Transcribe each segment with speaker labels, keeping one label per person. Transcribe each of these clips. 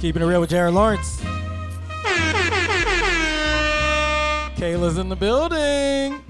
Speaker 1: Keeping it real with Jared Lawrence. Kayla's in the building.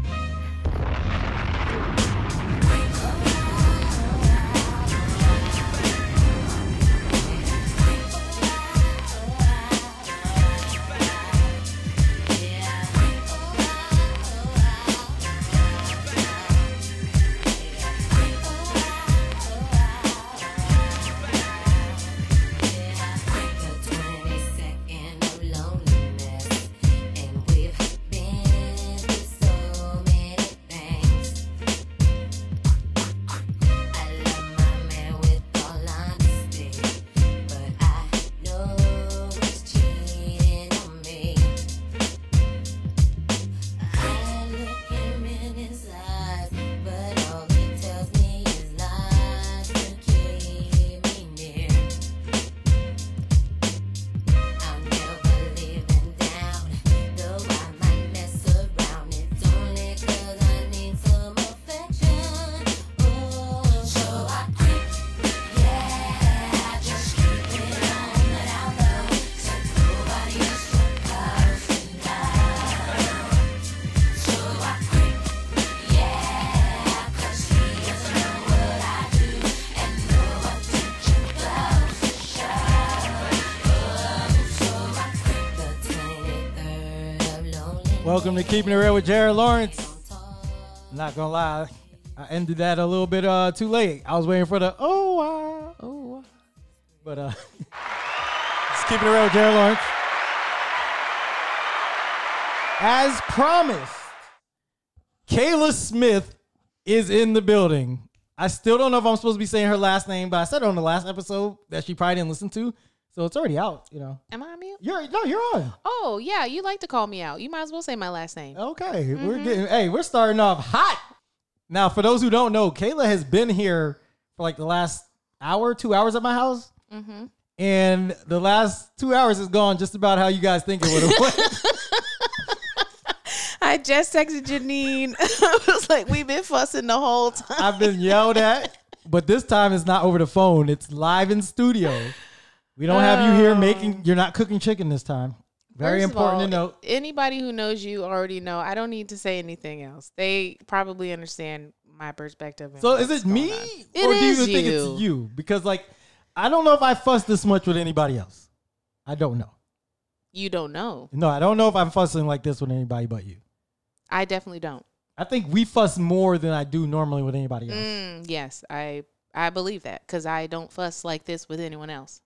Speaker 1: Welcome to Keeping It Real with Jared Lawrence. Not gonna lie, I ended that a little bit uh, too late. I was waiting for the oh, ah, oh, ah. but uh, it's Keeping It Real with Jared Lawrence. As promised, Kayla Smith is in the building. I still don't know if I'm supposed to be saying her last name, but I said it on the last episode that she probably didn't listen to, so it's already out. You know,
Speaker 2: Am I on mute?
Speaker 1: you're no, you're on.
Speaker 2: Oh, yeah. You like to call me out. You might as well say my last name.
Speaker 1: Okay,
Speaker 2: Mm-hmm.
Speaker 1: we're getting hey, we're starting off hot. Now, for those who don't know, Kayla has been here for like the last hour, two hours at my house,
Speaker 2: Mm-hmm.
Speaker 1: and the last two hours has gone just about how you guys think it would have went.
Speaker 2: I just texted Janine. I was like, we've been fussing the whole time.
Speaker 1: I've been yelled at, but this time it's not over the phone; it's live in studio. We don't have you here making. You're not cooking chicken this time. Very
Speaker 2: Oh. First of
Speaker 1: important
Speaker 2: all,
Speaker 1: to note.
Speaker 2: Anybody who knows you already know. I don't need to say anything else. They probably understand my perspective. and
Speaker 1: So is
Speaker 2: what's
Speaker 1: it
Speaker 2: going
Speaker 1: me,
Speaker 2: on. It
Speaker 1: or do you
Speaker 2: is
Speaker 1: think
Speaker 2: you.
Speaker 1: it's you? Because like, I don't know if I fuss this much with anybody else. I don't know.
Speaker 2: You don't know.
Speaker 1: No, I don't know if I'm fussing like this with anybody but you.
Speaker 2: I definitely don't.
Speaker 1: I think we fuss more than I do normally with anybody else.
Speaker 2: Mm, yes, I I believe that because I don't fuss like this with anyone else.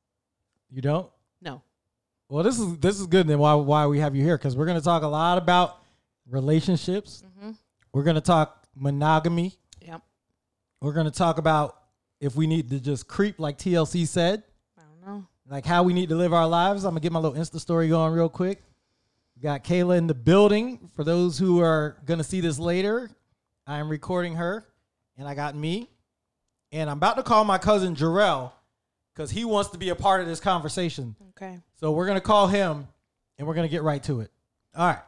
Speaker 1: You don't?
Speaker 2: No.
Speaker 1: Well, this is this is good then why why we have you here cuz we're going to talk a lot about relationships. We're going to talk monogamy.
Speaker 2: Yep.
Speaker 1: We're going to talk about if we need to just creep like TLC said,
Speaker 2: I don't know.
Speaker 1: like how we need to live our lives. I'm going to get my little Insta story going real quick. We got Kayla in the building. For those who are going to see this later, I am recording her and I got me. And I'm about to call my cousin Jarrell because he wants to be a part of this conversation.
Speaker 2: Okay.
Speaker 1: So we're going to call him and we're going to get right to it. All right.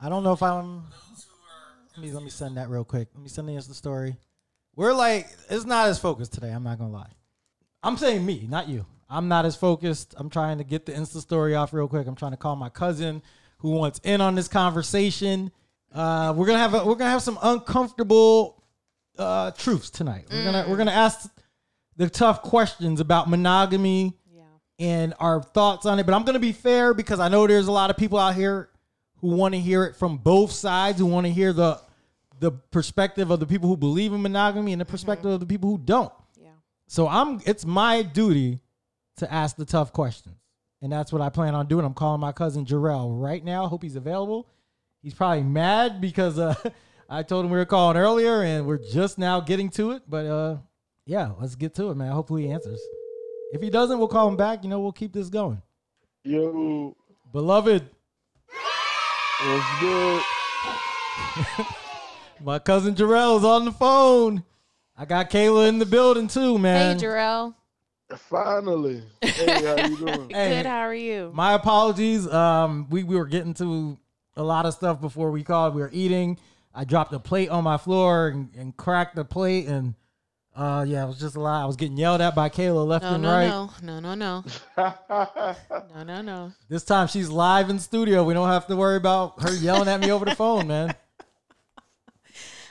Speaker 1: I don't know if I'm. Let me, let me send that real quick. Let me send the Insta story. We're like, it's not as focused today. I'm not going to lie. I'm saying me, not you. I'm not as focused. I'm trying to get the Insta story off real quick. I'm trying to call my cousin who wants in on this conversation. Uh, we're gonna have a, we're gonna have some uncomfortable uh, truths tonight. We're gonna we're gonna ask the tough questions about monogamy
Speaker 2: Yeah.
Speaker 1: and our thoughts on it. But I'm gonna be fair because I know there's a lot of people out here who want to hear it from both sides, who want to hear the the perspective of the people who believe in monogamy and the perspective of the people who don't.
Speaker 2: Yeah.
Speaker 1: So I'm it's my duty to ask the tough questions. And that's what I plan on doing. I'm calling my cousin Jarrell right now. Hope he's available. He's probably mad because uh, I told him we were calling earlier and we're just now getting to it. But uh, yeah, let's get to it, man. Hopefully he answers. If he doesn't, we'll call him back. You know, we'll keep this going.
Speaker 3: Yo,
Speaker 1: Beloved,
Speaker 3: what's good?
Speaker 1: my cousin Jarrell is on the phone. I got Kayla in the building too,
Speaker 2: Hey,
Speaker 1: man.
Speaker 2: Jarrell.
Speaker 3: Finally. Hey, how you doing?
Speaker 1: Hey.
Speaker 2: Good. How are you?
Speaker 1: My apologies. Um, we, we were getting to a lot of stuff before we called. We were eating. I dropped a plate on my floor and, and cracked the plate, and Uh, yeah, I was just alive. I was getting yelled at by Kayla left
Speaker 2: No,
Speaker 1: and
Speaker 2: no,
Speaker 1: right.
Speaker 2: no, no, no, no, no, no, no.
Speaker 1: This time she's live in studio. We don't have to worry about her yelling at me over the phone, man.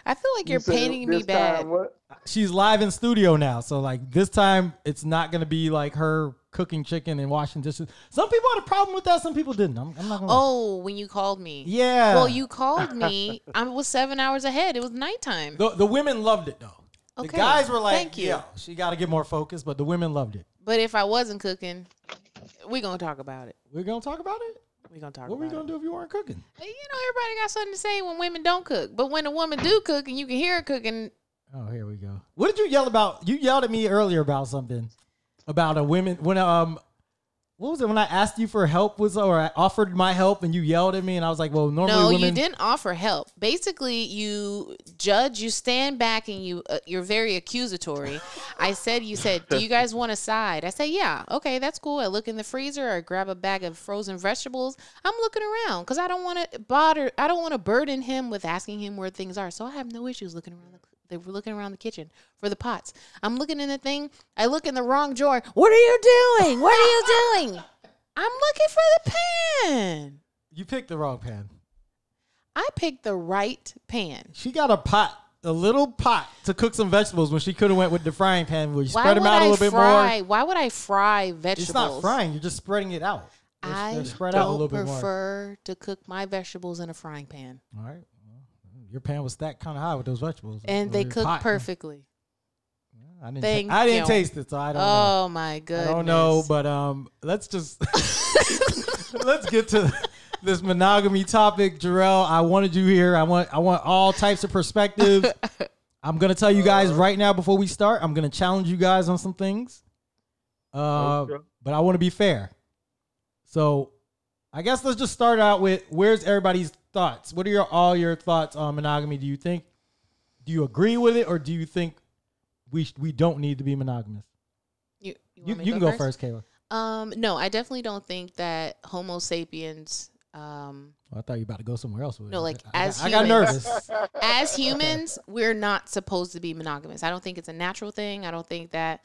Speaker 2: I feel like you're
Speaker 3: said
Speaker 2: painting me
Speaker 3: this time
Speaker 2: bad.
Speaker 3: what?
Speaker 1: She's live in studio now, so like this time it's not gonna be like her cooking chicken and washing dishes. Some people had a problem with that. Some people didn't. I'm, I'm not gonna.
Speaker 2: Oh, when you called me.
Speaker 1: yeah.
Speaker 2: Well, you called me. I was seven hours ahead. It was nighttime.
Speaker 1: The, the women loved it though. The
Speaker 2: Okay,
Speaker 1: guys were like,
Speaker 2: thank you.
Speaker 1: "Yo, she got to get more focused," but the women loved it.
Speaker 2: But if I wasn't cooking, we gonna talk about it.
Speaker 1: We're gonna talk about it.
Speaker 2: We gonna talk
Speaker 1: What
Speaker 2: about
Speaker 1: we gonna
Speaker 2: it.
Speaker 1: do if you weren't cooking?
Speaker 2: You know, everybody got something to say when women don't cook. But when a woman do cook and you can hear her cooking,
Speaker 1: Oh, here we go. What did you yell about? You yelled at me earlier about something about a women when um what was it when I asked you for help was or I offered my help and you yelled at me and I was like, well, normally
Speaker 2: no,
Speaker 1: women
Speaker 2: you didn't offer help. Basically, you judge, you stand back, and you uh, you're very accusatory. I said, you said, do you guys want a side? I said, yeah, okay, that's cool. I look in the freezer or grab a bag of frozen vegetables. I'm looking around because I don't want to bother. I don't want to burden him with asking him where things are. So I have no issues looking around. The, they were looking around the kitchen for the pots. I'm looking in the thing. I look in the wrong drawer. What are you doing? What are you doing? I'm looking for the pan.
Speaker 1: you picked the wrong pan.
Speaker 2: I picked the right pan.
Speaker 1: She got a pot, a little pot to cook some vegetables when she could have went with the frying pan where you
Speaker 2: Why
Speaker 1: spread them
Speaker 2: would
Speaker 1: out a
Speaker 2: I
Speaker 1: little bit
Speaker 2: fry?
Speaker 1: more.
Speaker 2: Why would I fry vegetables?
Speaker 1: It's not frying, you're just spreading it out. They're-
Speaker 2: I
Speaker 1: they're spread
Speaker 2: don't
Speaker 1: out a little bit more.
Speaker 2: prefer to cook my vegetables in a frying pan,
Speaker 1: All right. Well, Your pan was stacked kind of high with those vegetables, Mm-hmm.
Speaker 2: and
Speaker 1: Or
Speaker 2: they
Speaker 1: your
Speaker 2: cook
Speaker 1: pot.
Speaker 2: perfectly.
Speaker 1: I didn't.
Speaker 2: Thank
Speaker 1: I didn't
Speaker 2: you.
Speaker 1: taste it, so I don't know.
Speaker 2: Oh my goodness!
Speaker 1: I don't know, but um, let's just let's get to this monogamy topic, Jarrell. I wanted you here. I want I want all types of perspectives. I'm gonna tell you guys
Speaker 2: Uh-huh.
Speaker 1: right now before we start. I'm gonna challenge you guys on some things, uh,
Speaker 3: Okay.
Speaker 1: but I want to be fair. So, I guess let's just start out with where's everybody's thoughts. What are your all your thoughts on monogamy? Do you think do you agree with it, or do you think we sh- we don't need to be monogamous?
Speaker 2: you
Speaker 1: You,
Speaker 2: you, want me
Speaker 1: you
Speaker 2: to
Speaker 1: can go first, Kayla.
Speaker 2: Um, no, I definitely don't think that Homo sapiens, um,
Speaker 1: Well, I thought you were about to go somewhere else. With
Speaker 2: No,
Speaker 1: it.
Speaker 2: like,
Speaker 1: I,
Speaker 2: as
Speaker 1: I, got- I got
Speaker 2: humans-
Speaker 1: nervous.
Speaker 2: as humans, we're not supposed to be monogamous. I don't think it's a natural thing. I don't think that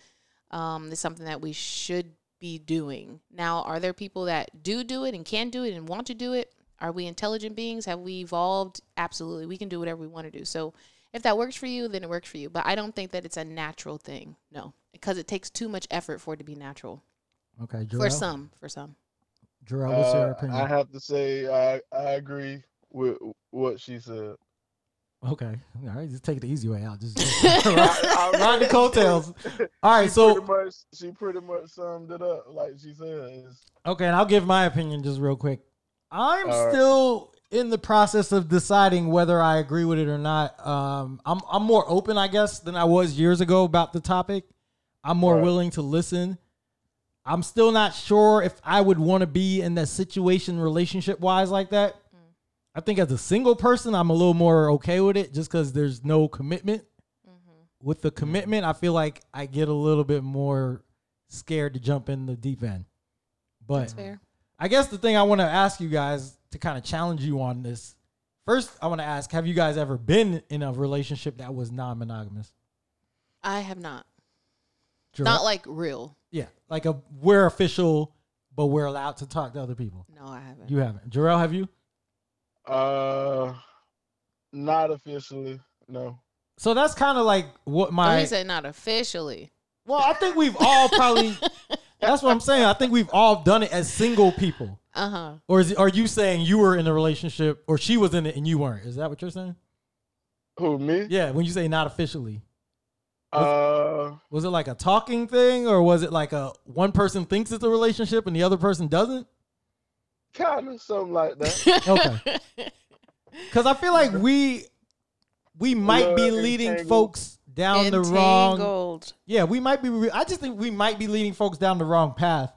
Speaker 2: um, it's something that we should be doing. Now, are there people that do do it and can do it and want to do it? Are we intelligent beings? Have we evolved? Absolutely. We can do whatever we want to do. So if that works for you, then it works for you. But I don't think that it's a natural thing. No, because it takes too much effort for it to be natural.
Speaker 1: okay, Jarrell.
Speaker 2: For some, for some.
Speaker 1: Jarrell, what's your
Speaker 3: Uh,
Speaker 1: opinion?
Speaker 3: I have to say, I I agree with what she said.
Speaker 1: okay, all right, just take the easy way out. Just,
Speaker 3: I- I
Speaker 1: ride the
Speaker 3: really-
Speaker 1: coattails. All
Speaker 3: she
Speaker 1: right,
Speaker 3: pretty
Speaker 1: so
Speaker 3: much, she pretty much summed it up, like she said. It's-
Speaker 1: okay, and I'll give my opinion just real quick. I'm
Speaker 3: All right.
Speaker 1: still in the process of deciding whether I agree with it or not. Um, I'm I'm more open, I guess, than I was years ago about the topic. I'm more
Speaker 3: Right.
Speaker 1: willing to listen. I'm still not sure if I would want to be in that situation relationship wise like that.
Speaker 2: Mm.
Speaker 1: I think as a single person, I'm a little more okay with it just because there's no commitment. With the commitment, I feel like I get a little bit more scared to jump in the deep end. But
Speaker 2: That's fair.
Speaker 1: I guess the thing I want to ask you guys to kind of challenge you on this. First, I want to ask: Have you guys ever been in a relationship that was non-monogamous?
Speaker 2: I have not.
Speaker 1: Jarrell?
Speaker 2: Not like real.
Speaker 1: yeah, like a we're official, but we're allowed to talk to other people.
Speaker 2: No, I haven't.
Speaker 1: You haven't, Jarrell? Have you?
Speaker 3: Uh, not officially, no.
Speaker 1: So that's kind of like what
Speaker 2: oh,
Speaker 1: my.
Speaker 2: he said not officially.
Speaker 1: well, I think we've all probably. that's what I'm saying. I think we've all done it as single people.
Speaker 2: Uh huh.
Speaker 1: Or is, are you saying you were in a relationship, or she was in it and you weren't? Is that what you're saying?
Speaker 3: Who me?
Speaker 2: Mm-hmm.
Speaker 1: Yeah. When you say not officially,
Speaker 3: Uh,
Speaker 1: Was it like a talking thing, or was it like a one person thinks it's a relationship and the other person doesn't?
Speaker 3: kind of something like that.
Speaker 1: Okay, because I feel like we we might be
Speaker 3: Love
Speaker 1: leading
Speaker 3: entangled.
Speaker 1: folks down the wrong.
Speaker 2: Entangled.
Speaker 1: Yeah, we might be. re- I just think we might be leading folks down the wrong path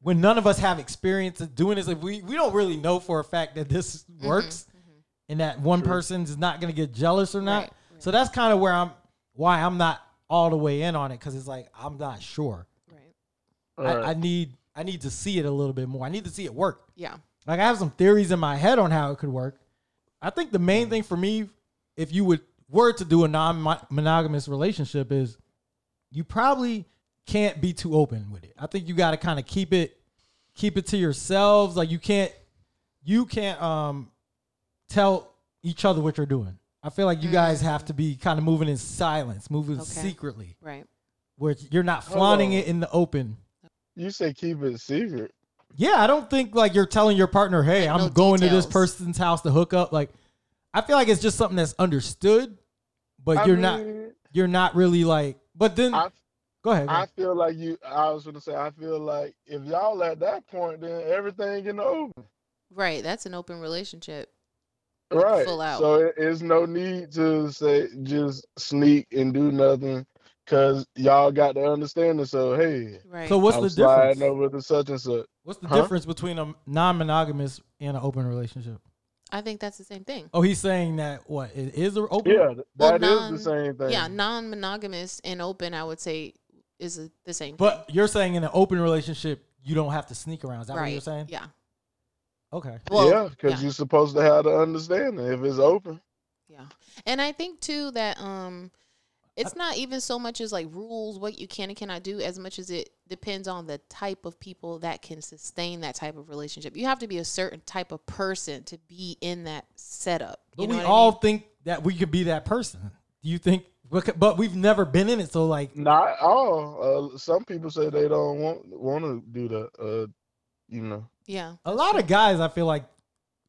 Speaker 1: when none of us have experience of doing this. If we we don't really know for a fact that this works and that one person's not going to get jealous or not.
Speaker 2: Right,
Speaker 1: So that's kind of where I'm why I'm not all the way in on it because it's like I'm not sure.
Speaker 2: Right.
Speaker 1: I, I need I need to see it a little bit more. I need to see it work.
Speaker 2: Yeah.
Speaker 1: Like I have some theories in my head on how it could work. I think the main thing for me, if you would were to do a non monogamous relationship, is you probably can't be too open with it. I think you got to kind of keep it keep it to yourselves. Like you can't you can't um tell each other what you're doing. I feel like you guys have to be kind of moving in silence, moving
Speaker 2: Okay.
Speaker 1: secretly,
Speaker 2: Right.
Speaker 1: where you're not flaunting
Speaker 3: Hello.
Speaker 1: it in the open.
Speaker 3: You say keep it secret.
Speaker 1: Yeah, I don't think like you're telling your partner, "Hey,
Speaker 2: Like,
Speaker 1: I'm
Speaker 2: no
Speaker 1: going to
Speaker 2: details.
Speaker 1: this person's house to hook up." Like, I feel like it's just something that's understood, but
Speaker 3: I
Speaker 1: you're not
Speaker 3: mean,
Speaker 1: you're not really like. But then
Speaker 3: I
Speaker 1: go ahead. go
Speaker 3: I
Speaker 1: ahead.
Speaker 3: feel like you. I was gonna say. I feel like if y'all at that point, then everything in the open,
Speaker 2: Right. That's an open relationship.
Speaker 3: right?
Speaker 2: Full out.
Speaker 3: So it, it's no need to say just sneak and do nothing, cause y'all got the understanding. So hey,
Speaker 2: Right.
Speaker 1: so what's
Speaker 3: I'm
Speaker 1: the
Speaker 3: sliding
Speaker 1: difference?
Speaker 3: over to such and such.
Speaker 1: What's the
Speaker 3: Huh?
Speaker 1: difference between a non-monogamous and an open relationship?
Speaker 2: I think that's the same thing.
Speaker 1: Oh, he's saying that what it is an open.
Speaker 3: Yeah, th-
Speaker 2: Well,
Speaker 3: that is
Speaker 2: none-
Speaker 3: the same thing.
Speaker 2: Yeah, non-monogamous and open, I would say, is a- the same.
Speaker 1: But you're saying in an open relationship, you don't have to sneak around. Is that
Speaker 2: right.
Speaker 1: what you're saying?
Speaker 2: Yeah.
Speaker 1: Okay.
Speaker 2: Well,
Speaker 3: yeah, because
Speaker 2: yeah.
Speaker 3: you're supposed to have the understanding if it's open.
Speaker 2: Yeah. And I think too that um it's not even so much as like rules what you can and cannot do as much as it depends on the type of people that can sustain that type of relationship. You have to be a certain type of person to be in that setup.
Speaker 1: But
Speaker 2: you know
Speaker 1: we
Speaker 2: what I
Speaker 1: all
Speaker 2: mean?
Speaker 1: think that we could be that person. Do you think? bec- But we've never been in it, so like,
Speaker 3: Not all. Uh, some people say they don't want want to do that. Uh, you know.
Speaker 2: yeah.
Speaker 1: A lot of guys, I feel like,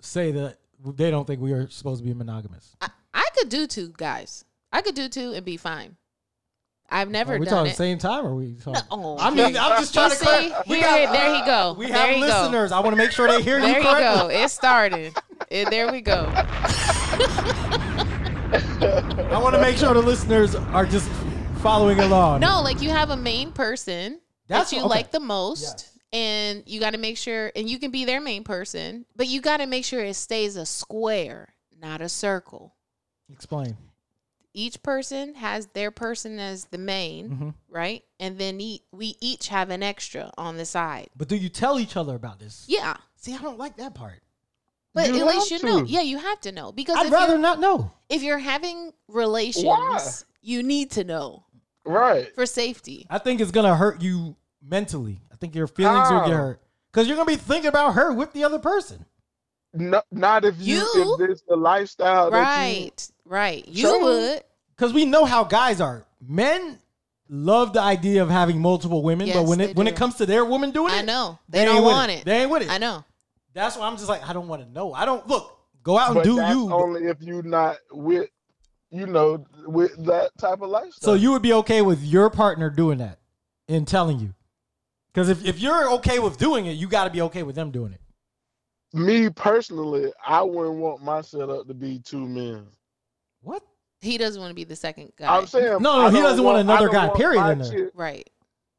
Speaker 1: say that they don't think we are supposed to be monogamous.
Speaker 2: I, I could do two guys. I could do two and be fine. I've never
Speaker 1: are Oh, we
Speaker 2: done
Speaker 1: talking
Speaker 2: it.
Speaker 1: same time? Or are we talking?
Speaker 2: oh,
Speaker 1: I mean, I'm just trying
Speaker 2: you
Speaker 1: to. clar-
Speaker 2: see,
Speaker 1: we
Speaker 2: here,
Speaker 1: got-
Speaker 2: there he go.
Speaker 1: We
Speaker 2: there
Speaker 1: have
Speaker 2: he Go.
Speaker 1: listeners. I want to make sure they hear
Speaker 2: There
Speaker 1: you
Speaker 2: you
Speaker 1: correctly.
Speaker 2: go. It's starting. It, there we go.
Speaker 1: I want to make sure the listeners are just following along.
Speaker 2: No, like you have a main person
Speaker 1: That's-
Speaker 2: that you
Speaker 1: okay.
Speaker 2: like the most.
Speaker 1: Yes.
Speaker 2: And you got to make sure, and you can be their main person, but you got to make sure it stays a square, not a circle.
Speaker 1: Explain.
Speaker 2: Each person has their person as the main,
Speaker 1: hmm
Speaker 2: right? And then e- we each have an extra on the side.
Speaker 1: But do you tell each other about this?
Speaker 2: Yeah,
Speaker 1: See, I don't like that part.
Speaker 2: but
Speaker 3: You
Speaker 2: at least you
Speaker 3: have
Speaker 2: know.
Speaker 3: to.
Speaker 2: Yeah, you have to know because
Speaker 1: I'd
Speaker 2: if
Speaker 1: rather
Speaker 2: you're,
Speaker 1: not know.
Speaker 2: if you're having relations, you need to know
Speaker 3: Right.
Speaker 2: for safety.
Speaker 1: I think it's gonna hurt you mentally. I think your feelings will get
Speaker 3: How?
Speaker 1: hurt because you're gonna be thinking about her with the other person.
Speaker 3: No, not if you,
Speaker 2: You-
Speaker 3: if this the lifestyle that you
Speaker 2: Right, right. You
Speaker 3: So-
Speaker 2: would.
Speaker 1: because we know how guys are. Men love the idea of having multiple women, but
Speaker 2: Yes,
Speaker 1: when
Speaker 2: they
Speaker 1: it when
Speaker 2: do.
Speaker 1: it comes to their woman doing it,
Speaker 2: I know. They,
Speaker 1: ain't
Speaker 2: don't
Speaker 1: with
Speaker 2: want it.
Speaker 1: They ain't with it.
Speaker 2: I know.
Speaker 1: That's why I'm just like, I don't want to know. I don't look. Go out and
Speaker 3: but
Speaker 1: do
Speaker 3: that's
Speaker 1: you.
Speaker 3: only if you not with you know with that type of lifestyle.
Speaker 1: so you would be okay with your partner doing that and telling you, because if if you're okay with doing it, you got to be okay with them doing it.
Speaker 3: me personally, I wouldn't want my setup to be two men.
Speaker 1: What?
Speaker 2: He doesn't want to be the second guy.
Speaker 3: I'm saying
Speaker 1: No, no,
Speaker 3: I
Speaker 1: he
Speaker 3: don't
Speaker 1: doesn't want
Speaker 3: I
Speaker 1: another
Speaker 3: don't
Speaker 1: guy,
Speaker 3: want
Speaker 1: period,
Speaker 3: my
Speaker 1: in there.
Speaker 3: chick-
Speaker 2: right.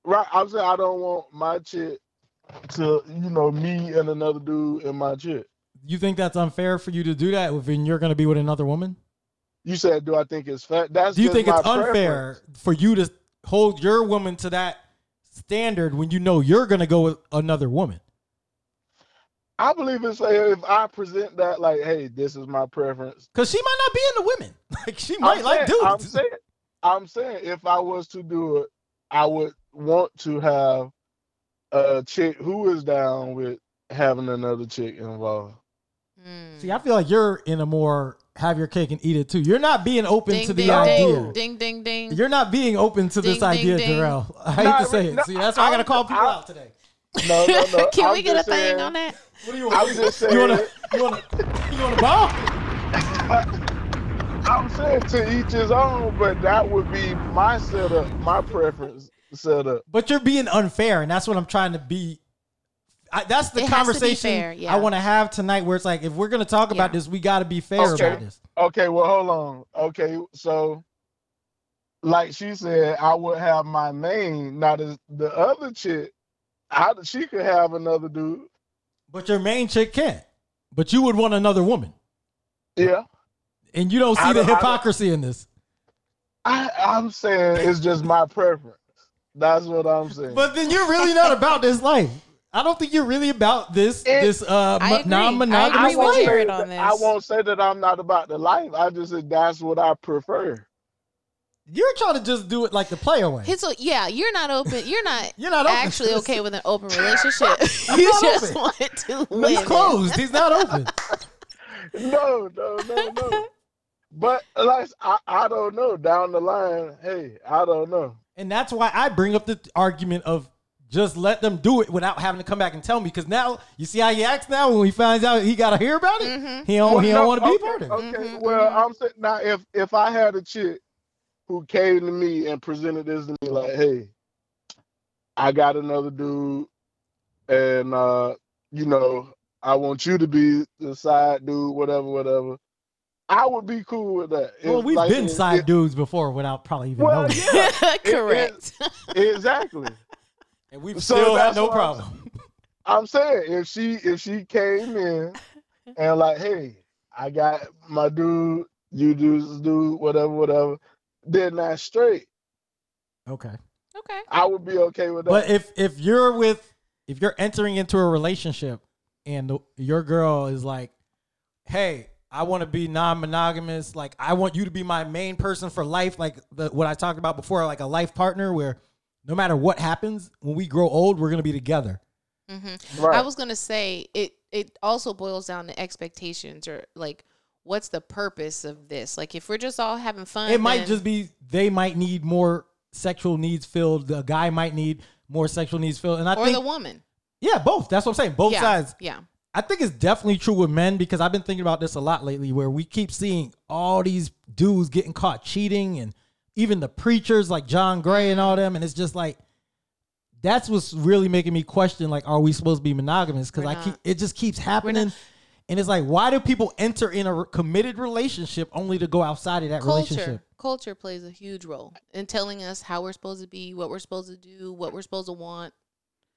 Speaker 3: right. I'm saying I don't want my chick to you know me and another dude and my chick.
Speaker 1: You think that's unfair for you to do that when you're going to be with another woman?
Speaker 3: You said, do I think it's fat? That's
Speaker 1: Do you
Speaker 3: just
Speaker 1: think it's
Speaker 3: my
Speaker 1: unfair
Speaker 3: preference.
Speaker 1: for you to hold your woman to that standard when you know you're going to go with another woman?
Speaker 3: I believe it's like if I present that like, hey, this is my preference.
Speaker 1: Cause she might not be into women. Like she might like
Speaker 3: saying, I'm
Speaker 1: dudes.
Speaker 3: saying, I'm saying, if I was to do it, I would want to have a chick who is down with having another chick involved.
Speaker 2: Mm.
Speaker 1: See, I feel like you're in a more have your cake and eat it too. You're not being open
Speaker 2: ding,
Speaker 1: to the
Speaker 2: ding,
Speaker 1: idea.
Speaker 2: ding, ding, ding, ding.
Speaker 1: You're not being open to this
Speaker 2: Ding, ding,
Speaker 1: idea,
Speaker 2: ding.
Speaker 1: Jarrell. I hate
Speaker 3: Nah,
Speaker 1: to say
Speaker 3: re-
Speaker 1: it.
Speaker 3: no,
Speaker 1: See, that's why I gotta
Speaker 3: I'm-
Speaker 1: call people
Speaker 3: I'm-
Speaker 1: out today.
Speaker 3: No, no, no.
Speaker 2: Can
Speaker 3: I'm
Speaker 2: we get a
Speaker 3: just
Speaker 2: thing
Speaker 3: saying-
Speaker 2: on that?
Speaker 1: What do you
Speaker 3: I'm
Speaker 1: want?
Speaker 3: just saying.
Speaker 1: You wanna you wanna you wanna ball?
Speaker 3: I'm saying to each his own, but that would be my setup, my preference setup.
Speaker 1: But you're being unfair, and that's what I'm trying to be. I, that's the
Speaker 2: It has to be
Speaker 1: conversation
Speaker 2: fair, yeah.
Speaker 1: I want to have tonight. Where it's like, if we're gonna talk about
Speaker 2: Yeah.
Speaker 1: this, we gotta be fair
Speaker 3: Okay.
Speaker 1: about this.
Speaker 3: Okay, well, hold on. Okay, so like she said, I would have my main. Now the, the other chick, I, she could have another dude.
Speaker 1: But your main chick can't. But you would want another woman,
Speaker 3: Yeah,
Speaker 1: and you don't see
Speaker 3: I
Speaker 1: the
Speaker 3: don't- I don't-
Speaker 1: hypocrisy in this.
Speaker 3: I, I'm saying it's just my preference. That's what I'm saying.
Speaker 1: But then you're really not about this life. I don't think you're really about this
Speaker 3: It-
Speaker 1: this uh
Speaker 2: I
Speaker 1: mo-
Speaker 2: agree. I
Speaker 1: non-monogamous
Speaker 2: agree with
Speaker 1: life.
Speaker 2: you.
Speaker 3: say
Speaker 2: Jared
Speaker 3: that,
Speaker 2: on
Speaker 3: I
Speaker 2: this.
Speaker 3: won't say that I'm not about the life. I just said that's what I prefer.
Speaker 1: You're trying to just do it like the player way.
Speaker 2: His, yeah, you're not open. You're not.
Speaker 1: You're not open to
Speaker 2: actually
Speaker 1: this.
Speaker 2: okay with an open relationship.
Speaker 1: I'm
Speaker 2: you
Speaker 1: not
Speaker 2: just
Speaker 1: open.
Speaker 2: want to
Speaker 1: No,
Speaker 2: win.
Speaker 1: he's
Speaker 2: it.
Speaker 1: closed. He's not open.
Speaker 3: no, no, no, no. But like I, I don't know. Down the line, hey, I don't know.
Speaker 1: And that's why I bring up the argument of just let them do it without having to come back and tell me. Because now you see how he acts now when he finds out he gotta hear about it.
Speaker 2: Mm-hmm.
Speaker 1: He don't
Speaker 3: Well,
Speaker 1: Oh, he
Speaker 3: no,
Speaker 1: don't want to be
Speaker 3: okay,
Speaker 1: part of it.
Speaker 3: Okay,
Speaker 2: Mhm,
Speaker 3: well,
Speaker 2: mhm.
Speaker 3: I'm saying now if if I had a chick who came to me and presented this to me like, hey, I got another dude, and uh, you know, I want you to be the side dude, whatever, whatever. I would be cool with that.
Speaker 1: Well,
Speaker 3: If,
Speaker 1: we've
Speaker 3: like,
Speaker 1: been
Speaker 3: if-
Speaker 1: side dudes before without probably even
Speaker 3: Well,
Speaker 1: knowing. it.
Speaker 3: yeah,
Speaker 2: Correct.
Speaker 3: exactly.
Speaker 1: And we've
Speaker 3: So
Speaker 1: still had
Speaker 3: that's
Speaker 1: no
Speaker 3: why I'm-
Speaker 1: problem.
Speaker 3: I'm saying if she if she came in and like, hey, I got my dude, you do this dude, whatever, whatever, then that's straight.
Speaker 1: Okay.
Speaker 2: okay.
Speaker 3: I would be okay with that.
Speaker 1: But if if you're with if you're entering into a relationship and the, your girl is like, "Hey, I want to be non-monogamous. Like, I want you to be my main person for life. Like the, what I talked about before, like a life partner, where no matter what happens, when we grow old, we're gonna be together."
Speaker 2: hmm
Speaker 3: right.
Speaker 2: I was gonna say it. It also boils down to expectations, or like, what's the purpose of this? Like, if we're just all having fun,
Speaker 1: It might
Speaker 2: then-
Speaker 1: just be they might need more sexual needs filled. The guy might need more sexual needs filled, and I
Speaker 2: or
Speaker 1: think
Speaker 2: the woman.
Speaker 1: yeah, both. That's what I'm saying. Both
Speaker 2: yeah,
Speaker 1: sides.
Speaker 2: Yeah.
Speaker 1: I think it's definitely true with men because I've been thinking about this a lot lately where we keep seeing all these dudes getting caught cheating and even the preachers like John Gray and all them and it's just like that's what's really making me question like are we supposed to be monogamous cuz
Speaker 2: We're
Speaker 1: I
Speaker 2: not.
Speaker 1: keep it just keeps happening and it's like why do people enter in a re- committed relationship only to go outside of that
Speaker 2: Culture.
Speaker 1: relationship?
Speaker 2: Culture plays a huge role in telling us how we're supposed to be, what we're supposed to do, what we're supposed to want.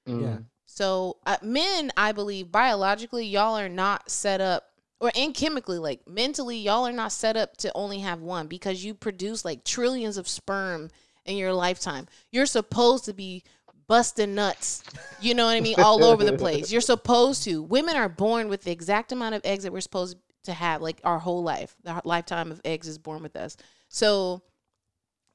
Speaker 1: Yeah.
Speaker 3: Mm.
Speaker 2: So uh, men, I believe biologically, y'all are not set up, or and chemically, like mentally, y'all are not set up to only have one because you produce like trillions of sperm in your lifetime. You're supposed to be busting nuts, you know what I mean, all over the place. You're supposed to. Women are born with the exact amount of eggs that we're supposed to have, like our whole life. The lifetime of eggs is born with us. So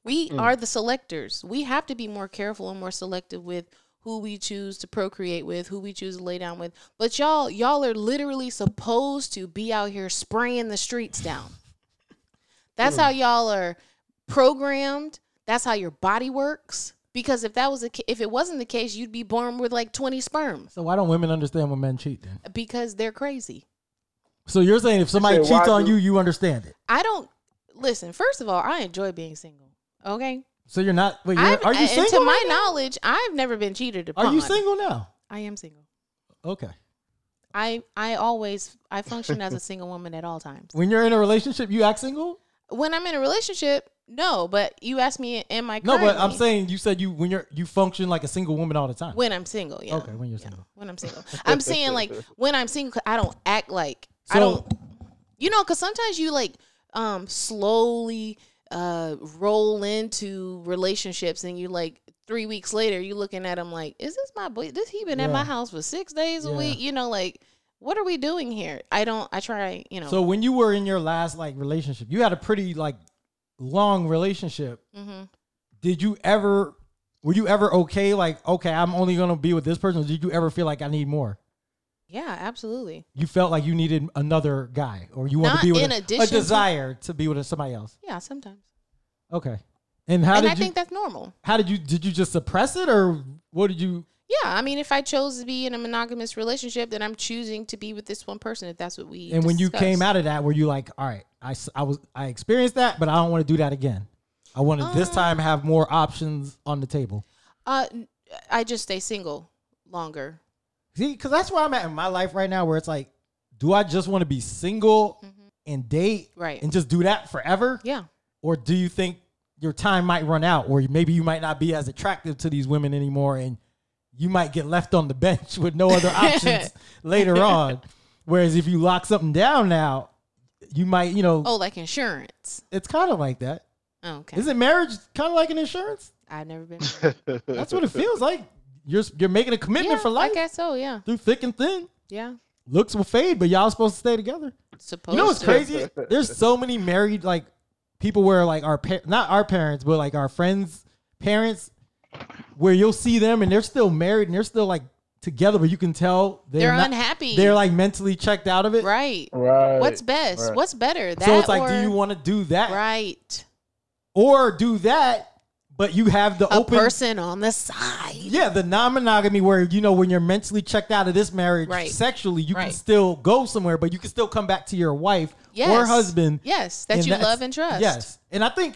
Speaker 2: we
Speaker 3: Mm.
Speaker 2: are the selectors. We have to be more careful and more selective with who we choose to procreate with, who we choose to lay down with. But y'all, y'all are literally supposed to be out here spraying the streets down. That's how y'all are programmed. That's how your body works. Because if that was the ca- if it wasn't the case, you'd be born with like twenty sperms
Speaker 1: So why don't women understand when men cheat then?
Speaker 2: because they're crazy.
Speaker 1: So you're saying if somebody
Speaker 3: said, why
Speaker 1: cheats on
Speaker 3: do-
Speaker 1: you, you understand it.
Speaker 2: I don't listen. First of all, I enjoy being single. Okay,
Speaker 1: So you're not wait,
Speaker 2: I've-
Speaker 1: you're, are you
Speaker 2: and
Speaker 1: single?
Speaker 2: to my
Speaker 1: right now?
Speaker 2: knowledge, I've never been cheated upon.
Speaker 1: Are you single now?
Speaker 2: I am single.
Speaker 1: Okay.
Speaker 2: I I always I function as a single woman at all times.
Speaker 1: When you're in a relationship, you act single?
Speaker 2: When I'm in a relationship, no. But you asked me, am I?
Speaker 1: No,
Speaker 2: Currently?
Speaker 1: but I'm saying you said you when you're you function like a single woman all the time.
Speaker 2: when I'm single. Yeah.
Speaker 1: Okay, when you're
Speaker 2: Yeah,
Speaker 1: single.
Speaker 2: When I'm single, I'm saying like when I'm single, 'cause I don't act like I
Speaker 1: So-
Speaker 2: don't. You know, because sometimes you like um slowly uh roll into relationships, and you like three weeks later you looking at them like, is this my boy? This he been at
Speaker 1: Yeah.
Speaker 2: my house for six days a
Speaker 1: Yeah.
Speaker 2: week? You know, like what are we doing here? I don't. I try. You know.
Speaker 1: So when you were in your last like relationship, you had a pretty like long relationship.
Speaker 2: hmm
Speaker 1: Did you ever were you ever okay like okay, I'm only going to be with this person? Or did you ever feel like I need more?
Speaker 2: Yeah, absolutely.
Speaker 1: You felt like you needed another guy or you want
Speaker 2: Not
Speaker 1: to be with
Speaker 2: in
Speaker 1: a,
Speaker 2: addition
Speaker 1: a
Speaker 2: to-
Speaker 1: desire to be with somebody else.
Speaker 2: Yeah, sometimes.
Speaker 1: Okay. And how
Speaker 2: and
Speaker 1: did
Speaker 2: I
Speaker 1: you
Speaker 2: think that's normal.
Speaker 1: how did you did you just suppress it or what did you
Speaker 2: Yeah, I mean, if I chose to be in a monogamous relationship, then I'm choosing to be with this one person. If that's what we
Speaker 1: and when you came
Speaker 2: discussed.
Speaker 1: out of that were you like all right I, s- I was i experienced that but i don't want to do that again i want to this
Speaker 2: Um,
Speaker 1: time have more options on the table
Speaker 2: uh, n- I just stay single longer.
Speaker 1: see because that's where i'm at in my life right now where it's like do i just want to be single and date
Speaker 2: Mm-hmm. Right.
Speaker 1: and just do that forever
Speaker 2: Yeah,
Speaker 1: or do you think your time might run out or maybe you might not be as attractive to these women anymore and you might get left on the bench with no other options later on whereas if you lock something down now you might you know
Speaker 2: Oh, like insurance.
Speaker 1: it's kind of like that
Speaker 2: Oh, okay.
Speaker 1: Isn't marriage kind of like an insurance?
Speaker 2: I've never been.
Speaker 1: That's what it feels like. You're you're making a commitment
Speaker 2: yeah,
Speaker 1: for life
Speaker 2: I guess so. Yeah,
Speaker 1: through thick and thin.
Speaker 2: yeah.
Speaker 1: Looks will fade, but y'all supposed to stay together.
Speaker 2: Supposed.
Speaker 1: You know what's
Speaker 2: to.
Speaker 1: crazy? There's so many married like people where like our par- not our parents, but like our friends' parents, where you'll see them and they're still married and they're still like together, but you can tell they're,
Speaker 2: They're
Speaker 1: not-
Speaker 2: unhappy.
Speaker 1: They're like mentally checked out of it.
Speaker 2: right.
Speaker 3: Right.
Speaker 2: What's best?
Speaker 3: right.
Speaker 2: What's better? That
Speaker 1: so it's like, do
Speaker 2: or-
Speaker 1: you want to do that
Speaker 2: right
Speaker 1: or do that, but you have the
Speaker 2: a
Speaker 1: open
Speaker 2: person on the side?
Speaker 1: Yeah, the non-monogamy where you know when you're mentally checked out of this marriage
Speaker 2: Right.
Speaker 1: sexually, you can
Speaker 2: Right.
Speaker 1: still go somewhere, but you can still come back to your wife
Speaker 2: Yes.
Speaker 1: or husband
Speaker 2: Yes, that
Speaker 1: and
Speaker 2: you
Speaker 1: that's-
Speaker 2: love and trust.
Speaker 1: Yes, and I think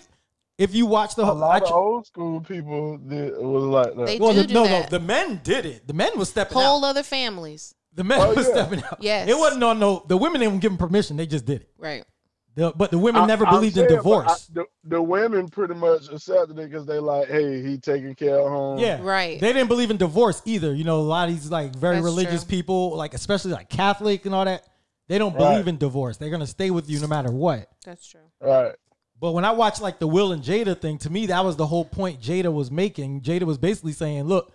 Speaker 1: if you watch the
Speaker 3: a
Speaker 1: whole, I
Speaker 3: lot
Speaker 1: tr-
Speaker 3: of old school people did, was like that.
Speaker 2: They
Speaker 1: well,
Speaker 2: do
Speaker 1: the-
Speaker 2: do
Speaker 1: no,
Speaker 2: that.
Speaker 1: no, the men did it. The men was stepping
Speaker 2: Whole
Speaker 1: out.
Speaker 2: other families.
Speaker 1: The men
Speaker 3: Oh,
Speaker 1: was
Speaker 3: yeah.
Speaker 1: stepping out.
Speaker 2: Yes.
Speaker 1: it wasn't on no. The women didn't give them permission. They just did it.
Speaker 2: Right.
Speaker 1: The, but the women
Speaker 3: I-
Speaker 1: never
Speaker 3: I'm
Speaker 1: believed in
Speaker 3: saying, but I-
Speaker 1: divorce.
Speaker 3: the, the women pretty much accepted it because they like, hey, he taking care of home.
Speaker 1: yeah,
Speaker 2: Right.
Speaker 1: They didn't believe in divorce either. You know, a lot of these like very
Speaker 2: That's
Speaker 1: religious
Speaker 2: true.
Speaker 1: people, like especially like Catholic and all that, they don't
Speaker 3: Right.
Speaker 1: believe in divorce. They're gonna stay with you no matter what.
Speaker 2: That's true.
Speaker 3: Right.
Speaker 1: But when I watched like the Will and Jada thing, to me that was the whole point Jada was making. Jada was basically saying, "Look,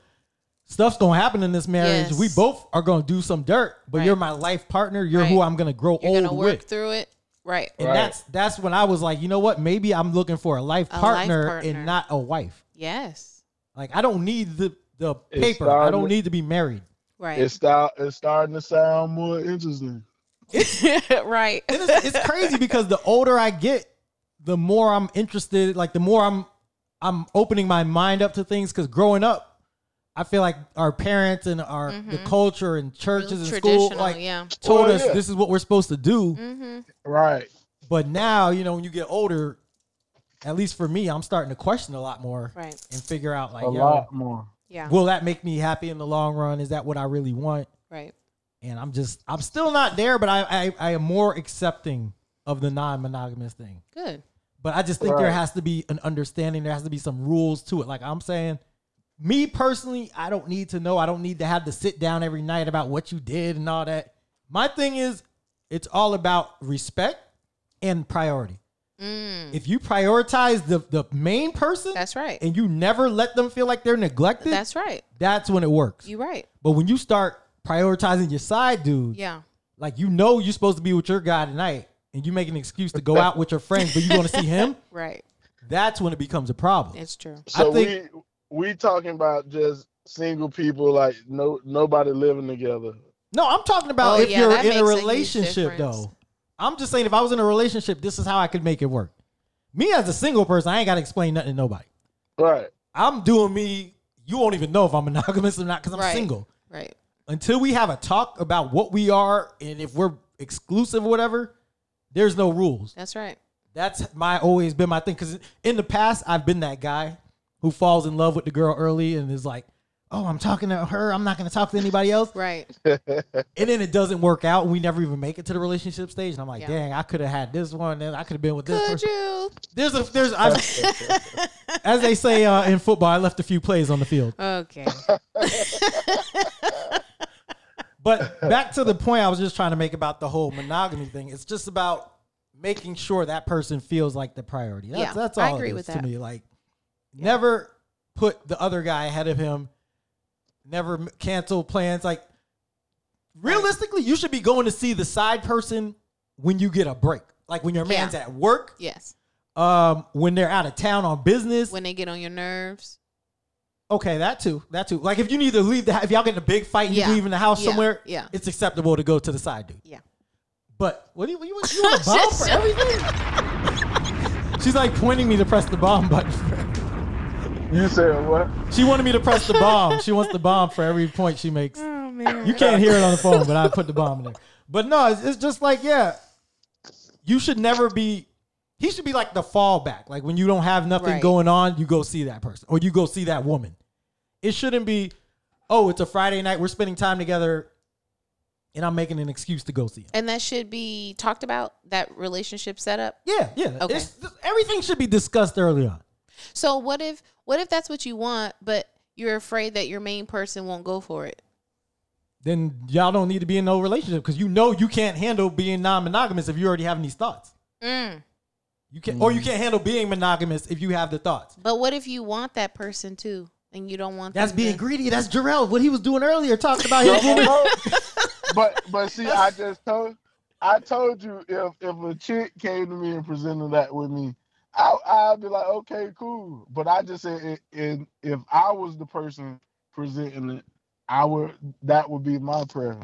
Speaker 1: stuff's gonna happen in this marriage.
Speaker 2: Yes.
Speaker 1: We both are gonna do some dirt, but
Speaker 2: Right.
Speaker 1: you're my life partner. You're who
Speaker 2: Right.
Speaker 1: I'm gonna grow
Speaker 2: You're
Speaker 1: old
Speaker 2: gonna work
Speaker 1: with."
Speaker 2: through it. Right.
Speaker 1: and
Speaker 3: Right.
Speaker 1: that's that's when I was like, you know what? Maybe I'm looking for a life,
Speaker 2: A life
Speaker 1: partner,
Speaker 2: partner.
Speaker 1: and not a wife.
Speaker 2: Yes.
Speaker 1: Like I don't need the the
Speaker 3: It's
Speaker 1: paper. I
Speaker 3: starting-
Speaker 1: don't need to be married.
Speaker 2: Right.
Speaker 3: It's start, it's starting to sound more interesting.
Speaker 2: right.
Speaker 1: And it's, it's crazy because the older I get, the more I'm interested. Like the more I'm, I'm opening my mind up to things. Because growing up, I feel like our parents and our the culture and churches and school
Speaker 2: Mm-hmm. Traditional.
Speaker 1: like
Speaker 2: yeah.
Speaker 1: told
Speaker 3: Well,
Speaker 1: us
Speaker 3: Oh, yeah.
Speaker 1: this is what we're supposed to do.
Speaker 2: Mm-hmm.
Speaker 3: Right.
Speaker 1: But now, you know, when you get older, at least for me, I'm starting to question a lot more
Speaker 2: Right.
Speaker 1: and figure out like,
Speaker 3: a
Speaker 1: yo,
Speaker 3: lot more.
Speaker 2: Yeah.
Speaker 1: will that make me happy in the long run? Is that what I really want?
Speaker 2: right.
Speaker 1: And I'm just, I'm still not there, but I, I, I am more accepting of the non-monogamous thing.
Speaker 2: Good.
Speaker 1: But I just think there
Speaker 3: Right.
Speaker 1: has to be an understanding. There has to be some rules to it. Like I'm saying, me personally, I don't need to know. I don't need to have to sit down every night about what you did and all that. My thing is, it's all about respect and priority.
Speaker 2: Mm.
Speaker 1: If you prioritize the, the main person
Speaker 2: That's right.
Speaker 1: and you never let them feel like they're neglected, that's,
Speaker 2: That's right.
Speaker 1: when it works.
Speaker 2: You right.
Speaker 1: but when you start prioritizing your side dude,
Speaker 2: Yeah.
Speaker 1: like you know you're supposed to be with your guy tonight and you make an excuse to go out with your friends, but you want to see him,
Speaker 2: Right.
Speaker 1: that's when it becomes a problem.
Speaker 2: It's true.
Speaker 3: So
Speaker 1: think-
Speaker 3: we we talking about just single people, like no nobody living together.
Speaker 1: No, I'm talking about
Speaker 2: Oh,
Speaker 1: if
Speaker 2: yeah,
Speaker 1: you're
Speaker 2: that
Speaker 1: in a
Speaker 2: makes a huge
Speaker 1: relationship,
Speaker 2: difference.
Speaker 1: though. I'm just saying, if I was in a relationship, this is how I could make it work. Me as a single person, I ain't got to explain nothing to nobody.
Speaker 3: Right.
Speaker 1: I'm doing me. You won't even know if I'm monogamous or not because I'm
Speaker 2: Right.
Speaker 1: single.
Speaker 2: Right.
Speaker 1: Until we have a talk about what we are and if we're exclusive or whatever, there's no rules.
Speaker 2: That's right.
Speaker 1: That's my always been my thing. Because in the past, I've been that guy who falls in love with the girl early and is like, "Oh, I'm talking to her. I'm not going to talk to anybody else."
Speaker 2: Right.
Speaker 1: and then it doesn't work out and we never even make it to the relationship stage and i'm like
Speaker 2: Yeah.
Speaker 1: dang i could have had this one and i could have been with this
Speaker 2: Could
Speaker 1: person
Speaker 2: you?
Speaker 1: there's a there's I, as they say uh, in football i left a few plays on the field
Speaker 2: Okay.
Speaker 1: but back to the point i was just trying to make about the whole monogamy thing it's just about making sure that person feels like the priority that's,
Speaker 2: Yeah,
Speaker 1: that's all
Speaker 2: I
Speaker 1: it
Speaker 2: agree
Speaker 1: is
Speaker 2: with
Speaker 1: to
Speaker 2: that.
Speaker 1: me like never put the other guy ahead of him never m- cancel plans like realistically you should be going to see the side person when you get a break like when your
Speaker 2: Yeah.
Speaker 1: man's at work
Speaker 2: Yes.
Speaker 1: um, when they're out of town on business.
Speaker 2: When they get on your nerves.
Speaker 1: okay, that too, that too. Like if you need to leave the hou- if y'all get in a big fight and
Speaker 2: Yeah.
Speaker 1: you leaving the house
Speaker 2: Yeah.
Speaker 1: somewhere,
Speaker 2: Yeah.
Speaker 1: it's acceptable to go to the side dude.
Speaker 2: Yeah.
Speaker 1: But what do you, you, want- you want a bomb
Speaker 2: Just
Speaker 1: for
Speaker 2: shut-
Speaker 1: everything? She's like pointing me to press the bomb button.
Speaker 3: you said what?
Speaker 1: She wanted me to press the bomb. She wants the bomb for every point she makes.
Speaker 2: Oh man.
Speaker 1: You can't hear it on the phone, but I put the bomb in there. But no, it's, it's just like, yeah, you should never be. He should be like the fallback. Like when you don't have nothing
Speaker 2: Right.
Speaker 1: going on, you go see that person or you go see that woman. It shouldn't be, oh, it's a Friday night. We're spending time together, and I'm making an excuse to go see him.
Speaker 2: And that should be talked about. That relationship setup.
Speaker 1: Yeah, yeah.
Speaker 2: Okay.
Speaker 1: It's, everything should be discussed early on.
Speaker 2: So what if what if that's what you want, but you're afraid that your main person won't go for it?
Speaker 1: Then y'all don't need to be in no relationship because you know you can't handle being non-monogamous if you already having these thoughts.
Speaker 2: Mm.
Speaker 1: You can, not or you can't handle being monogamous if you have the thoughts.
Speaker 2: But what if you want that person too, and you don't want
Speaker 1: That's
Speaker 2: them
Speaker 1: being
Speaker 2: to-
Speaker 1: greedy. That's Jarrell. What he was doing earlier, talking about his
Speaker 3: No, no,
Speaker 1: woman.
Speaker 3: no. but but see, I just told I told you if if a chick came to me and presented that with me, I I'd be like, okay, cool. But I just said, i- in if I was the person presenting it, I would. That would be my prayer.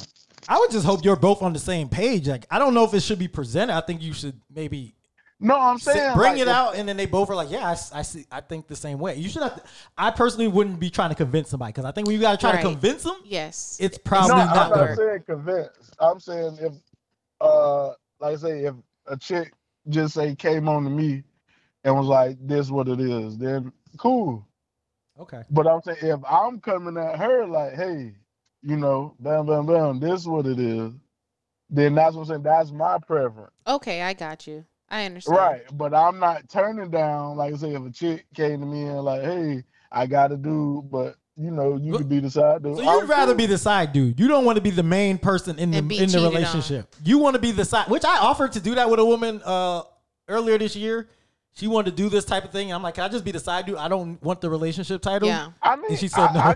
Speaker 1: I would just hope you're both on the same page. Like, I don't know if it should be presented. I think you should maybe
Speaker 3: No, I'm
Speaker 1: sit-
Speaker 3: saying
Speaker 1: bring
Speaker 3: like,
Speaker 1: it
Speaker 3: if-
Speaker 1: out, and then they both are like, "Yeah, I, s- I see. I think the same way." You should have. To, I personally wouldn't be trying to convince somebody because I think when you got to try
Speaker 2: Right.
Speaker 1: to convince them,
Speaker 2: Yes.
Speaker 1: it's probably
Speaker 3: no,
Speaker 2: not
Speaker 1: not
Speaker 3: I'm
Speaker 1: going
Speaker 2: work.
Speaker 3: not
Speaker 1: to
Speaker 3: saying convinced. I'm saying if, uh, like I say, if a chick just say came on to me and was like, "This what it is," then cool.
Speaker 1: Okay.
Speaker 3: But I'm saying if I'm coming at her like, "Hey, you know, bam, bam, bam, this what it is," then that's what I'm saying. That's my preference,
Speaker 2: Okay, I got you. I understand.
Speaker 3: right? But I'm not turning down. Like I say, if a chick came to me and like, "Hey, I got a dude," but you know, you could be the side dude.
Speaker 1: So
Speaker 3: I'm
Speaker 1: you'd rather
Speaker 3: cool.
Speaker 1: be the side dude. You don't want to be the main person in the
Speaker 2: And be
Speaker 1: in the
Speaker 2: cheated on.
Speaker 1: relationship. You want to be the side, which I offered to do that with a woman uh, earlier this year. She wanted to do this type of thing. And I'm like, can I just be the side dude? I don't want the relationship title.
Speaker 2: Yeah.
Speaker 3: I mean,
Speaker 1: And she said
Speaker 3: I-
Speaker 1: no.
Speaker 3: I-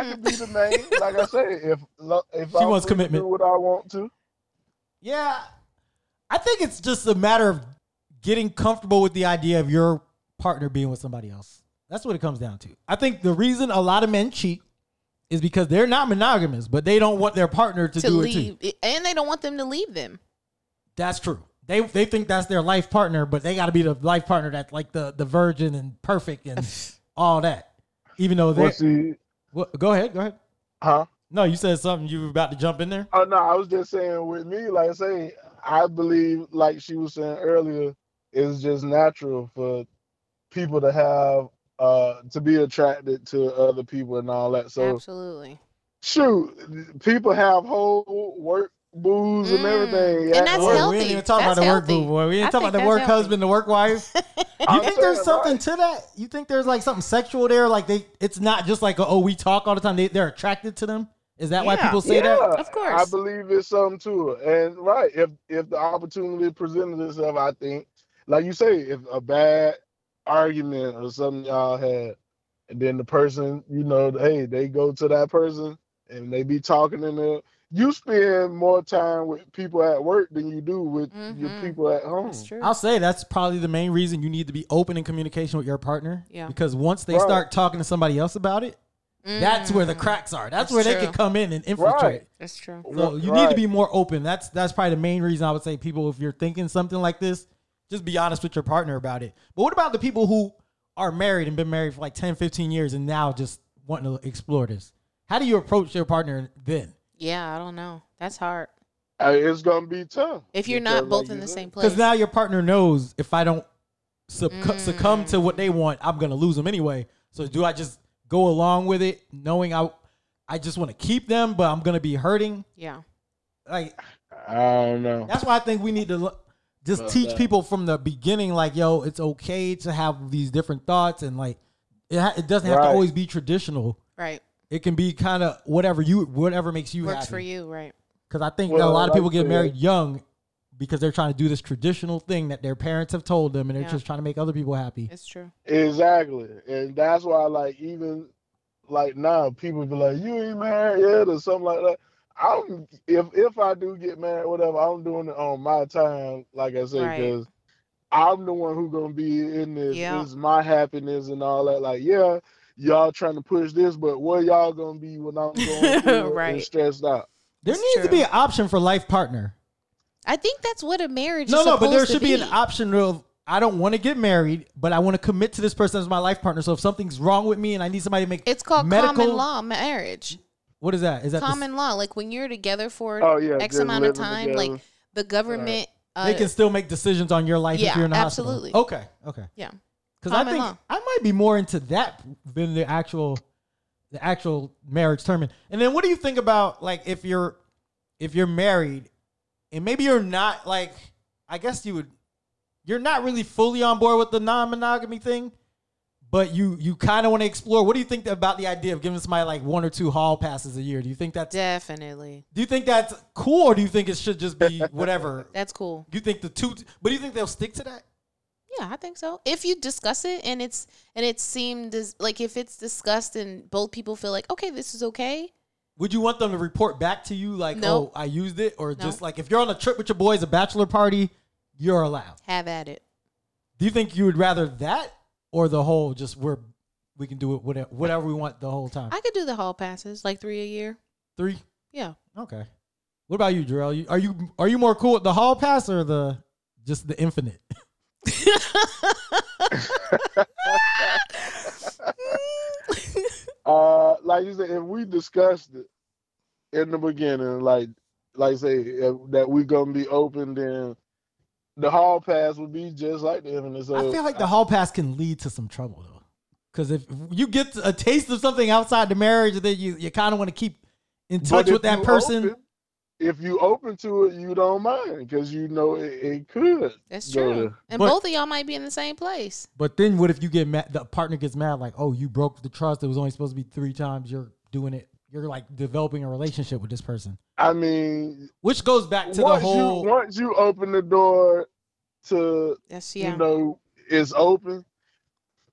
Speaker 3: I
Speaker 2: Mhm.
Speaker 3: could be the main, like I said, if lo- if
Speaker 1: She
Speaker 3: I'm
Speaker 1: wants
Speaker 3: free to
Speaker 1: commitment.
Speaker 3: do what I want to.
Speaker 1: yeah. I think it's just a matter of getting comfortable with the idea of your partner being with somebody else. That's what it comes down to. I think the reason a lot of men cheat is because they're not monogamous, but they don't want their partner to,
Speaker 2: to
Speaker 1: do it too.
Speaker 2: leave, and they don't want them to leave them.
Speaker 1: That's true. They they think that's their life partner, but they got to be the life partner that's like the the virgin and perfect and all Oh, that. Even though they
Speaker 3: Well, see,
Speaker 1: what, go ahead, go ahead.
Speaker 3: huh?
Speaker 1: No, you said something. You were about to jump in there.
Speaker 3: Oh no, I was just saying with me, like I say, I believe, like she was saying earlier, it's just natural for people to have uh to be attracted to other people and all that. So
Speaker 2: Absolutely.
Speaker 3: shoot, people have whole work booze and
Speaker 2: Mm.
Speaker 3: everything.
Speaker 2: And that's
Speaker 1: Boy,
Speaker 3: work.
Speaker 1: We
Speaker 2: healthy.
Speaker 1: didn't even talk
Speaker 2: That's
Speaker 1: about the work
Speaker 2: healthy.
Speaker 1: boo boy. We
Speaker 2: I
Speaker 1: didn't talk
Speaker 2: think
Speaker 1: about the
Speaker 2: that's
Speaker 1: work
Speaker 2: healthy.
Speaker 1: husband, the work wife. You
Speaker 3: I'm
Speaker 1: think there's
Speaker 3: saying,
Speaker 1: something
Speaker 3: right.
Speaker 1: to that? You think there's like something sexual there? Like they, it's not just like oh we talk all the time. They, they're attracted to them. Is that why
Speaker 2: Yeah.
Speaker 1: people say that?
Speaker 2: Of course.
Speaker 3: I believe it's something to it. And right, if if the opportunity presented itself, I think, like you say, if a bad argument or something y'all had, and then the person, you know, hey, they go to that person and they be talking in there. You spend more time with people at work than you do with your
Speaker 2: Mhm.
Speaker 3: people at home.
Speaker 2: That's true.
Speaker 1: I'll say that's probably the main reason you need to be open in communication with your partner.
Speaker 2: Yeah.
Speaker 1: Because once they
Speaker 3: Right.
Speaker 1: start talking to somebody else about it, that's where the
Speaker 2: Mm.
Speaker 1: cracks are. That's,
Speaker 2: That's
Speaker 1: where they
Speaker 2: true.
Speaker 1: can come in and infiltrate.
Speaker 2: That's true.
Speaker 1: So you need to be more open. That's that's probably the main reason I would say people, if you're thinking something like this, just be honest with your partner about it. But what about the people who are married and been married for like 10, 15 years and now just wanting to explore this? How do you approach your partner then?
Speaker 2: Yeah, I don't know. That's hard.
Speaker 3: Hey, Uh, it's gonna be tough
Speaker 2: If you're
Speaker 3: because
Speaker 2: not both
Speaker 3: like
Speaker 2: in
Speaker 3: you
Speaker 2: the
Speaker 3: said,
Speaker 2: same place.
Speaker 1: Because now your partner knows if I don't succ-
Speaker 2: Mm.
Speaker 1: succumb to what they want, I'm gonna lose them anyway. So do I just go along with it, knowing I I just want to keep them, but I'm gonna be hurting?
Speaker 2: yeah.
Speaker 1: Like
Speaker 3: I don't know.
Speaker 1: that's why I think we need to look, just
Speaker 3: Well,
Speaker 1: teach
Speaker 3: yeah.
Speaker 1: people from the beginning, like yo, it's okay to have these different thoughts, and like it, ha- it doesn't have to
Speaker 3: Right.
Speaker 1: always be traditional.
Speaker 2: Right.
Speaker 1: It can be kind of whatever you whatever makes you
Speaker 2: Works
Speaker 1: happy.
Speaker 2: for you. Right.
Speaker 1: Because I think that
Speaker 3: Well,
Speaker 1: a lot of
Speaker 3: like
Speaker 1: people
Speaker 3: I
Speaker 1: get
Speaker 3: said-
Speaker 1: married young because they're trying to do this traditional thing that their parents have told them, and they're
Speaker 2: Yeah.
Speaker 1: just trying to make other people happy.
Speaker 2: It's true.
Speaker 3: Exactly, and that's why, like, even like now, people be like, "You ain't married yet," or something like that. I'm if if I do get married, whatever, I'm doing it on my time, like I say,
Speaker 2: Right.
Speaker 3: because I'm the one who gonna be in this.
Speaker 2: Yeah.
Speaker 3: This is my happiness and all that. Like, yeah, y'all trying to push this, but where y'all gonna be when I'm going through it
Speaker 2: Right.
Speaker 3: and stressed out?
Speaker 1: There
Speaker 2: It's
Speaker 1: needs to be
Speaker 2: true.
Speaker 1: an option for life partner.
Speaker 2: I think that's what a marriage
Speaker 1: No,
Speaker 2: is.
Speaker 1: no, but there
Speaker 2: supposed to
Speaker 1: should be an option of I don't want to get married, but I want to commit to this person as my life partner. So if something's wrong with me and I need somebody to make
Speaker 2: It's called
Speaker 1: medical-
Speaker 2: common law marriage.
Speaker 1: what is that? Is that the-
Speaker 2: Common law. Like when you're together for
Speaker 3: Oh yeah,
Speaker 2: X
Speaker 3: just
Speaker 2: amount of
Speaker 3: living
Speaker 2: time,
Speaker 3: together.
Speaker 2: like the government. Uh,
Speaker 1: they can still make decisions on your life if
Speaker 2: Yeah,
Speaker 1: you're in the
Speaker 2: absolutely.
Speaker 1: hospital? Absolutely. Okay. Okay.
Speaker 2: Yeah.
Speaker 1: Because I
Speaker 2: Common
Speaker 1: think
Speaker 2: law.
Speaker 1: I might be more into that than the actual the actual marriage term. And then what do you think about like if you're if you're married and maybe you're not like I guess you would you're not really fully on board with the non-monogamy thing, but you you kind of want to explore. What do you think about the idea of giving somebody like one or two hall passes a year? Do you think that's
Speaker 2: definitely.
Speaker 1: do you think that's cool or do you think it should just be whatever?
Speaker 2: That's cool.
Speaker 1: you think the two but do you think they'll stick to that?
Speaker 2: Yeah, I think so. If you discuss it and it's and it seemed as, like if it's discussed and both people feel like okay, this is okay.
Speaker 1: Would you want them to report back to you like,
Speaker 2: No.
Speaker 1: oh, I used it, or
Speaker 2: No.
Speaker 1: just like if you're on a trip with your boys, a bachelor party, you're allowed.
Speaker 2: Have at it.
Speaker 1: Do you think you would rather that or the whole just we're we can do it whatever, whatever we want the whole time?
Speaker 2: I could do the hall passes, like three a year.
Speaker 1: Three.
Speaker 2: Yeah.
Speaker 1: Okay. What about you, Jarrell? You, are you are you more cool with the hall pass or the just the infinite?
Speaker 3: Uh, like you said, if we discussed it in the beginning, like like say if, that we gonna be open, then the hall pass would be just like the infinite. So
Speaker 1: I feel like the hall pass can lead to some trouble though, because if you get a taste of something outside the marriage, then you you kind of want to keep in
Speaker 3: but
Speaker 1: touch
Speaker 3: if
Speaker 1: with that
Speaker 3: you
Speaker 1: person.
Speaker 3: open- if you open to it, you don't mind because you know it, it could.
Speaker 2: That's
Speaker 3: go
Speaker 2: true.
Speaker 3: to-
Speaker 2: And
Speaker 1: But-
Speaker 2: both of y'all might be in the same place.
Speaker 1: But then what if you get mad? The partner gets mad, like, oh, you broke the trust. It was only supposed to be three times. You're doing it. You're like developing a relationship with this person,
Speaker 3: I mean,
Speaker 1: which goes back to the
Speaker 3: once
Speaker 1: whole.
Speaker 3: you once you open the door to
Speaker 2: That's yeah.
Speaker 3: you know it's open,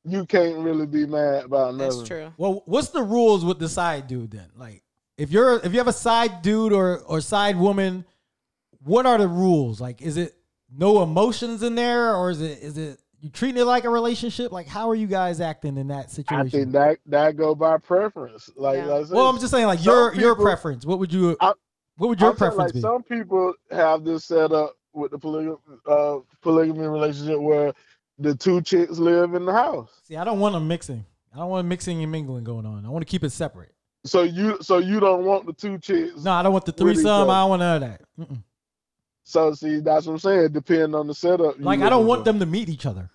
Speaker 3: you can't really be mad about nothing.
Speaker 2: that's true.
Speaker 1: well, what's the rules with the side dude then? Like, if you're if you have a side dude or or side woman, what are the rules? Like, is it no emotions in there, or is it is it you treating it like a relationship? Like, how are you guys acting in that situation?
Speaker 3: I think that that go by preference. Like,
Speaker 2: Yeah.
Speaker 3: like I said,
Speaker 1: well, I'm just saying, like
Speaker 3: some
Speaker 1: your your
Speaker 3: people-
Speaker 1: preference. What would you
Speaker 3: I-
Speaker 1: what would your
Speaker 3: I'm saying,
Speaker 1: preference
Speaker 3: like
Speaker 1: be?
Speaker 3: some people have this set up with the polygamy, uh, polygamy relationship where the two chicks live in the house.
Speaker 1: See, I don't want them mixing. I don't want mixing and mingling going on. I want to keep it separate.
Speaker 3: So you so you don't want the two chicks.
Speaker 1: No, I don't want the
Speaker 3: Really,
Speaker 1: threesome.
Speaker 3: bro.
Speaker 1: I don't want none of that. Mm-mm.
Speaker 3: So see, that's what I'm saying. Depending on the setup. you
Speaker 1: Like, I don't
Speaker 3: looking
Speaker 1: want
Speaker 3: for.
Speaker 1: them to meet each other.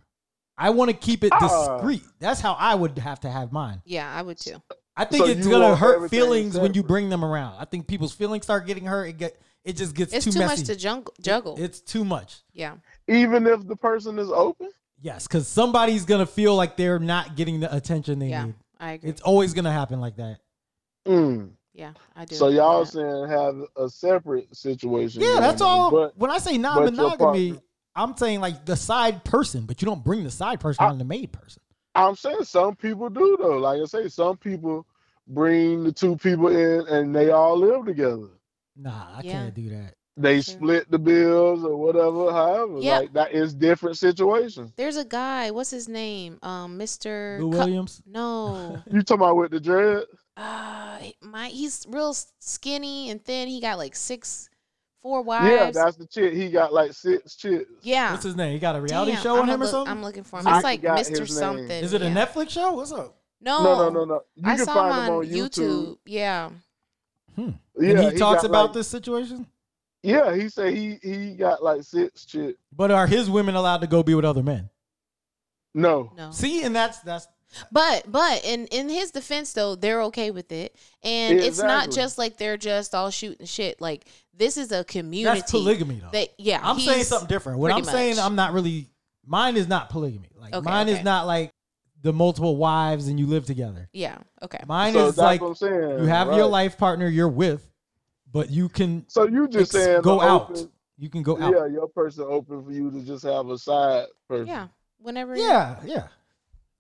Speaker 1: I want to keep it
Speaker 3: Ah.
Speaker 1: discreet. That's how I would have to have mine.
Speaker 2: Yeah, I would too.
Speaker 1: I think
Speaker 3: So
Speaker 1: it's
Speaker 3: you
Speaker 1: gonna
Speaker 3: want
Speaker 1: hurt
Speaker 3: everything
Speaker 1: feelings when you
Speaker 3: separate.
Speaker 1: bring them around. I think people's feelings start getting hurt. It get it just gets
Speaker 2: It's
Speaker 1: too,
Speaker 2: too, much
Speaker 1: messy.
Speaker 2: to jungle, juggle.
Speaker 1: It's too much.
Speaker 2: yeah.
Speaker 3: Even if the person is open.
Speaker 1: Yes, because somebody's gonna feel like they're not getting the attention they
Speaker 2: Yeah.
Speaker 1: need.
Speaker 2: I agree.
Speaker 1: It's always gonna happen like that.
Speaker 3: Mm.
Speaker 2: yeah, I do.
Speaker 3: So
Speaker 2: agree with
Speaker 3: y'all
Speaker 2: that.
Speaker 3: saying have a separate situation.
Speaker 1: Yeah,
Speaker 3: going
Speaker 1: that's
Speaker 3: on,
Speaker 1: all.
Speaker 3: But
Speaker 1: when I say
Speaker 3: but your
Speaker 1: non-monogamy,
Speaker 3: partner-
Speaker 1: I'm saying like the side person, but you don't bring the side person
Speaker 3: I-
Speaker 1: on the maid person.
Speaker 3: I'm saying some people do though. Like I say, some people bring the two people in and they all live together.
Speaker 1: Nah, I
Speaker 2: Yeah.
Speaker 1: can't do that.
Speaker 3: They
Speaker 2: Sure.
Speaker 3: split the bills or whatever, however.
Speaker 2: Yeah.
Speaker 3: Like that is different situations.
Speaker 2: There's a guy. What's his name? Um, Mr.
Speaker 1: Lou
Speaker 2: Cu-
Speaker 1: Williams.
Speaker 2: no.
Speaker 3: You talking about with the dread?
Speaker 2: uh, he- my he's real s- skinny and thin. He got like six, four
Speaker 3: Yeah,
Speaker 2: wives.
Speaker 3: that's the chick. He got like six chicks.
Speaker 2: Yeah.
Speaker 1: What's his name? He got a reality
Speaker 2: Damn,
Speaker 1: show on
Speaker 2: I'ma
Speaker 1: him or
Speaker 2: look-
Speaker 1: something?
Speaker 2: I'm looking for him.
Speaker 1: I
Speaker 2: It's like
Speaker 3: forgot his
Speaker 2: Mr.
Speaker 3: name.
Speaker 2: Something.
Speaker 1: Is it a
Speaker 2: yeah.
Speaker 1: Netflix show? What's up?
Speaker 2: No,
Speaker 3: No, no, no, no. You
Speaker 2: I
Speaker 3: can
Speaker 2: saw
Speaker 3: find
Speaker 2: him
Speaker 3: him
Speaker 2: on YouTube. Yeah.
Speaker 3: Yeah,
Speaker 1: and he, talks
Speaker 3: got,
Speaker 1: about
Speaker 3: like-
Speaker 1: this situation.
Speaker 3: Yeah, he said he he got like six chicks.
Speaker 1: But are his women allowed to go be with other men?
Speaker 3: No.
Speaker 2: No.
Speaker 1: See, and that's that's
Speaker 2: But but in in his defense though, they're okay with it, and it's not
Speaker 3: Exactly.
Speaker 2: just like they're just all shooting shit. Like this is a community.
Speaker 1: that's polygamy though.
Speaker 2: That yeah,
Speaker 1: I'm saying
Speaker 2: he's-
Speaker 1: something different. What I'm
Speaker 2: pretty
Speaker 1: saying,
Speaker 2: much.
Speaker 1: I'm not really. Mine is not polygamy. Like
Speaker 2: Okay,
Speaker 1: mine
Speaker 2: okay.
Speaker 1: is not like the multiple wives and you live together.
Speaker 2: Yeah. Okay.
Speaker 1: Mine
Speaker 3: so
Speaker 1: is
Speaker 3: that's
Speaker 1: like
Speaker 3: what I'm saying.
Speaker 1: you have your
Speaker 3: right?
Speaker 1: life partner you're with, but you can
Speaker 3: So you just
Speaker 1: ex-
Speaker 3: saying
Speaker 1: go
Speaker 3: the
Speaker 1: out.
Speaker 3: open-
Speaker 1: you can go out.
Speaker 3: Yeah, your person open for you to just have a side person.
Speaker 2: Yeah. Whenever. you-
Speaker 1: Yeah, yeah.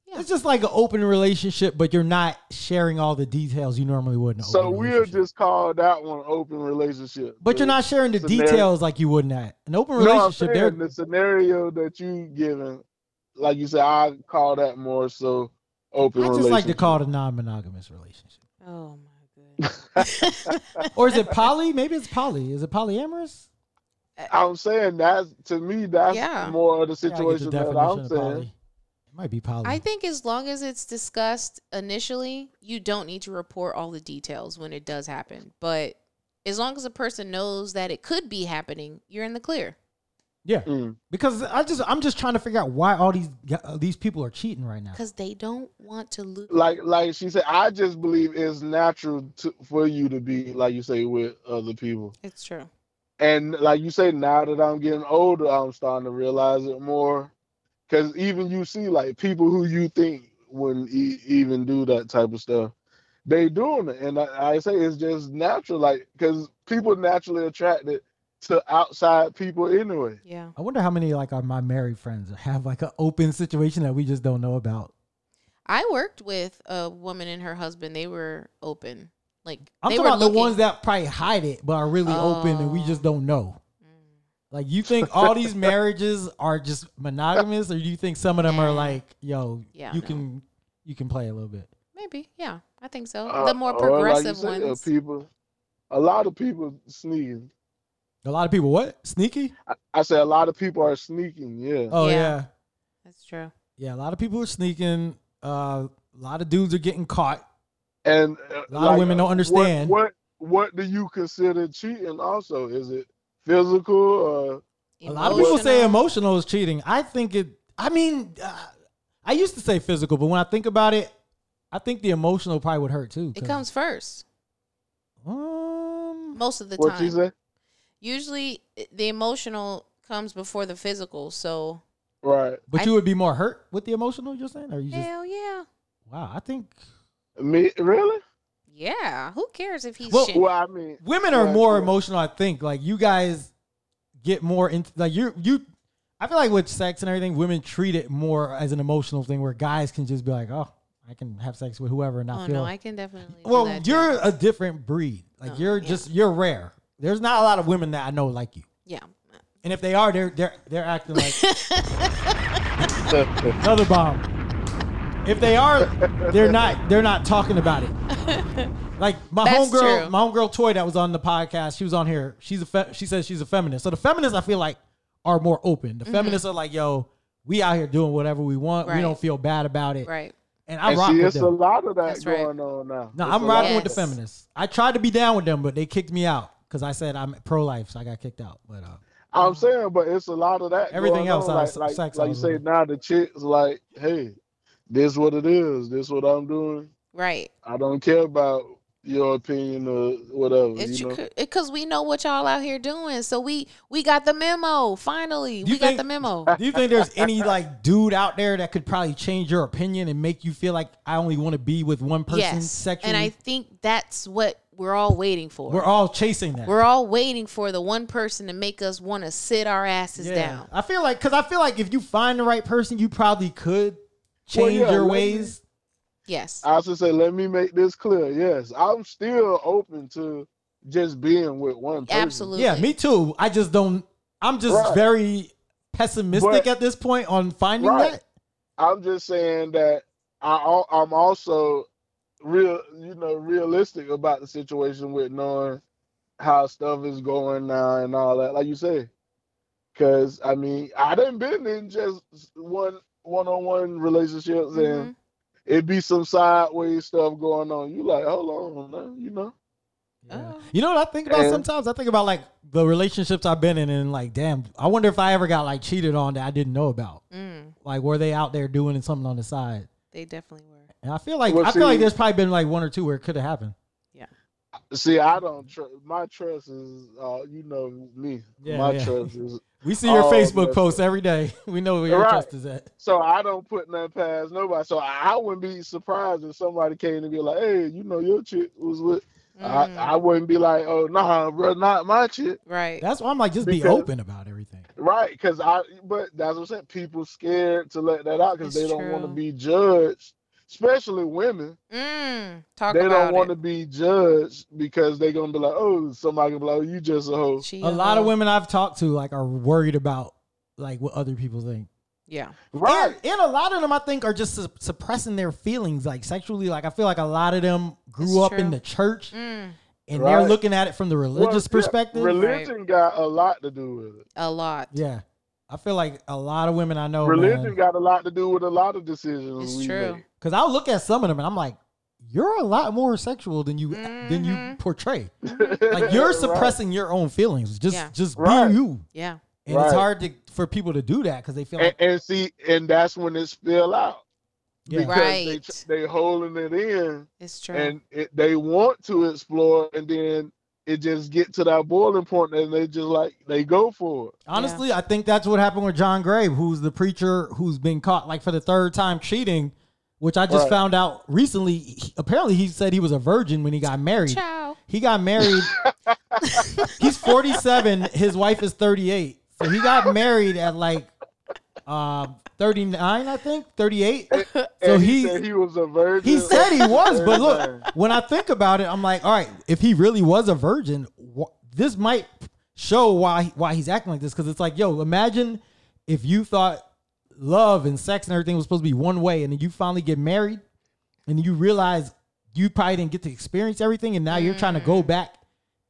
Speaker 2: Yeah.
Speaker 1: It's just like an open relationship, but you're not sharing all the details you normally would. In an
Speaker 3: So
Speaker 1: open
Speaker 3: we'll
Speaker 1: relationship.
Speaker 3: just call that one open relationship.
Speaker 1: But you're
Speaker 3: The-
Speaker 1: not sharing the
Speaker 3: scenario-
Speaker 1: details like you would not. An open
Speaker 3: No, I'm
Speaker 1: relationship,
Speaker 3: saying
Speaker 1: they're
Speaker 3: the scenario that you given, like you said, I call that more so open.
Speaker 1: I just like to
Speaker 3: relationship.
Speaker 1: call it a non-monogamous relationship.
Speaker 2: Oh my goodness.
Speaker 1: Or is it poly? Maybe it's poly. Is it polyamorous?
Speaker 3: I'm saying that's to me that's
Speaker 2: Yeah.
Speaker 3: more of the
Speaker 1: I gotta get
Speaker 3: situation
Speaker 1: the
Speaker 3: that
Speaker 1: definition
Speaker 3: I'm
Speaker 1: of
Speaker 3: saying.
Speaker 1: It might be poly.
Speaker 2: I think as long as it's discussed initially, you don't need to report all the details when it does happen. But as long as a person knows that it could be happening, you're in the clear.
Speaker 1: yeah,
Speaker 3: Mm.
Speaker 1: because I just I'm just trying to figure out why all these uh, these people are cheating right now.
Speaker 2: Because they don't want to lose.
Speaker 3: Like like she said, I just believe it's natural to, for you to be like you say with other people.
Speaker 2: It's true.
Speaker 3: And like you say, now that I'm getting older, I'm starting to realize it more. Cause even you see like people who you think wouldn't e- even do that type of stuff, they doing it. And I, I say it's just natural, like because people naturally attracted to outside people anyway.
Speaker 2: Yeah.
Speaker 1: I wonder how many like are my married friends that have like an open situation that we just don't know about.
Speaker 2: I worked with a woman and her husband. They were open. Like
Speaker 1: I'm
Speaker 2: they
Speaker 1: talking
Speaker 2: were
Speaker 1: about the
Speaker 2: looking.
Speaker 1: ones that probably hide it but are really open and we
Speaker 2: Oh.
Speaker 1: just don't know. Like you think all these marriages are just monogamous, or do you think some of them are like, yo,
Speaker 2: Yeah,
Speaker 1: you
Speaker 2: no.
Speaker 1: can you can play a little bit?
Speaker 2: Maybe, yeah, I think so.
Speaker 3: Uh,
Speaker 2: the more
Speaker 3: or like you
Speaker 2: progressive
Speaker 3: said, uh,
Speaker 2: ones.
Speaker 3: people, a lot of people sneaking.
Speaker 1: A lot of people what sneaky?
Speaker 3: I, I say a lot of people are sneaking. Yeah.
Speaker 1: Oh
Speaker 2: Yeah.
Speaker 1: yeah,
Speaker 2: That's true.
Speaker 1: yeah. A lot of people are sneaking. Uh, a lot of dudes are getting caught.
Speaker 3: and uh,
Speaker 1: A lot of women don't
Speaker 3: what-
Speaker 1: understand.
Speaker 3: What, what do you consider cheating? Also, is it physical? Or,
Speaker 1: A lot of people say
Speaker 2: Emotional.
Speaker 1: emotional is cheating. I think it. I mean, uh, I used to say physical, but when I think about it, I think the emotional probably would hurt too.
Speaker 2: It
Speaker 1: 'cause-
Speaker 2: comes first
Speaker 1: Um,
Speaker 2: most of the
Speaker 3: what
Speaker 2: time.
Speaker 3: you say?
Speaker 2: Usually, i- the emotional comes before the physical. So
Speaker 3: Right.
Speaker 1: but
Speaker 2: I-
Speaker 1: you would be more hurt with the emotional. You're saying, or you just
Speaker 2: hell yeah,
Speaker 1: wow? I think
Speaker 3: Me really?
Speaker 2: yeah. Who cares if he's
Speaker 1: Well-
Speaker 2: shit?
Speaker 3: Well, I mean,
Speaker 1: women are
Speaker 3: Right,
Speaker 1: more
Speaker 3: right.
Speaker 1: emotional. I think like you guys get more into like you you. I feel like with sex and everything, women treat it more as an emotional thing, where guys can just be like, "Oh, I can have sex with whoever and not
Speaker 2: oh
Speaker 1: feel."
Speaker 2: no, I can definitely. do
Speaker 1: well,
Speaker 2: that, too.
Speaker 1: you're a different breed. Like
Speaker 2: Oh,
Speaker 1: you're
Speaker 2: yeah.
Speaker 1: just you're rare. There's not a lot of women that I know like you,
Speaker 2: yeah.
Speaker 1: and if they are, they're they're they're acting like another bomb. If they are, they're not they're not talking about it. Like my
Speaker 2: That's
Speaker 1: homegirl,
Speaker 2: true.
Speaker 1: my homegirl Toy that was on the podcast, she was on here. She's a fe- she says she's a feminist. So the feminists I feel like are more open. The feminists are like, yo, we out here doing whatever we want.
Speaker 2: Mm-hmm. Right.
Speaker 1: We don't feel bad about it.
Speaker 2: Right.
Speaker 1: And I
Speaker 3: and
Speaker 1: rock
Speaker 3: see,
Speaker 1: with
Speaker 3: it's a
Speaker 1: them.
Speaker 3: lot of that
Speaker 2: That's right.
Speaker 3: going on now.
Speaker 1: No,
Speaker 3: It's
Speaker 1: I'm
Speaker 3: a lot.
Speaker 1: rocking with the
Speaker 2: Yes.
Speaker 1: feminists. I tried to be down with them, but they kicked me out because I said I'm pro life, so I got kicked out. But uh,
Speaker 3: I'm saying, but it's a lot of that.
Speaker 1: Everything
Speaker 3: going
Speaker 1: else
Speaker 3: on.
Speaker 1: out
Speaker 3: like,
Speaker 1: of
Speaker 3: like,
Speaker 1: sex, I
Speaker 3: like you
Speaker 1: was
Speaker 3: say
Speaker 1: with.
Speaker 3: now, the chicks like, hey, this what it is. This what I'm doing.
Speaker 2: Right.
Speaker 3: I don't care about your opinion or whatever.
Speaker 2: It's
Speaker 3: you know.
Speaker 2: because we know what y'all out here doing. So we we got the memo. Finally,
Speaker 1: You
Speaker 2: we got
Speaker 1: think-
Speaker 2: the memo.
Speaker 1: do you think there's any like dude out there that could probably change your opinion and make you feel like I only want to be with one person
Speaker 2: yes.
Speaker 1: sexually?
Speaker 2: And I think that's what we're all waiting for.
Speaker 1: We're all chasing that.
Speaker 2: We're all waiting for the one person to make us want to sit our asses
Speaker 1: Yeah.
Speaker 2: down.
Speaker 1: I feel like because I feel like if you find the right person, you probably could
Speaker 3: Well,
Speaker 1: change
Speaker 3: yeah,
Speaker 1: your
Speaker 3: let me-
Speaker 1: ways.
Speaker 2: Yes.
Speaker 3: I should say, let me make this clear. Yes, I'm still open to just being with one person.
Speaker 2: Absolutely.
Speaker 1: Yeah, me too. I just don't. I'm just
Speaker 3: Right.
Speaker 1: very pessimistic
Speaker 3: But-
Speaker 1: at this point on finding
Speaker 3: Right.
Speaker 1: that.
Speaker 3: I'm just saying that I, al- I'm also real, you know, realistic about the situation with knowing how stuff is going now and all that. Like you say, because I mean, I done been in just one one-on-one relationships, and
Speaker 2: Mhm.
Speaker 3: it be some sideways stuff going on. You like, hold on, man, you know.
Speaker 1: Yeah.
Speaker 2: Oh.
Speaker 1: You know what I think about
Speaker 3: And-
Speaker 1: sometimes? I think about like the relationships I've been in and like, damn, I wonder if I ever got like cheated on that I didn't know about.
Speaker 2: Mm,
Speaker 1: Like, were they out there doing something on the side?
Speaker 2: they definitely were.
Speaker 1: And I feel like
Speaker 3: Well,
Speaker 1: I feel like
Speaker 3: see-
Speaker 1: there's probably been like one or two where it could have happened.
Speaker 3: See, I don't trust. My trust is, uh, you know me.
Speaker 1: Yeah,
Speaker 3: my
Speaker 1: yeah.
Speaker 3: trust is.
Speaker 1: We see your
Speaker 3: Oh,
Speaker 1: Facebook
Speaker 3: that's
Speaker 1: posts every day. We know where your
Speaker 3: Right.
Speaker 1: trust is at.
Speaker 3: So I don't put nothing past nobody. So I wouldn't be surprised if somebody came and be like, "Hey, you know your chick was with."
Speaker 2: Mm,
Speaker 3: I I wouldn't be like, "Oh, nah, bro, not my chick."
Speaker 2: right.
Speaker 1: That's why I'm like, just be
Speaker 3: Because-
Speaker 1: open about everything.
Speaker 3: Right? Because I. But that's what I'm saying. People scared to let that out because
Speaker 2: It's
Speaker 3: they don't want to
Speaker 2: true.
Speaker 3: be judged. Especially women,
Speaker 2: Mm, talk
Speaker 3: they
Speaker 2: about
Speaker 3: don't want to
Speaker 2: it.
Speaker 3: be judged because they're gonna be like, "Oh, somebody gonna be like, oh, you just a hoe."
Speaker 2: She
Speaker 1: A lot of
Speaker 2: hoe.
Speaker 1: women I've talked to like are worried about like what other people think.
Speaker 2: Yeah.
Speaker 3: Right?
Speaker 1: And, and a lot of them I think are just su- suppressing their feelings like sexually. Like I feel like a lot of them grew
Speaker 2: It's
Speaker 1: up
Speaker 2: true.
Speaker 1: in the church
Speaker 2: Mm,
Speaker 1: and they're
Speaker 3: Right.
Speaker 1: looking at it from the
Speaker 3: Well,
Speaker 1: religious
Speaker 3: yeah,
Speaker 1: perspective.
Speaker 3: religion got a lot to do with it.
Speaker 2: a lot.
Speaker 1: yeah, I feel like a lot of women I know,
Speaker 3: religion
Speaker 1: Oh, man,
Speaker 3: got a lot to do with a lot of decisions.
Speaker 2: It's
Speaker 3: we
Speaker 2: true.
Speaker 3: Make.
Speaker 1: because I'll look at some of them and I'm like, you're a lot more sexual than you than you
Speaker 2: Mhm.
Speaker 1: portray.
Speaker 2: Mhm.
Speaker 1: Like you're
Speaker 3: Right.
Speaker 1: suppressing your own feelings. Just
Speaker 2: Yeah.
Speaker 1: just
Speaker 3: Right.
Speaker 1: be you,
Speaker 2: Yeah.
Speaker 1: and it's
Speaker 3: Right.
Speaker 1: hard to, for people to do that because they feel
Speaker 3: And,
Speaker 1: like
Speaker 3: and see, and that's when it spill out
Speaker 1: yeah,
Speaker 3: because they tr-
Speaker 2: Right.
Speaker 3: they holding it in
Speaker 2: It's true.
Speaker 3: and it, they want to explore, and then it just get to that boiling point, and they just like they go for it.
Speaker 1: Honestly, I think that's what happened with John Grave, who's the preacher who's been caught like for the third time cheating, which I just
Speaker 3: Right.
Speaker 1: found out recently. He- apparently, he said he was a virgin when he got married.
Speaker 2: Ciao.
Speaker 1: He got married. He's 47. His wife is 38. So he got married at like uh, 39, I think, 38. So
Speaker 3: And
Speaker 1: he
Speaker 3: said he was a virgin.
Speaker 1: he said he was, but look,
Speaker 3: Everything.
Speaker 1: when I think about it, I'm like, all right, if he really was a virgin, wh- this might show why why he's acting like this because it's like, yo, imagine if you thought love and sex and everything was supposed to be one way, and then you finally get married, and you realize you probably didn't get to experience everything, and now you're trying to go back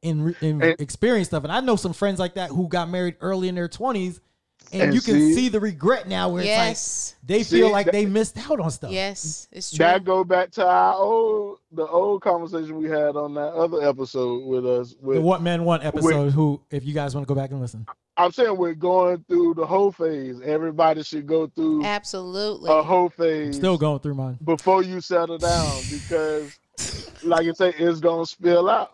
Speaker 1: and, re- and
Speaker 3: Mm. And-
Speaker 1: experience stuff. And I know some friends like that who got married early in their twenties, and,
Speaker 3: And
Speaker 1: you can
Speaker 3: see-
Speaker 1: see, the regret now where it's
Speaker 2: Yes.
Speaker 1: like they
Speaker 3: See,
Speaker 1: feel like
Speaker 3: that-
Speaker 1: they missed out on stuff.
Speaker 2: Yes. It's true.
Speaker 3: That go back to our old the old conversation we had on that other episode with us.
Speaker 1: The
Speaker 3: With
Speaker 1: What Man Want episode. who, if you guys want to go back and listen,
Speaker 3: I'm saying we're going through the whole phase. Everybody should go through
Speaker 2: Absolutely.
Speaker 3: a whole
Speaker 1: I'm
Speaker 3: phase
Speaker 1: still going through mine.
Speaker 3: before you settle down because like you say, it's gonna spill out.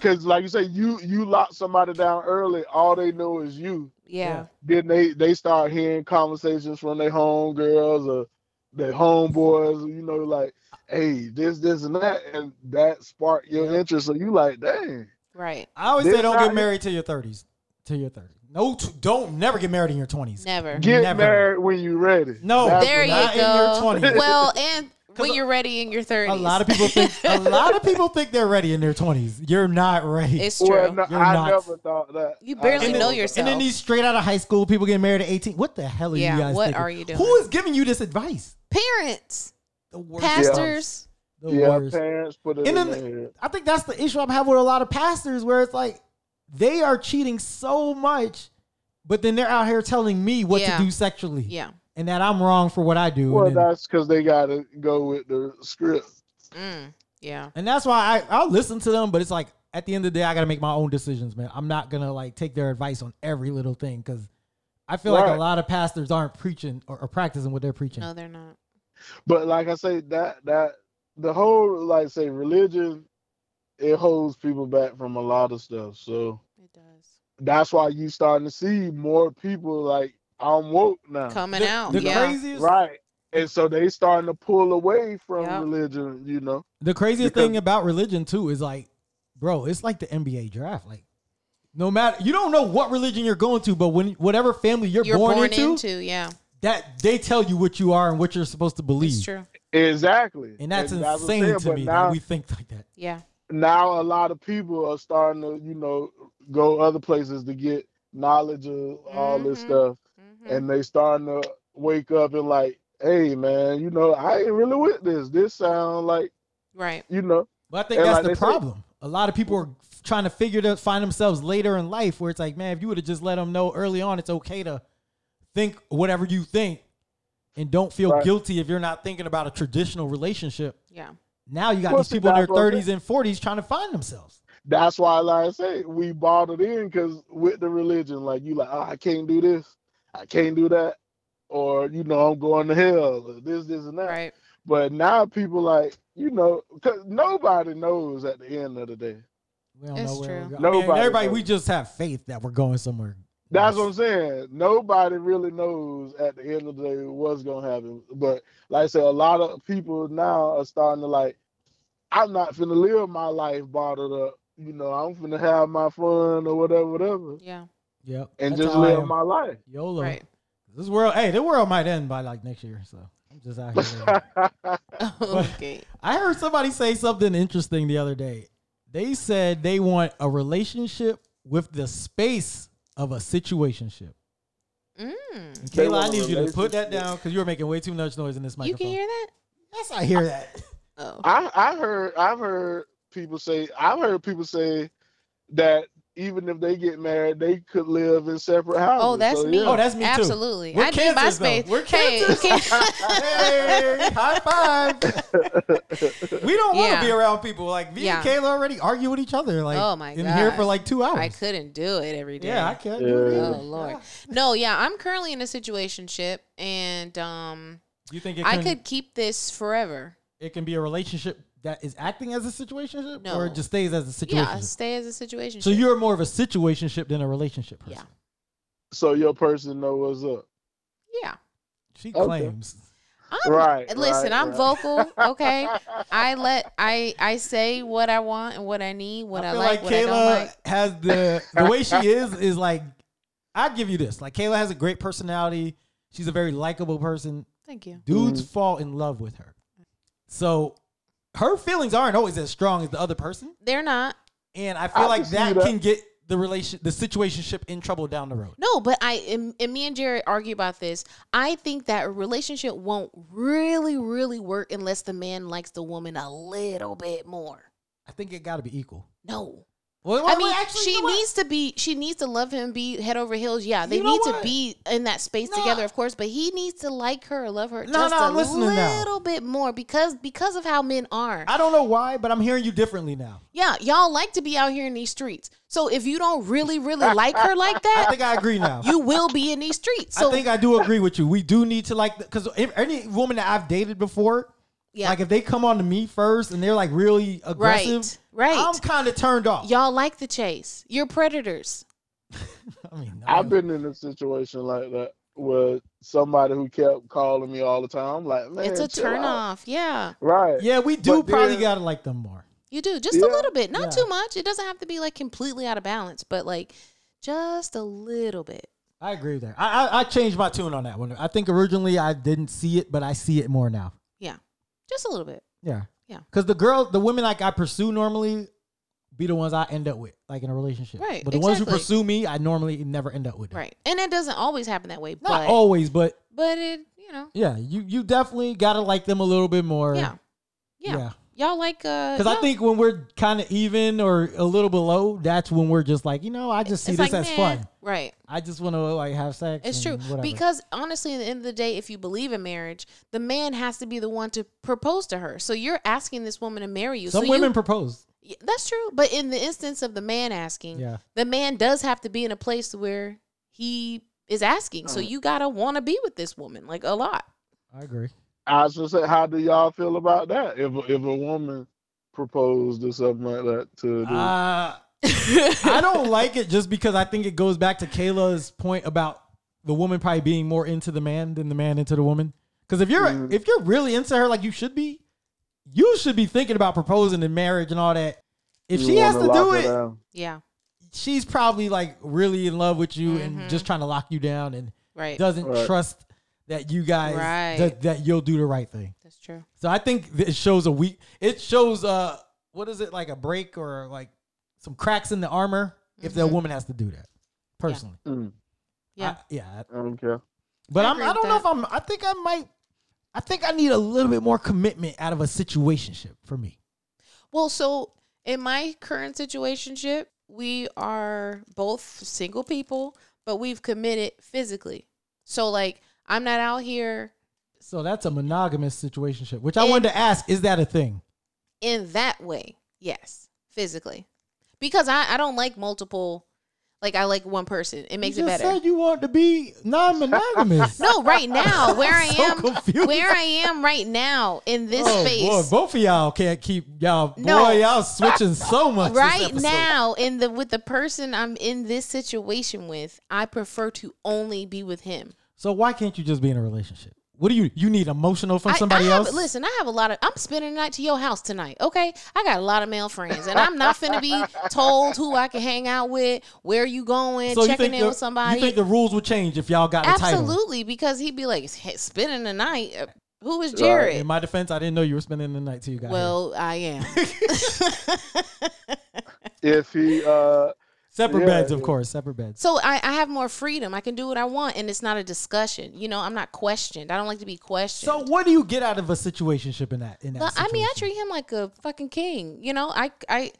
Speaker 3: Cause like you say, you you lock somebody down early, all they know is you.
Speaker 2: yeah.
Speaker 3: Then they they start hearing conversations from their homegirls or their homeboys, you know, like, hey, this, this and that, and that spark your interest. So you like, dang.
Speaker 2: Right.
Speaker 1: I always
Speaker 3: This
Speaker 1: say don't
Speaker 3: not-
Speaker 1: get married till your thirties. Till your thirties. No, t- don't never get married in your twenties.
Speaker 2: Never.
Speaker 3: Get
Speaker 1: Never.
Speaker 3: married when you ready.
Speaker 1: No,
Speaker 3: That's
Speaker 2: There
Speaker 3: what
Speaker 2: you
Speaker 3: I-
Speaker 1: not in your
Speaker 2: go.
Speaker 1: 20s.
Speaker 2: Well, and when
Speaker 1: a-
Speaker 2: you're ready in your 30s.
Speaker 1: A lot of people think a lot of people think they're ready in their twenties. You're not ready.
Speaker 2: It's true.
Speaker 3: Well, no,
Speaker 1: You're
Speaker 3: I
Speaker 1: not.
Speaker 3: never thought that.
Speaker 2: You
Speaker 3: I
Speaker 2: barely
Speaker 3: never
Speaker 2: know
Speaker 3: thought that.
Speaker 2: yourself.
Speaker 1: and then these straight out of high school people get married at 18. What the hell are
Speaker 2: Yeah,
Speaker 1: you guys
Speaker 2: what
Speaker 1: thinking?
Speaker 2: are you doing?
Speaker 1: Who is giving you this advice?
Speaker 2: Parents,
Speaker 1: The worst.
Speaker 2: pastors.
Speaker 1: The
Speaker 3: Yeah,
Speaker 1: worst.
Speaker 3: parents put it
Speaker 1: And
Speaker 3: in
Speaker 1: then-
Speaker 3: there.
Speaker 1: I think that's the issue I'm having with a lot of pastors where it's like they are cheating so much, but then they're out here telling me what
Speaker 2: Yeah.
Speaker 1: to do sexually.
Speaker 2: Yeah.
Speaker 1: And that I'm wrong for what I do.
Speaker 3: Well,
Speaker 1: and, then-
Speaker 3: that's because they got to go with the script.
Speaker 2: Mm, yeah.
Speaker 1: and that's why I, I'll listen to them, but it's like at the end of the day, I gotta make my own decisions, man. I'm not gonna like take their advice on every little thing because I feel like
Speaker 3: Right.
Speaker 1: a lot of pastors aren't preaching or, or practicing what they're preaching.
Speaker 2: No, they're not.
Speaker 3: But like I say, that that the whole like say religion, it holds people back from a lot of stuff. So
Speaker 2: It does.
Speaker 3: that's why you starting to see more people like I'm woke now,
Speaker 2: Coming
Speaker 1: the,
Speaker 2: out.
Speaker 1: the
Speaker 2: yeah.
Speaker 1: craziest
Speaker 3: right? And so they starting to pull away from
Speaker 2: Yep.
Speaker 3: religion. You know,
Speaker 1: The craziest
Speaker 3: Because-
Speaker 1: thing about religion too is like, bro, it's like the NBA draft. Like, no matter you don't know what religion you're going to, but when whatever family you're,
Speaker 2: You're
Speaker 1: born,
Speaker 2: born,
Speaker 1: into,
Speaker 2: into, yeah.
Speaker 1: that they tell you what you are and what you're supposed to believe.
Speaker 2: It's true.
Speaker 3: exactly.
Speaker 1: And that's
Speaker 3: what I'm
Speaker 1: insane
Speaker 3: saying,
Speaker 1: to
Speaker 3: but
Speaker 1: me
Speaker 3: now-
Speaker 1: that we think like that.
Speaker 2: Yeah.
Speaker 3: now a lot of people are starting to, you know, go other places to get knowledge of all this
Speaker 2: Mhm.
Speaker 3: stuff,
Speaker 2: Mhm.
Speaker 3: and they starting to wake up and like, hey man, you know, I ain't really with this. This sound like,
Speaker 2: Right.
Speaker 3: you know,
Speaker 1: But I think
Speaker 3: And
Speaker 1: that's
Speaker 3: like
Speaker 1: the
Speaker 3: they say-
Speaker 1: problem. a lot of people are f- trying to figure to find themselves later in life where it's like, man, if you would have just let them know early on, it's okay to think whatever you think, and don't feel
Speaker 3: Right.
Speaker 1: guilty if you're not thinking about a traditional relationship.
Speaker 2: Yeah.
Speaker 1: Now you got
Speaker 3: Well,
Speaker 1: these
Speaker 3: see,
Speaker 1: people in their
Speaker 3: that's what I'm
Speaker 1: 30s and 40s trying to find themselves.
Speaker 3: that's why, like I say, we bought it in because with the religion, like you, like, oh, I can't do this, I can't do that, or you know, I'm going to hell, or this, this, and that.
Speaker 2: Right.
Speaker 3: But now people like, you know, because nobody knows at the end of the day.
Speaker 1: We don't
Speaker 2: It's
Speaker 1: know where
Speaker 2: true.
Speaker 1: we're going. I mean,
Speaker 3: Nobody
Speaker 1: everybody, we
Speaker 3: knows.
Speaker 1: just have faith that we're going somewhere.
Speaker 3: That's what I'm
Speaker 1: nice.
Speaker 3: saying. Nobody really knows at the end of the day what's gonna happen. But like I said, a lot of people now are starting to like, I'm not finna live my life bottled up. You know, I'm finna have my fun or whatever, whatever,
Speaker 2: Yeah.
Speaker 1: Yep.
Speaker 3: and
Speaker 1: That's
Speaker 3: just
Speaker 1: how I
Speaker 3: live
Speaker 1: am.
Speaker 3: my life.
Speaker 1: YOLO.
Speaker 2: Right.
Speaker 1: This world, hey, the world might end by like next year. So I'm just out here. living.
Speaker 2: okay.
Speaker 1: I heard somebody say something interesting the other day. They said they want a relationship with the space of a situationship.
Speaker 2: Mm.
Speaker 1: And Kayla,
Speaker 3: They
Speaker 1: I
Speaker 3: want a
Speaker 1: need you to put that
Speaker 3: relationship.
Speaker 1: down because you're making way too much noise in this
Speaker 2: You
Speaker 1: microphone.
Speaker 2: can hear that?
Speaker 1: yes, I hear that.
Speaker 2: Oh.
Speaker 3: I I heard I've heard people say I've heard people say that even if they get married, they could live in separate houses.
Speaker 2: Oh, that's
Speaker 3: So,
Speaker 2: me.
Speaker 1: Oh, that's me too.
Speaker 2: Absolutely.
Speaker 1: We're
Speaker 2: I need my
Speaker 1: Kansas, though.
Speaker 2: space.
Speaker 1: We're
Speaker 2: Hey,
Speaker 1: Kansas.
Speaker 2: Kansas.
Speaker 1: hey, high five. we don't want to
Speaker 2: Yeah.
Speaker 1: be around people. Like me and
Speaker 2: Yeah.
Speaker 1: Kayla already argue with each other. Like
Speaker 2: Oh, my
Speaker 1: in here for
Speaker 2: gosh.
Speaker 1: like
Speaker 3: Oh.
Speaker 1: two hours.
Speaker 2: I couldn't do it every day.
Speaker 1: yeah, I can't do it.
Speaker 3: Yeah.
Speaker 1: either.
Speaker 2: Oh Lord. No, yeah, I'm currently in a situationship and um
Speaker 1: You think it
Speaker 2: I
Speaker 1: can,
Speaker 2: could keep this forever.
Speaker 1: it can be a relationship that is acting as a situationship,
Speaker 2: No.
Speaker 1: or it just stays as a situationship?
Speaker 2: Yeah, stay as a situationship.
Speaker 1: so you're more of a situationship than a relationship person.
Speaker 2: Yeah.
Speaker 3: so your person know what's up.
Speaker 2: Yeah.
Speaker 1: She
Speaker 3: Okay.
Speaker 1: claims.
Speaker 2: I'm,
Speaker 3: Right.
Speaker 2: Listen,
Speaker 3: right,
Speaker 2: I'm
Speaker 3: right.
Speaker 2: vocal, okay? I let I I say what I want and what I need, what I,
Speaker 1: I feel
Speaker 2: like,
Speaker 1: like,
Speaker 2: what I don't
Speaker 1: Kayla
Speaker 2: like.
Speaker 1: has the the way she is is like I give you this. Like Kayla has a great personality. She's a very likable person.
Speaker 2: Thank you.
Speaker 3: Mm.
Speaker 1: dudes fall in love with her. So her feelings aren't always as strong as the other person.
Speaker 2: They're not.
Speaker 1: And I feel
Speaker 3: I
Speaker 1: like
Speaker 3: can see
Speaker 1: that,
Speaker 3: that.
Speaker 1: can get the relation the situationship in trouble down the road.
Speaker 2: No, but I and, and me and Jared argue about this. I think that a relationship won't really, really work unless the man likes the woman a little bit more.
Speaker 1: I think it got to be equal.
Speaker 2: No.
Speaker 1: Well,
Speaker 2: I
Speaker 1: well,
Speaker 2: mean,
Speaker 1: actually,
Speaker 2: she
Speaker 1: you know what?
Speaker 2: needs to be. She needs to love him. Be head over heels. Yeah, they
Speaker 1: You know
Speaker 2: need to
Speaker 1: what?
Speaker 2: be in that space
Speaker 1: Nah.
Speaker 2: together, of course. But he needs to like her, or love her
Speaker 1: Nah,
Speaker 2: just
Speaker 1: nah,
Speaker 2: a
Speaker 1: I'm listening now.
Speaker 2: little bit more because because of how men are.
Speaker 1: I don't know why, but I'm hearing you differently now.
Speaker 2: yeah, y'all like to be out here in these streets. So if you don't really, really like her like
Speaker 1: I
Speaker 2: that,
Speaker 1: think I agree now.
Speaker 2: you will be in these streets. So
Speaker 1: I think I do agree with you. We do need to like because any woman that I've dated before,
Speaker 2: yeah,
Speaker 1: like if they come on to me first and they're like really aggressive,
Speaker 2: Right, right.
Speaker 1: I'm kind of turned off.
Speaker 2: y'all like the chase. You're predators.
Speaker 1: I mean, I
Speaker 3: I've been in a situation like that with somebody who kept calling me all the time. I'm like, man,
Speaker 2: it's a
Speaker 3: chill
Speaker 2: turn
Speaker 3: out."
Speaker 2: off. Yeah,
Speaker 3: Right.
Speaker 1: yeah, we do
Speaker 3: But
Speaker 1: probably
Speaker 3: then-
Speaker 1: gotta like them more.
Speaker 2: you do just
Speaker 3: Yeah.
Speaker 2: a little bit, not
Speaker 1: Yeah.
Speaker 2: too much. It doesn't have to be like completely out of balance, but like just a little bit.
Speaker 1: I agree with that. I, I I changed my tune on that one. I think originally I didn't see it, but I see it more now.
Speaker 2: Yeah, just a little bit.
Speaker 1: Yeah,
Speaker 2: Yeah.
Speaker 1: Because the girl, the women like I pursue normally be the ones I end up with, like in a relationship.
Speaker 2: Right,
Speaker 1: But the ones who
Speaker 2: exactly.
Speaker 1: pursue me, I normally never end up with. Them.
Speaker 2: Right, and it doesn't always happen that way,
Speaker 1: Not
Speaker 2: but
Speaker 1: always, but
Speaker 2: but it you know
Speaker 1: yeah, you you definitely gotta like them a little bit more.
Speaker 2: yeah yeah, y'all like uh
Speaker 1: Because I
Speaker 2: y'all-
Speaker 1: think when we're kind of even or a little below, that's when we're just like, you know, I just see
Speaker 2: it's
Speaker 1: this
Speaker 2: like,
Speaker 1: as
Speaker 2: man,
Speaker 1: fun.
Speaker 2: right.
Speaker 1: I just want to like have sex.
Speaker 2: It's true
Speaker 1: and whatever.
Speaker 2: because honestly, at the end of the day, if you believe in marriage, the man has to be the one to propose to her. So you're asking this woman to marry you.
Speaker 1: some
Speaker 2: so
Speaker 1: women
Speaker 2: you,
Speaker 1: propose.
Speaker 2: Yeah, that's true. But in the instance of the man asking,
Speaker 1: Yeah.
Speaker 2: the man does have to be in a place where he is asking. So
Speaker 3: Mm.
Speaker 2: you gotta want to be with this woman like a lot.
Speaker 1: I agree.
Speaker 3: I was just say, how do y'all feel about that? If if a woman proposed or something like that to a dude.
Speaker 1: Uh, I
Speaker 2: I
Speaker 1: don't like it just because I think it goes back to Kayla's point about the woman probably being more into the man than the man into the woman. Because if you're
Speaker 3: Mm.
Speaker 1: if you're really into her like you should be, you should be thinking about proposing and marriage and all that. If
Speaker 3: you
Speaker 1: she has
Speaker 3: wanna
Speaker 1: to do
Speaker 3: lock her
Speaker 1: it,
Speaker 3: down.
Speaker 2: Yeah.
Speaker 1: she's probably like really in love with you
Speaker 2: Mhm.
Speaker 1: and just trying to lock you down and
Speaker 2: Right.
Speaker 1: doesn't
Speaker 3: Right.
Speaker 1: trust that you guys
Speaker 2: Right.
Speaker 1: that, that you'll do the right thing.
Speaker 2: that's true.
Speaker 1: So I think that it shows a weak. It shows uh, what is it like a break or like some cracks in the armor if that
Speaker 2: Mhm.
Speaker 1: woman has to do that. Personally,
Speaker 3: Mm,
Speaker 2: Yeah.
Speaker 1: I- yeah.
Speaker 3: I don't care.
Speaker 1: But
Speaker 2: I
Speaker 1: I am
Speaker 2: agree
Speaker 1: I
Speaker 2: with
Speaker 1: don't know
Speaker 2: that.
Speaker 1: if I'm. I think I might. I think I need a little bit more commitment out of a situationship for me.
Speaker 2: Well, so in my current situationship, we are both single people, but we've committed physically. So like I'm not out here
Speaker 1: So that's a monogamous situationship, which I
Speaker 2: And-
Speaker 1: wanted to ask: Is that a thing?
Speaker 2: in that way. Yes, physically. Because I, I don't like multiple like I like one person. It makes
Speaker 1: you
Speaker 2: it
Speaker 1: just
Speaker 2: better.
Speaker 1: Said you want to be non-monogamous.
Speaker 2: no, right now, where I
Speaker 1: I'm so
Speaker 2: am
Speaker 1: confused.
Speaker 2: where I am right now in this
Speaker 1: Oh,
Speaker 2: space.
Speaker 1: Boy, both of y'all can't keep y'all.
Speaker 2: No.
Speaker 1: Boy, y'all switching so much. this
Speaker 2: right
Speaker 1: episode.
Speaker 2: now in the with the person I'm in this situation with, I prefer to only be with him.
Speaker 1: So why can't you just be in a relationship? What do you you need emotional from
Speaker 2: I-
Speaker 1: somebody
Speaker 2: I have-
Speaker 1: else?
Speaker 2: Listen, I have a lot of. I'm spending the night to your house tonight. Okay, I got a lot of male friends, and I'm not finna be told who I can hang out with, where you going,
Speaker 1: so you
Speaker 2: checking
Speaker 1: think
Speaker 2: in
Speaker 1: the,
Speaker 2: with somebody.
Speaker 1: You think the rules would change if y'all got a title?
Speaker 2: Absolutely, because he'd be like "Hey, spending the night. uh, Who is Jared?
Speaker 1: In my defense, I didn't know you were spending the night till you got here.
Speaker 2: well, I am.
Speaker 3: If he uh
Speaker 1: Separate
Speaker 3: yeah,
Speaker 1: beds, of
Speaker 3: yeah.
Speaker 1: course. Separate beds.
Speaker 2: so I, I have more freedom. I can do what I want, and it's not a discussion. You know, I'm not questioned. I don't like to be questioned.
Speaker 1: So what do you get out of a situationship in that? In that
Speaker 2: Well, I mean, I
Speaker 1: situation?
Speaker 2: treat him like a fucking king. You know, I, I,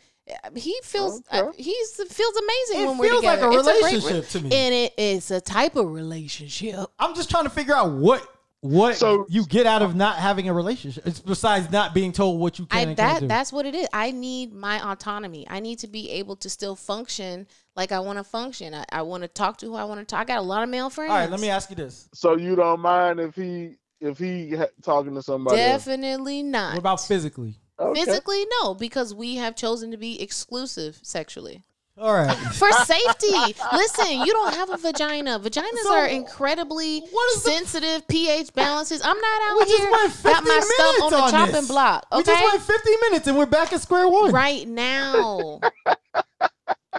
Speaker 2: he feels, I,
Speaker 3: Okay.
Speaker 2: he's feels amazing
Speaker 1: It
Speaker 2: when we're
Speaker 1: feels like
Speaker 2: together.
Speaker 1: a
Speaker 2: It's great
Speaker 1: relationship to me.
Speaker 2: and it is a type of relationship.
Speaker 1: I'm just trying to figure out what what
Speaker 3: So-
Speaker 1: you get out of not having a relationship. It's besides not being told what you can
Speaker 2: I
Speaker 1: and can't
Speaker 2: that
Speaker 1: do.
Speaker 2: that's what it is. I need my autonomy. I need to be able to still function like I want to function. I, I want to talk to who I want to talk. I got a lot of male friends.
Speaker 1: All right, let me ask you this:
Speaker 3: so you don't mind if he if he ha- talking to somebody else?
Speaker 2: Definitely not.
Speaker 1: What about physically?
Speaker 3: Okay.
Speaker 2: physically? No, because we have chosen to be exclusive sexually.
Speaker 1: All right.
Speaker 2: for safety. Listen, you don't have a vagina. Vaginas
Speaker 1: So,
Speaker 2: are incredibly
Speaker 1: what is the-
Speaker 2: sensitive pH balances. I'm not out
Speaker 1: We just
Speaker 2: here
Speaker 1: went 50
Speaker 2: got my
Speaker 1: minutes
Speaker 2: stuff on the
Speaker 1: on
Speaker 2: chopping
Speaker 1: this.
Speaker 2: block.
Speaker 1: We
Speaker 2: Okay,
Speaker 1: just went 50 minutes and we're back at square one.
Speaker 2: right now,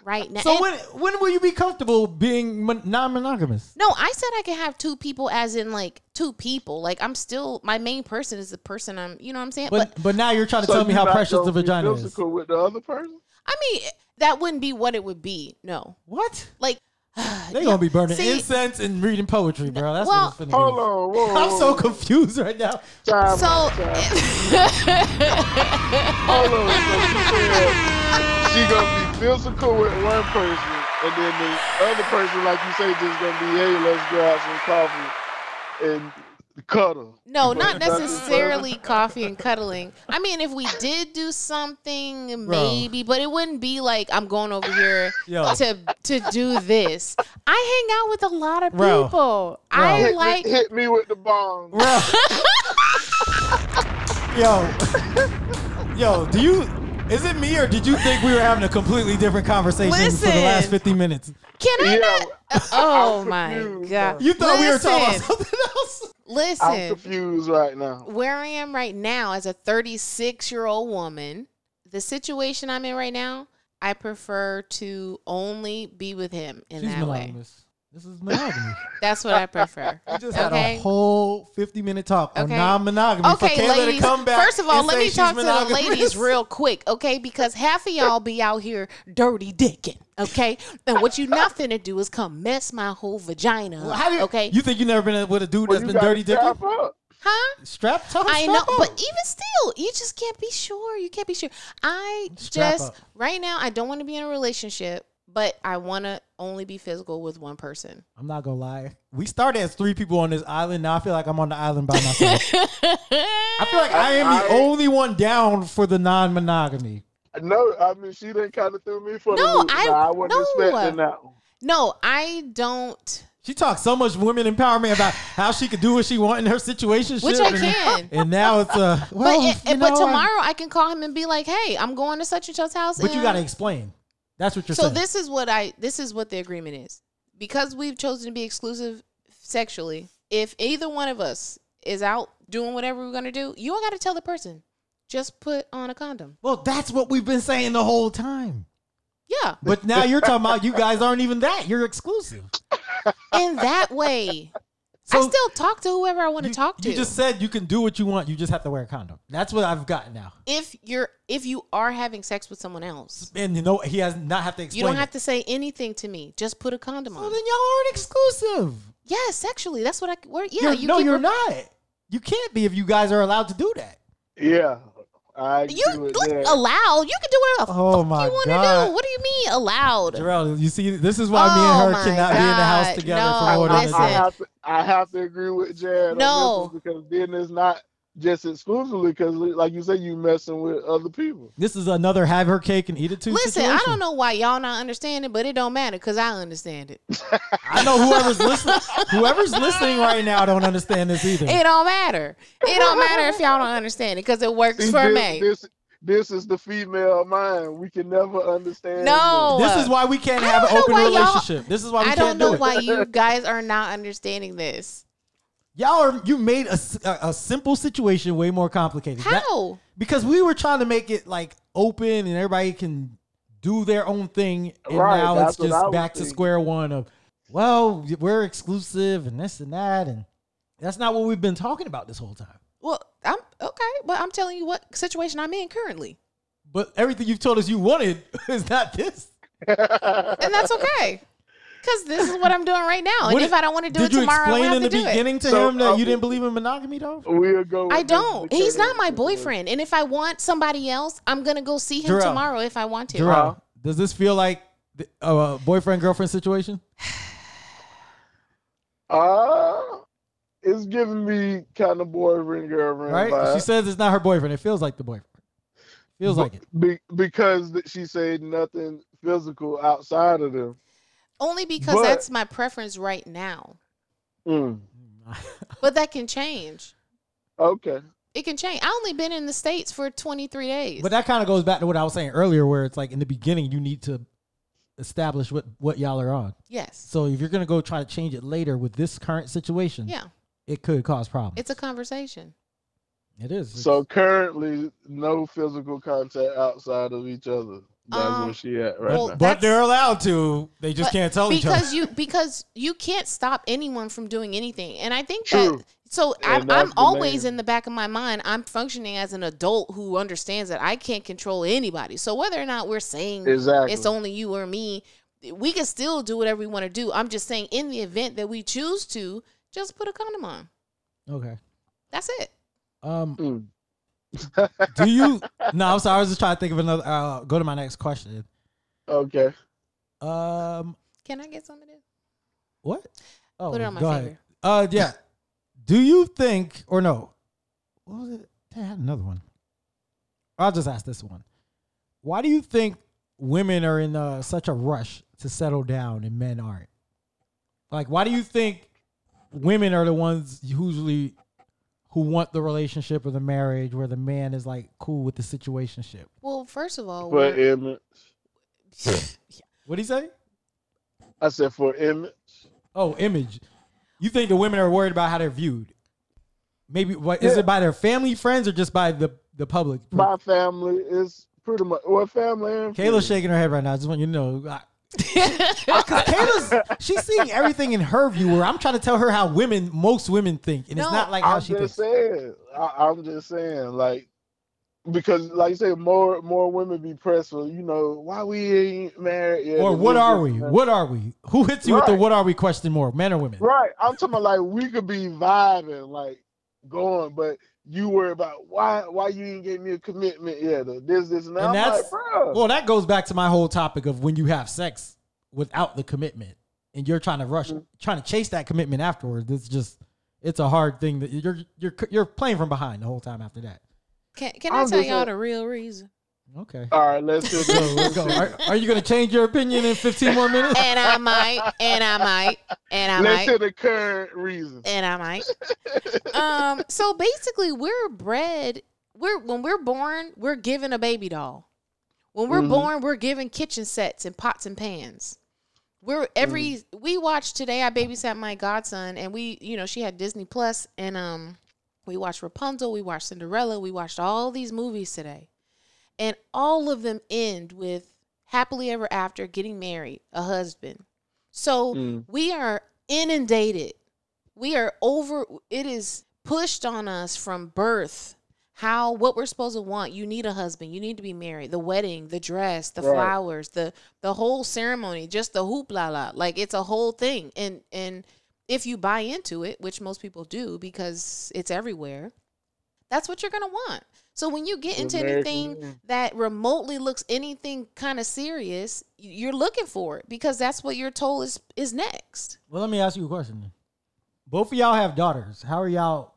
Speaker 2: right now.
Speaker 1: So
Speaker 2: And-
Speaker 1: when when will you be comfortable being mon- non-monogamous?
Speaker 2: no, I said I could have two people, as in like two people. Like I'm still my main person is the person I'm. You know what I'm saying? But,
Speaker 1: But but now you're trying to
Speaker 3: So
Speaker 1: tell me
Speaker 3: you
Speaker 1: how
Speaker 3: not
Speaker 1: precious
Speaker 3: gonna
Speaker 1: the
Speaker 3: be
Speaker 1: vagina is.
Speaker 3: physical with the other person?
Speaker 2: I mean, that wouldn't be what it would be. No.
Speaker 1: What?
Speaker 2: Like
Speaker 1: They're gonna be burning
Speaker 2: Uh, See-
Speaker 1: incense and reading poetry, bro. That's
Speaker 2: Well-
Speaker 1: what it's finna
Speaker 3: Hold
Speaker 1: be.
Speaker 3: on. Whoa,
Speaker 1: Mm. I'm so
Speaker 3: whoa,
Speaker 1: confused right now.
Speaker 3: time
Speaker 2: So
Speaker 3: out, time out. Hold on. So she said she gonna be physical with one person, and then the other person, like you say, just gonna be, hey, let's grab some coffee and cuddle.
Speaker 2: No, not
Speaker 3: But that's-
Speaker 2: necessarily coffee and cuddling. I mean, if we did do something,
Speaker 1: Bro.
Speaker 2: maybe, but it wouldn't be like I'm going over here
Speaker 1: Yo.
Speaker 2: to to do this. I hang out with a lot of
Speaker 1: Bro.
Speaker 2: people. I
Speaker 1: Bro.
Speaker 3: Hit,
Speaker 2: Oh, like
Speaker 3: me, hit me with the bomb.
Speaker 1: Bro. yo, yo, do you? Is it me or did you think we were having a completely different conversation for the
Speaker 2: Listen.
Speaker 1: last 50 minutes?
Speaker 2: Can I
Speaker 3: Yeah.
Speaker 2: not? Oh my
Speaker 3: confused,
Speaker 2: god!
Speaker 3: bro.
Speaker 1: You thought we were talking
Speaker 2: Listen,
Speaker 1: about something else?
Speaker 3: I'm
Speaker 2: Listen,
Speaker 3: confused right now.
Speaker 2: where I am right now as a 36 year old woman, the situation I'm in right now, I prefer to only be with him in
Speaker 1: She's
Speaker 2: that way.
Speaker 1: monogamous. This is monogamy.
Speaker 2: That's what I prefer.
Speaker 1: We just
Speaker 2: Okay.
Speaker 1: had a whole 50 minute talk on
Speaker 2: Okay.
Speaker 1: non-monogamy. for
Speaker 2: Okay,
Speaker 1: Kayla
Speaker 2: ladies.
Speaker 1: to come back
Speaker 2: first of all,
Speaker 1: and
Speaker 2: let
Speaker 1: say
Speaker 2: me
Speaker 1: she's
Speaker 2: talk to the
Speaker 1: monogamous.
Speaker 2: ladies real quick, okay? Because half of y'all be out here dirty dicking, okay? And what you not finna do is come mess my whole vagina
Speaker 1: Well,
Speaker 2: up,
Speaker 1: how do you-
Speaker 2: okay?
Speaker 1: You think you never been with a dude
Speaker 3: Well,
Speaker 1: that's
Speaker 3: Oh, you
Speaker 1: been
Speaker 3: gotta
Speaker 1: dirty dick?
Speaker 3: strap up.
Speaker 2: huh?
Speaker 1: Strap, tell her
Speaker 2: I know,
Speaker 1: strap
Speaker 2: but
Speaker 1: up.
Speaker 2: even still, you just can't be sure. You can't be sure. I
Speaker 1: Strap
Speaker 2: just
Speaker 1: up.
Speaker 2: right now, I don't want to be in a relationship, but I want to only be physical with one person.
Speaker 1: I'm not gonna lie. We started as three people on this island. Now I feel like I'm on the island by myself. I feel like I am the
Speaker 3: I-
Speaker 1: only one down for the non-monogamy.
Speaker 3: No, I mean she didn't kind of threw me for
Speaker 2: No,
Speaker 3: the loop.
Speaker 2: I-
Speaker 3: Nah, I wasn't
Speaker 2: no.
Speaker 3: expecting that. one.
Speaker 2: No, I don't.
Speaker 1: She talks so much women empowerment about how she could do what she want in her situation,
Speaker 2: Which I can.
Speaker 1: And now it's uh,
Speaker 2: But
Speaker 1: well,
Speaker 2: it-
Speaker 1: you
Speaker 2: but
Speaker 1: know, I-
Speaker 2: tomorrow I can call him and be like, "Hey, I'm going to such and such house."
Speaker 1: but you
Speaker 2: and-
Speaker 1: gotta explain. That's what you're
Speaker 2: um, So
Speaker 1: saying.
Speaker 2: this is what I this is what the agreement is. Because we've chosen to be exclusive sexually, if either one of us is out doing whatever we're gonna do, you don't gotta tell the person. Just put on a condom.
Speaker 1: well, that's what we've been saying the whole time.
Speaker 2: Yeah.
Speaker 1: But now you're talking about you guys aren't even that. You're exclusive.
Speaker 2: In that way. I
Speaker 1: So-
Speaker 2: still talk to whoever I want to
Speaker 1: you,
Speaker 2: talk to.
Speaker 1: You just said you can do what you want. You just have to wear a condom. That's what I've got now.
Speaker 2: if you're if you are having sex with someone else,
Speaker 1: And you know he has not have to explain.
Speaker 2: you don't
Speaker 1: it.
Speaker 2: have to say anything to me. Just put a condom
Speaker 1: Well,
Speaker 2: on.
Speaker 1: then y'all aren't exclusive.
Speaker 2: Yeah, sexually. That's what I where, yeah,
Speaker 1: You're-
Speaker 2: you
Speaker 1: no,
Speaker 2: keep
Speaker 1: you're
Speaker 2: re-
Speaker 1: not. You can't be if you guys are allowed to do that.
Speaker 3: Yeah, I
Speaker 2: you
Speaker 3: agree with
Speaker 2: what-
Speaker 3: that.
Speaker 2: allowed. You can do whatever the
Speaker 1: Oh
Speaker 2: fuck
Speaker 1: my
Speaker 2: you want to
Speaker 1: God.
Speaker 2: do. What do you mean allowed?
Speaker 1: Gerald, you see, this is why me and
Speaker 2: Oh
Speaker 1: her cannot
Speaker 2: my
Speaker 1: be in the house
Speaker 2: God,
Speaker 1: together
Speaker 2: no,
Speaker 1: for more than a
Speaker 2: Oh, listen.
Speaker 3: I
Speaker 1: day.
Speaker 3: have to, I have to agree with Jared
Speaker 2: No.
Speaker 3: on this one because then it's not just exclusively because, like you said, you messing with other people.
Speaker 1: This is another have her cake and eat it too.
Speaker 2: Listen,
Speaker 1: situation.
Speaker 2: I don't know why y'all not understand it, but it don't matter because I understand it.
Speaker 1: I know whoever's listening, whoever's listening right now, don't understand this either.
Speaker 2: It don't matter. It don't matter if y'all don't understand it because it works
Speaker 3: See,
Speaker 2: for
Speaker 3: this,
Speaker 2: me.
Speaker 3: this this is the female mind. We can never understand.
Speaker 2: No.
Speaker 1: this is why we can't
Speaker 2: I
Speaker 1: have an
Speaker 2: don't know
Speaker 1: open
Speaker 2: why y'all-
Speaker 1: relationship. This is why we
Speaker 2: I don't
Speaker 1: can't
Speaker 2: know
Speaker 1: do it.
Speaker 2: why you guys are not understanding this.
Speaker 1: Y'all are you made a, s- a- a simple situation way more complicated. That-
Speaker 2: How?
Speaker 1: because we were trying to make it like open and everybody can do their own thing, and
Speaker 3: Right,
Speaker 1: now it's
Speaker 3: that's what I
Speaker 1: just
Speaker 3: was
Speaker 1: back to
Speaker 3: thinking.
Speaker 1: square one of well, we're exclusive and this and that, and that's not what we've been talking about this whole time.
Speaker 2: Well, I'm okay, but I'm telling you what situation I'm in currently,
Speaker 1: But everything you've told us you wanted is not this.
Speaker 2: and that's okay. Because this is what I'm doing right now, and
Speaker 1: What
Speaker 2: if I don't want to do it
Speaker 1: Did you
Speaker 2: tomorrow, I
Speaker 1: explain
Speaker 2: will have
Speaker 1: in the
Speaker 2: to do it.
Speaker 1: beginning to
Speaker 3: So,
Speaker 1: him that
Speaker 3: uh,
Speaker 1: you didn't believe in monogamy, though?
Speaker 3: We'll go. with
Speaker 2: I
Speaker 3: this
Speaker 2: don't.
Speaker 3: because
Speaker 2: He's not my
Speaker 3: it's-
Speaker 2: boyfriend. And if I want somebody else, I'm gonna go see him
Speaker 1: Jarrell.
Speaker 2: tomorrow if I want to.
Speaker 1: Jarrell,
Speaker 3: uh-huh.
Speaker 1: does this feel like the- a boyfriend girlfriend situation?
Speaker 3: Uh, it's giving me kind of boyfriend girlfriend
Speaker 1: Right?
Speaker 3: vibe.
Speaker 1: She says it's not her boyfriend. It feels like the boyfriend. Feels like it.
Speaker 3: Be- because th- she said nothing physical outside of them.
Speaker 2: Only because
Speaker 3: But-
Speaker 2: that's my preference right now.
Speaker 3: Mm,
Speaker 2: But that can change.
Speaker 3: Okay.
Speaker 2: It can change. I only been in the states for 23 days.
Speaker 1: But that kind of goes back to what I was saying earlier, where it's like in the beginning you need to establish what what y'all are on.
Speaker 2: yes.
Speaker 1: So if you're gonna go try to change it later with this current situation,
Speaker 2: Yeah.
Speaker 1: it could cause problems.
Speaker 2: It's a conversation.
Speaker 1: it is.
Speaker 3: So currently, no physical contact outside of each other. That's
Speaker 2: Um,
Speaker 3: where she at right
Speaker 2: well,
Speaker 3: now.
Speaker 2: that- that's-
Speaker 1: allowed to. They just
Speaker 2: But-
Speaker 3: Oh,
Speaker 2: because you because you can't stop anyone from doing anything. And I think
Speaker 3: True.
Speaker 2: that So
Speaker 3: And
Speaker 2: I'm,
Speaker 3: that's
Speaker 2: I'm
Speaker 3: the
Speaker 2: always
Speaker 3: man.
Speaker 2: in the back of my mind. I'm functioning as an adult who understands that I can't control anybody. So whether or not we're saying
Speaker 3: Exactly.
Speaker 2: it's only you or me, we can still do whatever we want to do. I'm just saying, in the event that we choose to, just put a condom on.
Speaker 1: Okay.
Speaker 2: That's it.
Speaker 1: Um,
Speaker 3: Mm.
Speaker 1: do you? no, I'm sorry. I was just trying to think of another. Uh, go to my next question.
Speaker 3: okay.
Speaker 1: Um,
Speaker 2: Can I get some of this?
Speaker 1: what? Oh,
Speaker 2: put it on my
Speaker 1: go
Speaker 2: finger.
Speaker 1: ahead. Uh, yeah. Do you think or no? What was it? Damn, I had another one. I'll just ask this one. Why do you think women are in uh, such a rush to settle down and men aren't? Like, why do you think women are the ones usually who want the relationship or the marriage where the man is like cool with the situationship?
Speaker 2: Well, first of all,
Speaker 3: For
Speaker 2: we're-
Speaker 3: image.
Speaker 1: What do you say?
Speaker 3: I said for image.
Speaker 1: Oh, image. You think the women are worried about how they're viewed? Maybe what is it by their family, friends, or just by the the public?
Speaker 3: My family is pretty much well family and
Speaker 1: Kayla's
Speaker 3: friends.
Speaker 1: shaking her head right now. I just want you to know. I, Kayla's she's seeing everything in her view. Where I'm trying to tell her how women, most women think, and it's
Speaker 2: No,
Speaker 1: not like how
Speaker 3: I'm
Speaker 1: she
Speaker 3: just
Speaker 1: thinks.
Speaker 3: saying. I, I'm just saying, like, because, like you say, more more women be pressed for, you know, why we ain't married yet.
Speaker 1: Or
Speaker 3: and
Speaker 1: what
Speaker 3: this,
Speaker 1: are
Speaker 3: this,
Speaker 1: we?
Speaker 3: and that.
Speaker 1: What are we? Who hits you with the
Speaker 3: Right.
Speaker 1: what are we question more, men or women?
Speaker 3: Right. I'm talking about like we could be vibing, like going, but you worry about why why you ain't getting me a commitment yet. Or this, this, and that.
Speaker 1: And
Speaker 3: I'm
Speaker 1: that's-
Speaker 3: like, bro.
Speaker 1: Well, that goes back to my whole topic of when you have sex without the commitment, and you're trying to rush,
Speaker 2: Mm-hmm.
Speaker 1: trying to chase that commitment afterwards. It's just, it's a hard thing that you're you're you're playing from behind the whole time after that.
Speaker 2: can, can
Speaker 3: I'm
Speaker 2: I
Speaker 3: just
Speaker 2: tell y'all
Speaker 3: saying-
Speaker 2: the real reason?
Speaker 1: Okay,
Speaker 3: All right, let's just
Speaker 1: so let's go. Are, are you gonna change your opinion in 15 more minutes?
Speaker 2: And I might, and I might, and I
Speaker 3: Let's
Speaker 2: might.
Speaker 3: hear the current reason.
Speaker 2: and I might. um, so basically, we're bred. We're when we're born, we're given a baby doll. When we're
Speaker 3: Mhm.
Speaker 2: born, we're given kitchen sets and pots and pans. We're every we watched today. I babysat my godson, and we, you know, she had Disney Plus, and um, we watched Rapunzel, we watched Cinderella, we watched all these movies today, and all of them end with happily ever after, getting married, a husband. So
Speaker 3: Mm.
Speaker 2: we are inundated we are over it is pushed on us from birth how what we're supposed to want you need a husband you need to be married the wedding the dress the
Speaker 3: Right.
Speaker 2: flowers the the whole ceremony just the hoopla la like it's a whole thing and and if you buy into it which most people do because it's everywhere that's what you're gonna want so when you get
Speaker 3: The
Speaker 2: into
Speaker 3: American
Speaker 2: anything
Speaker 3: dream.
Speaker 2: that remotely looks anything kind of serious y- you're looking for it because that's what you're told is is next
Speaker 1: Well, let me ask you a question. then. Both of y'all have daughters. How are y'all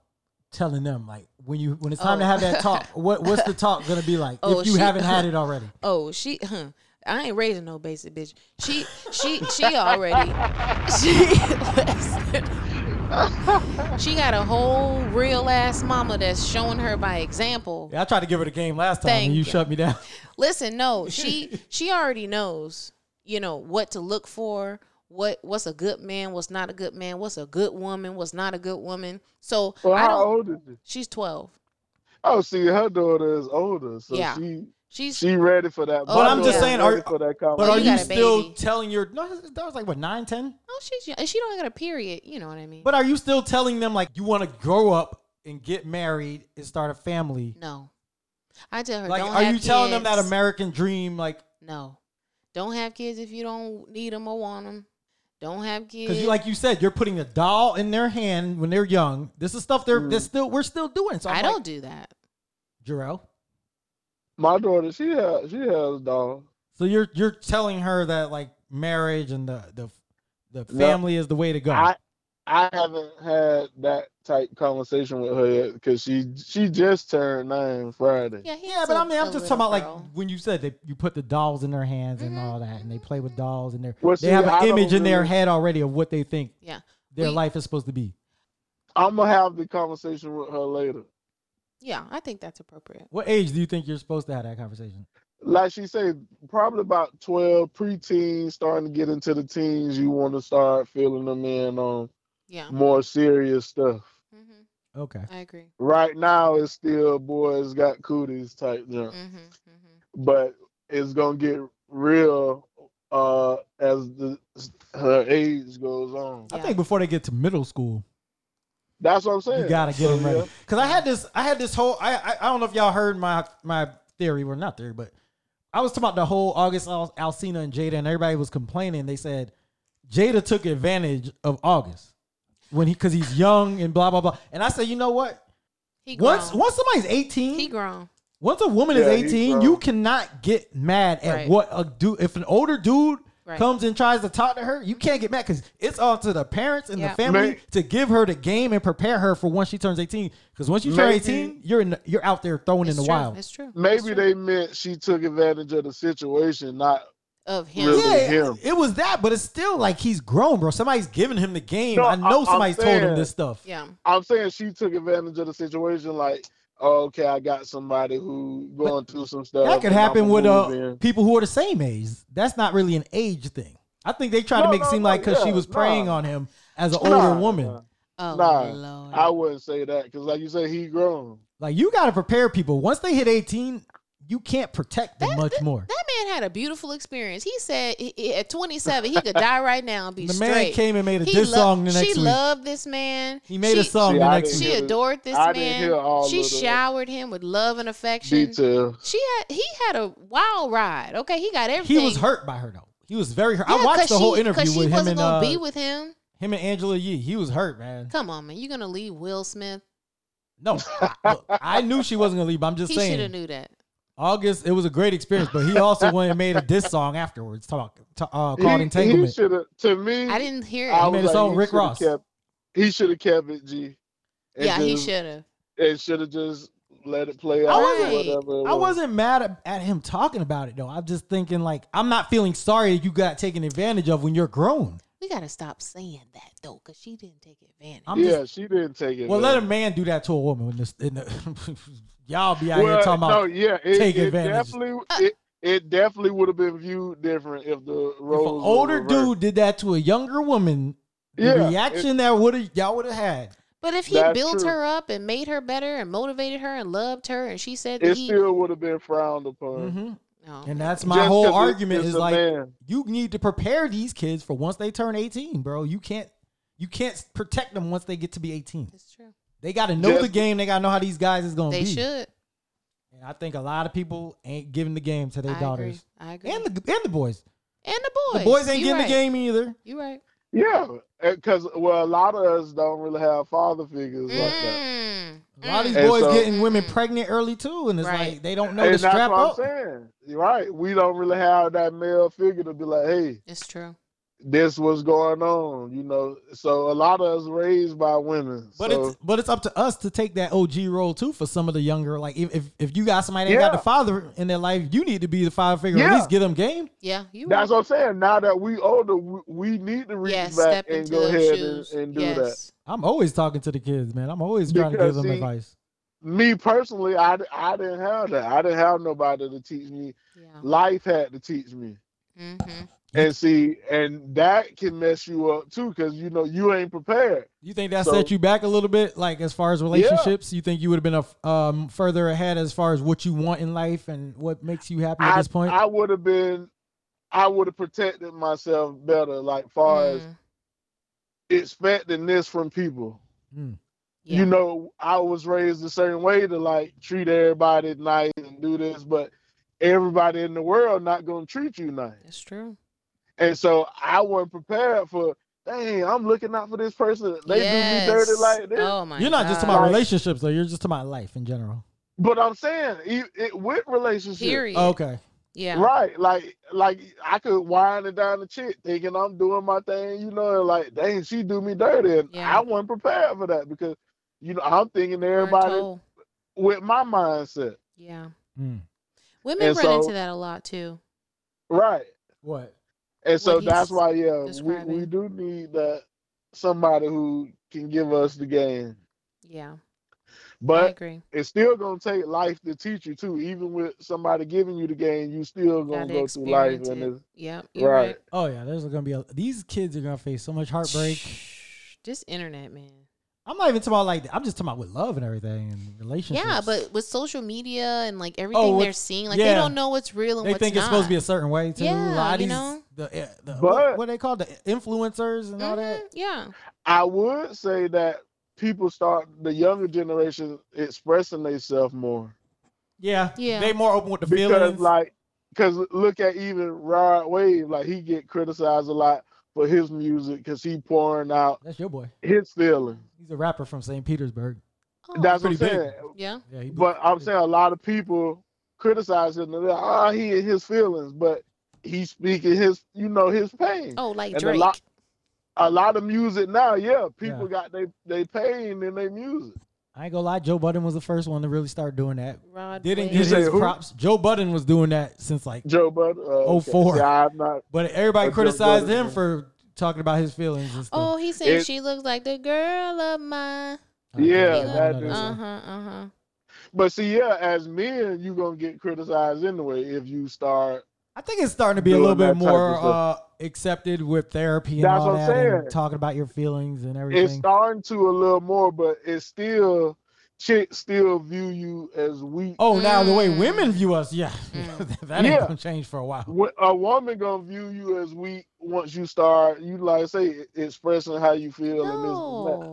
Speaker 1: telling them like when you when it's time to
Speaker 2: Oh.
Speaker 1: have that talk? What what's the talk gonna be like
Speaker 2: Oh,
Speaker 1: if you
Speaker 2: she-
Speaker 1: haven't had it already?
Speaker 2: Oh, she. Huh, I ain't raising no basic bitch. She, she, she already. She, she got a whole real ass mama that's showing her by example.
Speaker 1: Yeah, I tried to give her the game last time
Speaker 2: Thank
Speaker 1: and you,
Speaker 2: you.
Speaker 1: shut me down.
Speaker 2: Listen, no, she, she already knows. You know what to look for. What what's a good man? What's not a good man? What's a good woman? What's not a good woman? So
Speaker 3: Well,
Speaker 2: I
Speaker 3: how
Speaker 2: don't.
Speaker 3: old is she?
Speaker 2: She's twelve.
Speaker 3: Oh, see, her daughter is older, so
Speaker 2: Yeah.
Speaker 3: she
Speaker 2: She's
Speaker 3: she ready for that.
Speaker 2: But
Speaker 3: My
Speaker 2: I'm just
Speaker 3: daughter's
Speaker 1: saying, are-
Speaker 3: ready for that
Speaker 1: But
Speaker 2: you
Speaker 1: are
Speaker 3: conversation.
Speaker 1: you
Speaker 2: got a
Speaker 1: still
Speaker 2: baby.
Speaker 1: telling your no? That was like what nine ten.
Speaker 2: oh she's young. and she don't got a period. You know what I mean?
Speaker 1: But are you still telling them like you want to grow up and get married and start a family?
Speaker 2: no, I tell her.
Speaker 1: Like,
Speaker 2: don't
Speaker 1: are
Speaker 2: have
Speaker 1: you telling them that
Speaker 2: kids.
Speaker 1: American dream? Like,
Speaker 2: No. Don't have kids if you don't need them or want them. Don't have kids.
Speaker 1: because you, like you said, you're putting a doll in their hand when they're young. This is stuff they're that's still we're still doing. So I'm
Speaker 2: Mm. I
Speaker 1: like,
Speaker 2: don't do that.
Speaker 1: Jarrell.
Speaker 3: My daughter, she has she has a dog.
Speaker 1: So you're you're telling her that like marriage and the the the family is the way to go.
Speaker 3: I I haven't had that type conversation with her yet because she she just turned nine Friday.
Speaker 2: Yeah, he's
Speaker 1: yeah, but
Speaker 2: a-
Speaker 1: I mean,
Speaker 2: a
Speaker 1: I'm just talking about
Speaker 2: little
Speaker 1: like
Speaker 2: girl. Mm-hmm.
Speaker 1: when you said that you put the dolls in their hands and all that, and they play with dolls and they
Speaker 3: Well,
Speaker 1: they
Speaker 3: see,
Speaker 1: have an
Speaker 3: I don't
Speaker 1: image in their
Speaker 3: really-
Speaker 1: head already of what they think
Speaker 2: Yeah.
Speaker 1: their
Speaker 2: We-
Speaker 1: life is supposed to be.
Speaker 3: I'm gonna have the conversation with her later.
Speaker 2: Yeah, I think that's appropriate.
Speaker 1: What age do you think you're supposed to have that conversation?
Speaker 3: Like she said, probably about 12, preteens, starting to get into the teens. You want to start filling them in on
Speaker 2: Yeah.
Speaker 3: more serious stuff.
Speaker 2: hmm
Speaker 1: Okay.
Speaker 2: I agree.
Speaker 3: Right now, it's still boys got cooties type junk.
Speaker 2: Mm-hmm. hmm
Speaker 3: but it's gonna get real uh as the her age goes on.
Speaker 1: I
Speaker 2: Yeah.
Speaker 1: think before they get to middle school,
Speaker 3: That's what I'm saying.
Speaker 1: You gotta get
Speaker 3: So,
Speaker 1: them
Speaker 3: yeah.
Speaker 1: ready. Cause I had this, I had this whole. I, I I don't know if y'all heard my my theory or not theory, but I was talking about the whole August Al- Alcina and Jada, and everybody was complaining. They said Jada took advantage of August when he because he's young and blah blah blah. And I said, you know what?
Speaker 2: He grown.
Speaker 1: Once once somebody's eighteen,
Speaker 2: he grown.
Speaker 1: once a woman is
Speaker 3: Yeah, he
Speaker 1: 18,
Speaker 3: grown.
Speaker 1: you cannot get mad at
Speaker 2: Right.
Speaker 1: what a dude. If an older dude
Speaker 2: Right.
Speaker 1: comes and tries to talk to her, you can't get mad because it's all to the parents and
Speaker 2: Yeah.
Speaker 1: the family
Speaker 3: May-
Speaker 1: to give her the game and prepare her for once she turns 18. Because once you turn
Speaker 3: Maybe-
Speaker 1: 18, you're in the, you're out there throwing
Speaker 2: It's
Speaker 1: in the
Speaker 2: true.
Speaker 1: wild.
Speaker 2: It's true. It's
Speaker 3: Maybe
Speaker 2: true.
Speaker 3: they meant she took advantage of the situation, not
Speaker 2: of him.
Speaker 3: really-
Speaker 1: yeah,
Speaker 3: him.
Speaker 1: it was that, but it's still like he's grown, bro. Somebody's giving him the game.
Speaker 3: No,
Speaker 1: I
Speaker 3: I-
Speaker 1: know
Speaker 3: I'm
Speaker 1: somebody's told him
Speaker 3: saying-
Speaker 1: this stuff.
Speaker 2: Yeah.
Speaker 3: I'm saying she took advantage of the situation. Like, oh, okay, I got somebody who going through some stuff.
Speaker 1: That could
Speaker 3: and
Speaker 1: happen
Speaker 3: I'ma
Speaker 1: with
Speaker 3: move
Speaker 1: uh,
Speaker 3: in.
Speaker 1: people who are the same age. That's not really an age thing. I think they try to
Speaker 3: No,
Speaker 1: make it
Speaker 3: no,
Speaker 1: seem
Speaker 3: no,
Speaker 1: like because she
Speaker 3: yeah,
Speaker 1: was preying
Speaker 3: nah.
Speaker 1: on him as an older
Speaker 3: Nah,
Speaker 1: woman.
Speaker 3: nah.
Speaker 2: Oh
Speaker 3: Nah,
Speaker 2: lord.
Speaker 3: I wouldn't say that because, like you said, he grown.
Speaker 1: Like you got to prepare people. Once they hit 18, you can't protect them
Speaker 2: That-
Speaker 1: much
Speaker 2: that-
Speaker 1: more.
Speaker 2: that man had a beautiful experience. He said he- he- at 27 he could die right now and be
Speaker 1: the
Speaker 2: straight.
Speaker 1: man came and made a
Speaker 2: He
Speaker 1: diss
Speaker 2: lo-
Speaker 1: song the next
Speaker 2: she
Speaker 1: week.
Speaker 2: loved this man.
Speaker 1: he made a
Speaker 2: She-
Speaker 1: song
Speaker 3: See,
Speaker 1: the
Speaker 3: I
Speaker 1: next
Speaker 3: didn't
Speaker 1: week.
Speaker 2: She
Speaker 3: hear the-
Speaker 2: adored this
Speaker 3: I
Speaker 2: man.
Speaker 3: didn't hear all
Speaker 2: she
Speaker 3: of the
Speaker 2: showered him with love and affection.
Speaker 3: Detail.
Speaker 2: She had he had a wild ride. Okay, he got everything.
Speaker 1: He was hurt by her though. He was very hurt. I
Speaker 2: Yeah,
Speaker 1: watched
Speaker 2: 'cause
Speaker 1: the whole
Speaker 2: she- 'cause
Speaker 1: interview
Speaker 2: she
Speaker 1: with him
Speaker 2: wasn't
Speaker 1: and
Speaker 2: gonna
Speaker 1: uh,
Speaker 2: be with him.
Speaker 1: him and Angela Yee. He was hurt, man.
Speaker 2: Come on, man, you gonna leave Will Smith?
Speaker 1: No, I, look, I knew she wasn't gonna leave. But I'm just
Speaker 2: He should have
Speaker 1: saying,
Speaker 2: knew that.
Speaker 1: August. It was a great experience, but he also went and made a diss song afterwards. Talk, to, uh, called
Speaker 3: He- He,
Speaker 1: entanglement.
Speaker 3: should have. To me,
Speaker 2: I didn't hear it.
Speaker 3: Mm. I
Speaker 1: made
Speaker 3: was
Speaker 1: his
Speaker 3: like,
Speaker 1: own
Speaker 3: he
Speaker 1: Rick
Speaker 3: shoulda
Speaker 1: Ross.
Speaker 3: Kept, he should have kept it, G. And
Speaker 2: yeah, he
Speaker 3: just-
Speaker 2: should have.
Speaker 3: And should have just let it play out.
Speaker 1: I
Speaker 3: or
Speaker 2: wasn't-
Speaker 3: whatever it
Speaker 1: I
Speaker 3: was.
Speaker 1: wasn't mad at, at him talking about it though. I'm just thinking like I'm not feeling sorry you got taken advantage of when you're grown.
Speaker 2: We gotta stop saying that though, because she didn't take advantage.
Speaker 1: I'm
Speaker 3: yeah,
Speaker 1: just
Speaker 3: she didn't take it.
Speaker 1: Well, let a
Speaker 3: man.
Speaker 1: man do that to a woman. When this, in the, y'all be out
Speaker 3: Well,
Speaker 1: here talking
Speaker 3: no,
Speaker 1: about.
Speaker 3: yeah, it,
Speaker 1: take
Speaker 3: it
Speaker 1: advantage.
Speaker 3: definitely it, it definitely would have been viewed different if the
Speaker 1: if
Speaker 3: roles
Speaker 1: an
Speaker 3: were
Speaker 1: older
Speaker 3: reversed.
Speaker 1: dude did that to a younger woman, the
Speaker 3: Yeah,
Speaker 1: reaction that would have y'all would have had.
Speaker 2: But if he
Speaker 3: That's
Speaker 2: built
Speaker 3: true.
Speaker 2: her up and made her better and motivated her and loved her, and she said
Speaker 3: it,
Speaker 2: that
Speaker 3: it
Speaker 2: he,
Speaker 3: still would have been frowned upon.
Speaker 1: Mhm.
Speaker 2: no,
Speaker 1: And that's my
Speaker 3: Just
Speaker 1: whole
Speaker 3: 'cause it-
Speaker 1: argument
Speaker 3: it's
Speaker 1: is
Speaker 3: a
Speaker 1: like
Speaker 3: man.
Speaker 1: you need to prepare these kids for once they turn eighteen, bro. You can't you can't protect them once they get to be eighteen.
Speaker 2: it's true.
Speaker 1: They got to know
Speaker 3: Just-
Speaker 1: the game. They got to know how these guys is gonna
Speaker 2: They
Speaker 1: be.
Speaker 2: should.
Speaker 1: And I think a lot of people ain't giving the game to their
Speaker 2: I
Speaker 1: daughters
Speaker 2: agree. I agree.
Speaker 1: and the and the boys.
Speaker 2: And the boys.
Speaker 1: The boys ain't
Speaker 2: You
Speaker 1: getting
Speaker 2: right.
Speaker 1: the game either.
Speaker 2: You right.
Speaker 3: yeah, because well, a lot of us don't really have father figures like that.
Speaker 2: Mm.
Speaker 1: A lot of
Speaker 2: Mm.
Speaker 1: these
Speaker 3: And
Speaker 1: boys
Speaker 3: so-
Speaker 1: getting women pregnant early too, and it's
Speaker 2: Right.
Speaker 1: like they don't know
Speaker 3: And
Speaker 1: to
Speaker 3: that's
Speaker 1: strap
Speaker 3: what
Speaker 1: up.
Speaker 3: I'm saying. You're Right, we don't really have that male figure to be like, hey,
Speaker 2: Mm. It's true.
Speaker 3: this was going on, you know. So a lot of us raised by women.
Speaker 1: But
Speaker 3: so,
Speaker 1: it's but it's up to us to take that OG role too for some of the younger. Like if if, if you got somebody that got
Speaker 3: Yeah.
Speaker 1: the father in their life, you need to be the father figure. At
Speaker 3: Yeah.
Speaker 1: least give them game.
Speaker 2: Yeah, you
Speaker 3: That's
Speaker 2: right.
Speaker 3: what I'm saying. Now that we older, we, we need to reach
Speaker 2: yes, step
Speaker 3: back and
Speaker 2: into
Speaker 3: go
Speaker 2: those
Speaker 3: ahead and,
Speaker 2: shoes.
Speaker 3: and do that.
Speaker 2: yes.
Speaker 1: I'm always talking to the kids, man. I'm always trying
Speaker 3: Because,
Speaker 1: to give them
Speaker 3: see,
Speaker 1: advice.
Speaker 3: Me personally, I, d- I didn't have that. I didn't have nobody to teach me. Life had to teach me.
Speaker 2: Yeah. hmm
Speaker 3: And see, and that can mess you up too, because you know you ain't prepared.
Speaker 1: You think that
Speaker 3: so-
Speaker 1: set you back a little bit, like as far as relationships? You think you would have been a f- um, further ahead as far as what you want in life and what makes you happy at
Speaker 3: I
Speaker 1: this point?
Speaker 3: I would have been, I would have protected myself better, like far as
Speaker 2: Mm.
Speaker 3: expecting this from people.
Speaker 1: Mm.
Speaker 2: Yeah.
Speaker 3: you know, I was raised a certain way to like treat everybody nice and do this, but everybody in the world not gonna treat you nice.
Speaker 2: It's true.
Speaker 3: And so I wasn't prepared for dang, I'm looking out for this person. They
Speaker 2: yes.
Speaker 3: do me dirty like this.
Speaker 2: Oh my
Speaker 1: You're not just talking
Speaker 2: God.
Speaker 1: about
Speaker 3: Like-
Speaker 1: relationships though. You're just talking about life in general.
Speaker 3: But I'm saying it, it with relationships.
Speaker 2: period.
Speaker 1: Okay.
Speaker 2: Yeah.
Speaker 3: Right. Like like I could wind it down the chick thinking I'm doing my thing, you know, and like dang, she do me dirty. And
Speaker 2: Yeah.
Speaker 3: I wasn't prepared for that because you know, I'm thinking
Speaker 2: We're
Speaker 3: everybody
Speaker 2: told.
Speaker 3: with my mindset.
Speaker 2: Yeah.
Speaker 1: Mm.
Speaker 2: Women
Speaker 3: And
Speaker 2: run
Speaker 3: so-
Speaker 2: into that a lot too.
Speaker 3: Right.
Speaker 1: What?
Speaker 3: And so
Speaker 2: what he's
Speaker 3: that's why, yeah, we, we
Speaker 2: describing.
Speaker 3: do need that somebody who can give us the game.
Speaker 2: Yeah. I
Speaker 3: But
Speaker 2: agree.
Speaker 3: it's still gonna take life to teach you too. Even with somebody giving you the game, you still gonna
Speaker 2: Gotta
Speaker 3: go through life
Speaker 2: experience
Speaker 3: and
Speaker 2: it.
Speaker 3: it's
Speaker 2: Yep. You're
Speaker 3: right.
Speaker 2: right.
Speaker 1: Oh yeah, there's gonna be a, these kids are gonna face so much heartbreak.
Speaker 2: This internet, man.
Speaker 1: I'm not even talking about like that. I'm just talking about with love and everything and relationships.
Speaker 2: Yeah, but with social media and like everything
Speaker 1: with-
Speaker 2: they're seeing, like they
Speaker 1: Oh, yeah.
Speaker 2: don't know what's real and
Speaker 1: they
Speaker 2: what's
Speaker 1: think it's
Speaker 2: not.
Speaker 1: supposed to be a certain way too. a
Speaker 2: Yeah,
Speaker 1: lot of
Speaker 2: you
Speaker 1: these
Speaker 2: know?
Speaker 1: the, eh, the
Speaker 3: But-
Speaker 2: Mm-hmm,
Speaker 1: what, what they call the influencers and all that.
Speaker 2: Mhm, Yeah.
Speaker 3: I would say that people start the younger generation expressing themselves more
Speaker 1: Yeah.
Speaker 2: Yeah.
Speaker 1: They more open with the
Speaker 3: because
Speaker 1: feelings.
Speaker 3: like because look at even Rod Wave like he get criticized a lot for his music because he pouring out
Speaker 1: That's your boy.
Speaker 3: his feelings.
Speaker 1: He's a rapper from St. Petersburg.
Speaker 2: Oh,
Speaker 3: That's what I'm
Speaker 1: pretty big.
Speaker 3: saying.
Speaker 2: yeah.
Speaker 1: Yeah. He
Speaker 3: But I'm saying a lot of people criticize him. and they're like, Ah, he in his feelings, but he's speaking his you know his pain.
Speaker 2: Oh, like
Speaker 3: And a
Speaker 2: Drake.
Speaker 3: lot- A lot of music now, yeah, people
Speaker 1: Yeah.
Speaker 3: got they they pain in their music.
Speaker 1: I ain't gonna lie. Joe Budden was the first one to really start doing that.
Speaker 2: Rod
Speaker 1: Didn't
Speaker 2: Wave.
Speaker 1: get
Speaker 3: say
Speaker 1: his
Speaker 3: who?
Speaker 1: props. Joe Budden was doing that since like,
Speaker 3: Joe Bud, uh,
Speaker 1: Oh,
Speaker 3: okay.
Speaker 1: four.
Speaker 3: See, I'm not
Speaker 1: but everybody
Speaker 3: Uh, Joe
Speaker 1: criticized
Speaker 3: Budden,
Speaker 1: him
Speaker 3: yeah.
Speaker 1: for talking about his feelings and stuff.
Speaker 2: Oh, he said
Speaker 3: It-
Speaker 2: she looks like the girl of mine.
Speaker 1: Okay, I
Speaker 3: yeah,
Speaker 1: don't
Speaker 3: that
Speaker 1: know
Speaker 3: dude.
Speaker 1: this
Speaker 2: Uh
Speaker 1: one.
Speaker 2: huh. Uh huh.
Speaker 3: But see, yeah, as men, you gonna get criticized anyway if you start.
Speaker 1: I think it's starting to be a
Speaker 3: Doing
Speaker 1: little bit
Speaker 3: that type of
Speaker 1: more uh,
Speaker 3: stuff.
Speaker 1: accepted with therapy and
Speaker 3: That's
Speaker 1: all
Speaker 3: what I'm
Speaker 1: that, and
Speaker 3: saying.
Speaker 1: talking about your feelings and
Speaker 3: It's
Speaker 1: everything.
Speaker 3: starting to a little more, but it's still chicks still view you as weak.
Speaker 1: Oh, now the way
Speaker 2: Mm.
Speaker 1: women view us, yeah,
Speaker 2: Mm.
Speaker 1: that ain't
Speaker 3: Yeah.
Speaker 1: gonna change for a while.
Speaker 3: Wh- A woman gonna view you as weak once you start, you like say e-, expressing how you feel and this and that.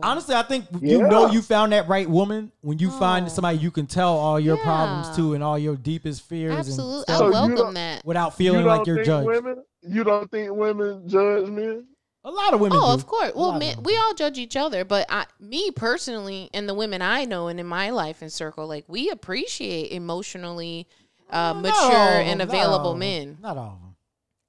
Speaker 2: No.
Speaker 1: Honestly, I think you know
Speaker 3: Yeah.
Speaker 1: you found that right woman when you
Speaker 2: Oh.
Speaker 1: find somebody you can tell all your
Speaker 2: Yeah.
Speaker 1: problems to and all your deepest fears
Speaker 2: Absolutely.
Speaker 1: and
Speaker 2: I
Speaker 3: So
Speaker 1: stuff
Speaker 3: you
Speaker 2: welcome
Speaker 3: don't-
Speaker 2: that.
Speaker 1: without
Speaker 3: You
Speaker 1: feeling
Speaker 3: don't
Speaker 1: like you're
Speaker 3: think
Speaker 1: judged.
Speaker 3: women? You don't think women judge men?
Speaker 1: a lot of women.
Speaker 2: Oh,
Speaker 1: do.
Speaker 2: of course.
Speaker 1: A lot
Speaker 2: Well,
Speaker 1: of
Speaker 2: men,
Speaker 1: them
Speaker 2: we
Speaker 1: do.
Speaker 2: all judge each other, but I, me personally, and the women I know and in my life and circle, like we appreciate emotionally uh,
Speaker 1: Not
Speaker 2: mature
Speaker 1: all of them,
Speaker 2: and
Speaker 1: not all
Speaker 2: available
Speaker 1: of them,
Speaker 2: men.
Speaker 1: Not all of them.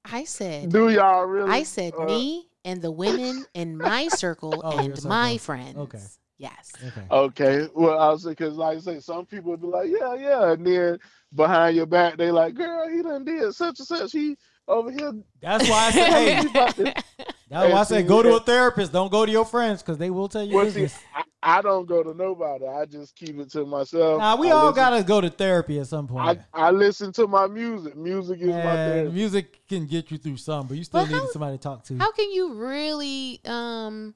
Speaker 2: I said,
Speaker 3: Do y'all really?
Speaker 2: I said,
Speaker 3: Uh,
Speaker 2: me and the women in my circle
Speaker 1: Oh, your
Speaker 2: and
Speaker 1: circle.
Speaker 2: my friends.
Speaker 1: Okay.
Speaker 2: Yes.
Speaker 1: Okay.
Speaker 3: Uh, Okay, well, I was because like I say, some people be like, yeah, yeah, and then behind your back, they like, girl, he done did such and such. He over here.
Speaker 1: That's why I said, hey, that's why I
Speaker 3: And
Speaker 1: said
Speaker 3: see,
Speaker 1: go to a
Speaker 3: and-
Speaker 1: therapist. Don't go to your friends because they will tell you
Speaker 3: Well, see,
Speaker 1: business.
Speaker 3: I, I don't go to nobody. I just keep it to myself.
Speaker 1: Nah, we
Speaker 3: I
Speaker 1: all
Speaker 3: listen-
Speaker 1: gotta go to therapy at some point.
Speaker 3: Oh, I, I listen to my music. Music is my
Speaker 1: Man,
Speaker 3: therapy.
Speaker 1: music can get you through some, but you still
Speaker 2: But
Speaker 1: need
Speaker 2: how-
Speaker 1: somebody to talk to.
Speaker 2: How can you really um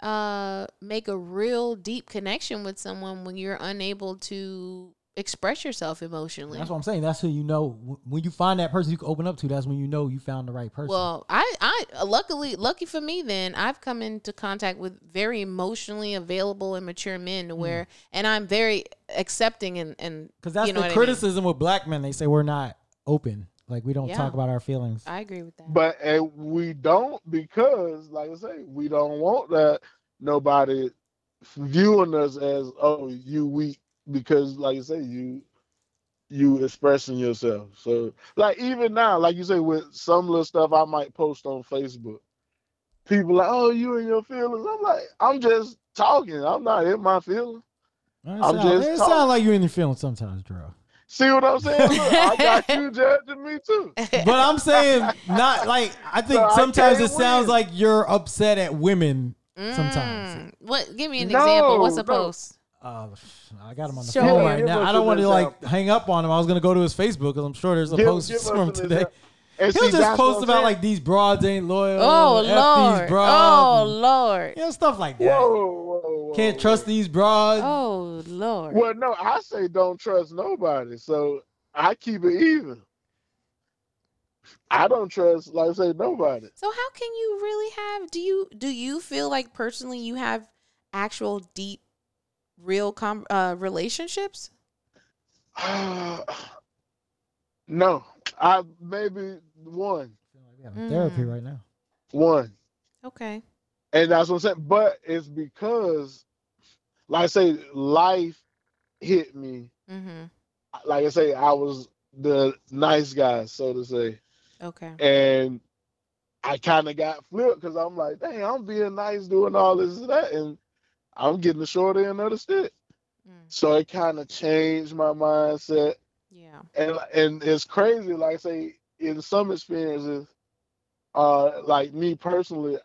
Speaker 2: uh make a real deep connection with someone when you're unable to express yourself emotionally?
Speaker 1: that's what I'm saying. That's who you know. Wh- When you find that person you can open up to, that's when you know you found the right person.
Speaker 2: Well, I, I uh, luckily, lucky for me, then I've come into contact with very emotionally available and mature men to
Speaker 1: Hmm.
Speaker 2: where, and I'm very accepting and and
Speaker 1: Because that's
Speaker 2: you know
Speaker 1: the
Speaker 2: what
Speaker 1: criticism with black men. They say we're not open. Like we don't
Speaker 2: Yeah.
Speaker 1: talk about our feelings.
Speaker 2: I, mean? I agree with that.
Speaker 3: But and we don't because, like I say, we don't want that nobody viewing us as oh you weak because, like I say, you you expressing yourself. So like even now, like you say, with some little stuff I might post on Facebook, people like oh you in your feelings. I'm like I'm just talking. I'm not in my feelings.
Speaker 1: It
Speaker 3: I'm
Speaker 1: sound,
Speaker 3: just
Speaker 1: it
Speaker 3: talking.
Speaker 1: sound like you in your feelings sometimes, Drew.
Speaker 3: See what I'm saying? Look, I got you judging me too.
Speaker 1: But I'm saying not like I think
Speaker 3: No, I
Speaker 1: sometimes it
Speaker 3: can't
Speaker 1: sounds
Speaker 3: win.
Speaker 1: like you're upset at women. sometimes.
Speaker 2: Mm. What? Give me an
Speaker 3: No,
Speaker 2: example. What's a
Speaker 3: no.
Speaker 2: post?
Speaker 1: Uh, I got him on the
Speaker 2: Show
Speaker 1: phone
Speaker 2: me.
Speaker 1: right
Speaker 3: Give
Speaker 1: now.
Speaker 3: us
Speaker 1: I don't
Speaker 3: an
Speaker 1: want to like
Speaker 3: example.
Speaker 1: hang up on him. I was gonna go to his Facebook because I'm sure there's a
Speaker 3: Give-
Speaker 1: post
Speaker 3: give us
Speaker 1: from
Speaker 3: an
Speaker 1: today.
Speaker 3: example. And
Speaker 1: He'll
Speaker 3: see,
Speaker 1: just
Speaker 3: that's what
Speaker 1: post
Speaker 3: I'm
Speaker 1: about
Speaker 3: saying.
Speaker 1: like these broads ain't loyal. F
Speaker 2: Oh lord!
Speaker 1: These
Speaker 2: Oh
Speaker 1: broads.
Speaker 2: lord!
Speaker 1: you know, stuff like that.
Speaker 3: whoa, whoa, whoa,
Speaker 1: Can't
Speaker 3: whoa.
Speaker 1: trust these broads.
Speaker 2: Oh lord!
Speaker 3: Well, no, I say don't trust nobody. So I keep it even. I don't trust, like I say, nobody.
Speaker 2: So how can you really have do you do you feel like personally you have actual deep real com- uh relationships?
Speaker 3: no, I maybe one,
Speaker 1: We having therapy
Speaker 2: Mm.
Speaker 1: right now.
Speaker 3: one,
Speaker 2: Okay.
Speaker 3: and that's what I'm saying. But it's because, like I say, life hit me.
Speaker 2: Mhm.
Speaker 3: Like I say, I was the nice guy, so to say,
Speaker 2: Okay.
Speaker 3: and I kind of got flipped because I'm like, dang, I'm being nice, doing all this and that, and I'm getting the short end of the stick.
Speaker 2: Mm.
Speaker 3: So it kind of changed my mindset.
Speaker 2: Yeah.
Speaker 3: and and it's crazy. Like I say, in some experiences, uh, like me personally,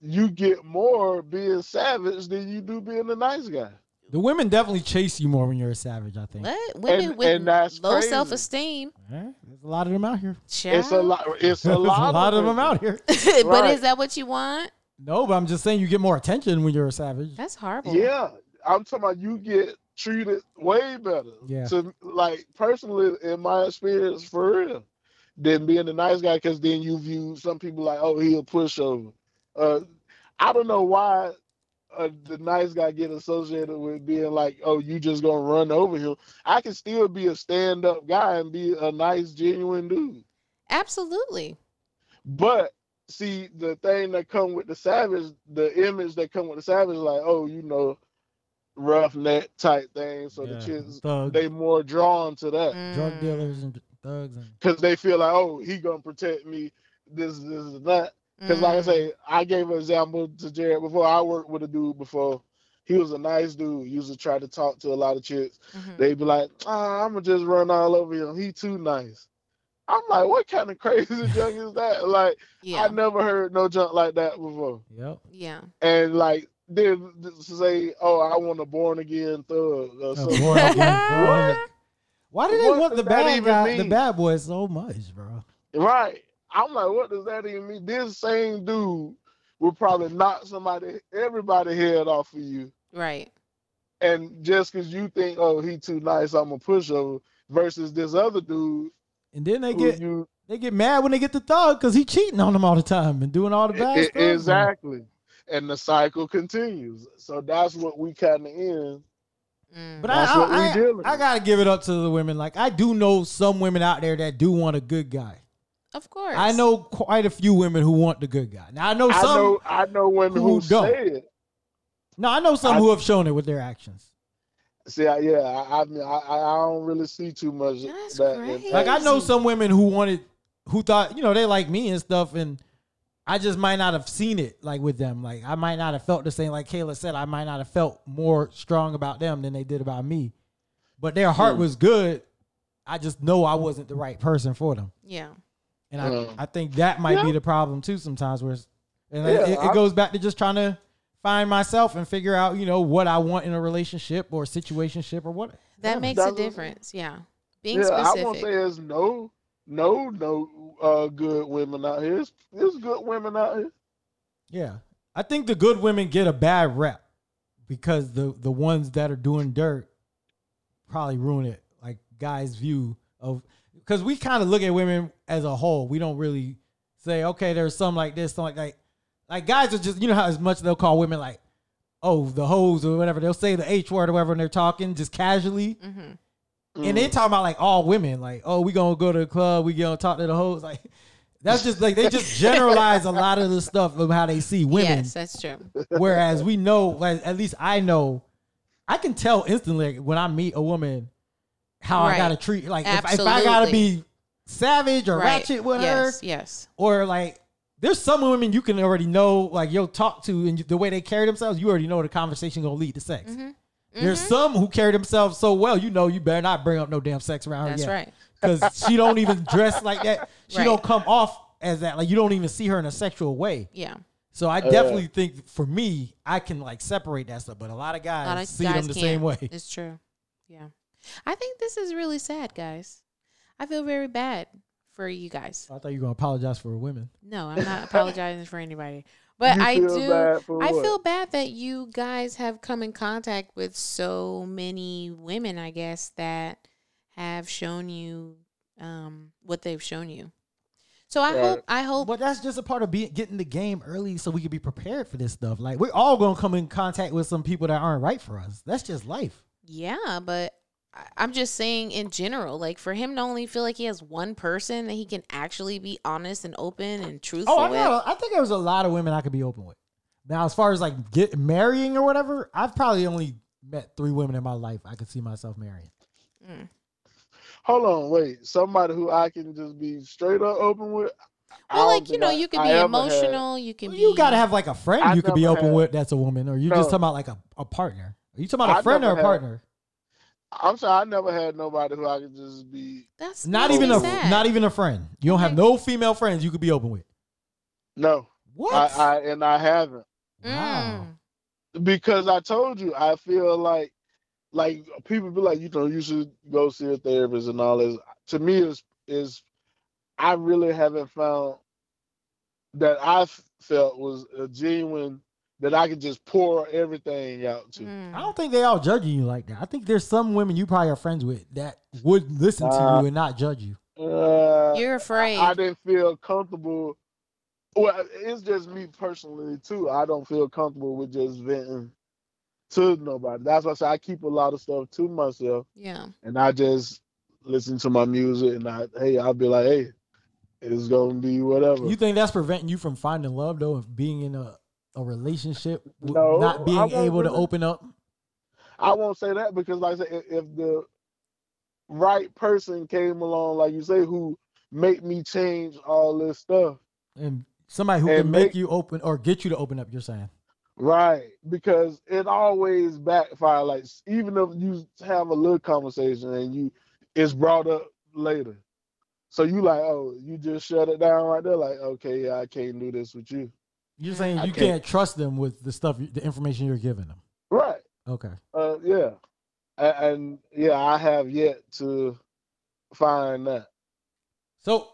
Speaker 3: you get more being savage than you do being a nice guy.
Speaker 1: The women definitely chase you more when you're a savage. I think.
Speaker 2: What? Women
Speaker 3: And-
Speaker 2: with
Speaker 3: and that's
Speaker 2: low
Speaker 3: crazy.
Speaker 2: self-esteem.
Speaker 1: Eh, There's a lot of them out here.
Speaker 3: It's a
Speaker 2: child.
Speaker 3: lot. It's a
Speaker 1: There's
Speaker 3: lot.
Speaker 1: of them out here.
Speaker 2: but
Speaker 3: Right.
Speaker 2: is that what you want?
Speaker 1: No, but I'm just saying you get more attention when you're a savage.
Speaker 2: That's horrible.
Speaker 3: Yeah, I'm talking about you get treated way better.
Speaker 1: Yeah.
Speaker 3: To like personally, in my experience, for real, than being a nice guy, because then you view some people like, oh, he a pushover. Uh, I don't know why uh, the nice guy get associated with being like, oh, you just gonna run over him. I can still be a stand up guy and be a nice, genuine dude.
Speaker 2: Absolutely.
Speaker 3: But see, the thing that come with the savage, the image that come with the savage, like, oh, you know, rough net type thing. So the kids
Speaker 1: Thug,
Speaker 3: they more drawn to that.
Speaker 1: drug
Speaker 2: Mm.
Speaker 1: dealers and thugs and
Speaker 3: because they feel like, oh, he gonna protect me. This, this, is that. Because, like I
Speaker 2: Mm.
Speaker 3: say, I gave an example to Jared before. I worked with a dude before. He was a nice dude. Used to try to talk to a lot of chicks.
Speaker 2: Mhm.
Speaker 3: They'd be like, ah, I'm gonna just run all over him. He too nice. I'm like, what kind of crazy junk is that? Like,
Speaker 2: Yeah.
Speaker 3: I never heard no junk like that before.
Speaker 1: yep.
Speaker 2: yeah.
Speaker 3: And like, then to say, oh, I want a born again thug or
Speaker 1: Uh,
Speaker 3: something.
Speaker 1: born again, born again. Why do they
Speaker 3: What
Speaker 1: want the
Speaker 3: does that
Speaker 1: bad
Speaker 3: even
Speaker 1: guy, the
Speaker 3: mean?
Speaker 1: bad boys, so much, bro?
Speaker 3: Right. I'm like, what does that even mean? This same dude will probably knock somebody, everybody head off of you.
Speaker 2: Right.
Speaker 3: And just because you think, oh, he too nice, I'm a pushover, versus this other dude
Speaker 1: And then they
Speaker 3: who
Speaker 1: get
Speaker 3: you
Speaker 1: they get mad when they get the thug because he cheating on them all the time and doing all the bad
Speaker 3: E-
Speaker 1: stuff. man.
Speaker 3: exactly. And the cycle continues. So that's what we kind of in.
Speaker 2: Mm.
Speaker 1: But
Speaker 3: That's
Speaker 1: I,
Speaker 3: what we
Speaker 1: I,
Speaker 3: dealing
Speaker 1: I, I
Speaker 3: with.
Speaker 1: gotta give it up to the women. Like I do know some women out there that do want a good guy.
Speaker 2: of course.
Speaker 1: I know quite a few women who want the good guy. Now I know
Speaker 3: I
Speaker 1: some.
Speaker 3: know I know women who,
Speaker 1: who don't.
Speaker 3: say it.
Speaker 1: no, I know some
Speaker 3: I-
Speaker 1: who have shown it with their actions.
Speaker 3: See, I, yeah, I, I mean, I, I I don't really see too much of
Speaker 2: That's
Speaker 3: that.
Speaker 2: crazy.
Speaker 1: Like I know
Speaker 2: Crazy.
Speaker 1: some women who wanted, who thought you know they like me and stuff, and I just might not have seen it like with them. Like I might not have felt the same. Like Kayla said, I might not have felt more strong about them than they did about me. But their heart
Speaker 3: Hmm.
Speaker 1: was good. I just know I wasn't the right person for them.
Speaker 2: Yeah.
Speaker 1: And I,
Speaker 3: Mm.
Speaker 1: I think that might be
Speaker 3: Yeah.
Speaker 1: the problem too sometimes where it's, and
Speaker 3: Yeah,
Speaker 1: it, it
Speaker 3: I-
Speaker 1: goes back to just trying to find myself and figure out, you know, what I want in a relationship or situationship or what.
Speaker 2: That
Speaker 1: yeah.
Speaker 2: makes a
Speaker 3: That's what I'm saying.
Speaker 2: difference. Yeah. Being
Speaker 3: yeah, I won't
Speaker 2: specific.
Speaker 3: say there's no, no, no uh, good women out here. There's, there's good women out here.
Speaker 1: Yeah. I think the good women get a bad rep because the the ones that are doing dirt probably ruin it. Like guys view of cuz we kind of look at women as a whole. We don't really say okay, there's some like this, some like like like guys are just you know how as much they'll call women like oh, the hoes or whatever. They'll say the H word or whatever when they're talking just casually.
Speaker 2: hmm
Speaker 1: And they
Speaker 3: Mm.
Speaker 1: talking about like all women, like, oh, we gonna go to the club, we gonna talk to the hoes. Like that's just like they just generalize a lot of the stuff of how they see women.
Speaker 2: Yes, that's true.
Speaker 1: Whereas we know, like, at least I know, I can tell instantly like, when I meet a woman how I
Speaker 2: Right.
Speaker 1: gotta treat. Like if, if I gotta
Speaker 2: Absolutely.
Speaker 1: be savage or
Speaker 2: right.
Speaker 1: ratchet with
Speaker 2: yes,
Speaker 1: her,
Speaker 2: yes.
Speaker 1: or like there's some women you can already know, like you'll talk to and the way they carry themselves, you already know the conversation gonna lead to sex.
Speaker 2: Mhm.
Speaker 1: There's some who carry themselves so well, you know, you better not bring up no damn sex around her.
Speaker 2: That's
Speaker 1: yet
Speaker 2: right.
Speaker 1: because she don't even dress like that. She
Speaker 2: Right.
Speaker 1: don't come off as that. Like you don't even see her in a sexual way.
Speaker 2: Yeah.
Speaker 1: So I definitely think for me, I can like separate that stuff. But a lot of
Speaker 2: A
Speaker 1: guys
Speaker 2: lot of
Speaker 1: see
Speaker 2: guys
Speaker 1: them the
Speaker 2: can't.
Speaker 1: same way.
Speaker 2: It's true. Yeah. I think this is really sad, guys. I feel very bad for you guys.
Speaker 1: I thought you were gonna apologize for women.
Speaker 2: No, I'm not apologizing for anybody. But
Speaker 3: You
Speaker 2: I
Speaker 3: feel
Speaker 2: do
Speaker 3: bad for
Speaker 2: I
Speaker 3: what?
Speaker 2: feel bad that you guys have come in contact with so many women, I guess, that have shown you um, what they've shown you. So I
Speaker 3: Right.
Speaker 2: hope I hope
Speaker 1: But that's just a part of being getting the game early, so we can be prepared for this stuff. Like we're all gonna come in contact with some people that aren't right for us. That's just life.
Speaker 2: Yeah, but I- I'm just saying in general, like for him to only feel like he has one person that he can actually be honest and open and truthful
Speaker 1: Oh, I
Speaker 2: with.
Speaker 1: know. I think there was a lot of women I could be open with. Now, as far as like get marrying or whatever, I've probably only met three women in my life I could see myself marrying.
Speaker 2: Mm.
Speaker 3: Hold on, wait. Somebody who I can just be straight up open with. I
Speaker 2: Well,
Speaker 3: don't
Speaker 2: like you
Speaker 3: think
Speaker 2: know,
Speaker 3: I-
Speaker 2: you can
Speaker 3: I
Speaker 2: be
Speaker 3: ever
Speaker 2: emotional. You can
Speaker 1: Well,
Speaker 2: be.
Speaker 1: you gotta have like a friend
Speaker 3: I
Speaker 1: you could be
Speaker 3: never
Speaker 1: open
Speaker 3: had-
Speaker 1: with. That's a woman, or you
Speaker 3: No.
Speaker 1: just talking about like a, a partner. Are you talking about a
Speaker 3: I
Speaker 1: friend or a
Speaker 3: never had-
Speaker 1: partner?
Speaker 3: Had, I'm sorry, I never had nobody who I could just be.
Speaker 2: That's
Speaker 1: Not
Speaker 2: makes
Speaker 1: even
Speaker 2: me
Speaker 1: a
Speaker 2: sad.
Speaker 1: not even a friend. You don't have
Speaker 2: Okay.
Speaker 1: no female friends you could be open with.
Speaker 3: No,
Speaker 1: What?
Speaker 3: I, I and I haven't
Speaker 1: wow.
Speaker 2: Mm.
Speaker 3: because I told you I feel like like people be like, you know, you should go see a therapist and all this. To me, is is I really haven't found that I f- felt was a genuine that I could just pour everything out to.
Speaker 2: Mm.
Speaker 1: I don't think they all judging you like that. I think there's some women you probably are friends with that would listen to
Speaker 3: Nah.
Speaker 1: you and not judge you.
Speaker 3: Uh,
Speaker 2: You're afraid.
Speaker 3: I, I didn't feel comfortable Well, it's just me personally too. I don't feel comfortable with just venting to nobody. That's why I say I keep a lot of stuff to myself,
Speaker 2: Yeah.
Speaker 3: and I just listen to my music. And I, hey, I'll be like, hey, it's gonna be whatever.
Speaker 1: You think that's preventing you from finding love though, of being in a, a relationship, with
Speaker 3: No,
Speaker 1: not
Speaker 3: I
Speaker 1: being
Speaker 3: won't
Speaker 1: able to
Speaker 3: really-
Speaker 1: open up?
Speaker 3: I won't say that because, like I said, if, if the right person came along, like you say, who make me change all this stuff,
Speaker 1: and somebody who
Speaker 3: And
Speaker 1: can make,
Speaker 3: make-
Speaker 1: you open or get you to open up. You're saying,
Speaker 3: right? Because it always backfire. Like s- even if you have a little conversation and you, it's brought up later, so you like, oh, you just shut it down right there. Like, okay, yeah, I can't do this with you,
Speaker 1: you're saying
Speaker 3: I
Speaker 1: you
Speaker 3: can't-
Speaker 1: can't trust them with the stuff, you- the information you're giving them.
Speaker 3: right?
Speaker 1: Okay,
Speaker 3: Uh, yeah, A- and yeah, I have yet to find that.
Speaker 1: so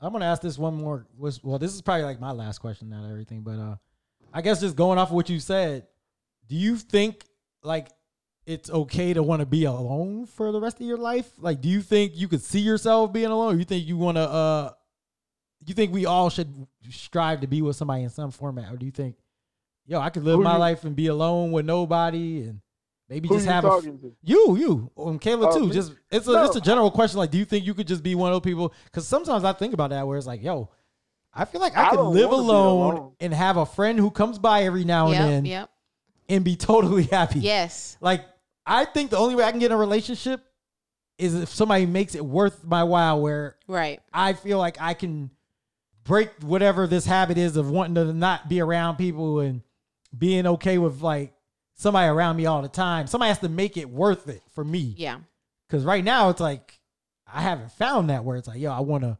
Speaker 1: I'm gonna ask this one more. Was well, this is probably like my last question out of everything, but uh, I guess just going off of what you said, do you think like it's okay to want to be alone for the rest of your life? Like, do you think you could see yourself being alone? Or you think you want to uh? You think we all should strive to be with somebody in some format, or do you think, yo, I could live
Speaker 3: Who
Speaker 1: my
Speaker 3: you-
Speaker 1: life and be alone with nobody, and maybe
Speaker 3: Who
Speaker 1: just
Speaker 3: you
Speaker 1: have a,
Speaker 3: talking to?
Speaker 1: you, you, and Kayla
Speaker 3: Oh,
Speaker 1: too.
Speaker 3: me?
Speaker 1: Just it's a
Speaker 3: No.
Speaker 1: it's a general question. Like, do you think you could just be one of those people? Because sometimes I think about that, where it's like, yo, I feel like I,
Speaker 3: I
Speaker 1: could
Speaker 3: don't
Speaker 1: live
Speaker 3: wanna be
Speaker 1: alone,
Speaker 3: alone.
Speaker 1: and have a friend who comes by every now and
Speaker 2: Yep.
Speaker 1: then
Speaker 2: Yep.
Speaker 1: and be totally happy.
Speaker 2: Yes.
Speaker 1: Like, I think the only way I can get in a relationship is if somebody makes it worth my while, where
Speaker 2: Right.
Speaker 1: I feel like I can break whatever this habit is of wanting to not be around people and being okay with like somebody around me all the time. Somebody has to make it worth it for me.
Speaker 2: Yeah.
Speaker 1: Cause right now it's like I haven't found that where it's like, yo, I wanna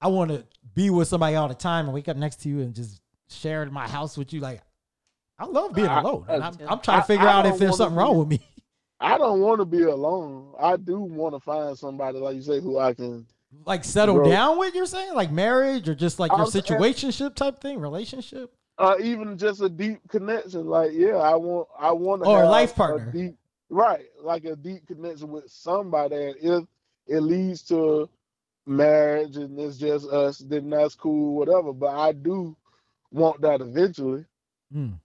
Speaker 1: I wanna be with somebody all the time and wake up next to you and just share my house with you. Like I love being
Speaker 3: I-
Speaker 1: alone. And I'm,
Speaker 2: I-
Speaker 1: I'm trying to
Speaker 3: I-
Speaker 1: figure
Speaker 3: I
Speaker 1: out if
Speaker 3: don't
Speaker 1: there's
Speaker 3: wanna
Speaker 1: something
Speaker 3: be-
Speaker 1: wrong with me.
Speaker 3: I don't want to be alone. I do want to find somebody, like you say, who I can.
Speaker 1: Like settle
Speaker 3: Bro.
Speaker 1: down with you're saying? Like marriage or just like your
Speaker 3: I'm saying-
Speaker 1: situationship type thing, relationship?
Speaker 3: Uh, even just a deep connection. Like, yeah, I want, I want to.
Speaker 1: Or a
Speaker 3: have
Speaker 1: life partner.
Speaker 3: deep, right? Like a deep connection with somebody, and if it leads to marriage and it's just us, then that's cool, whatever. But I do want that eventually.
Speaker 1: Mm.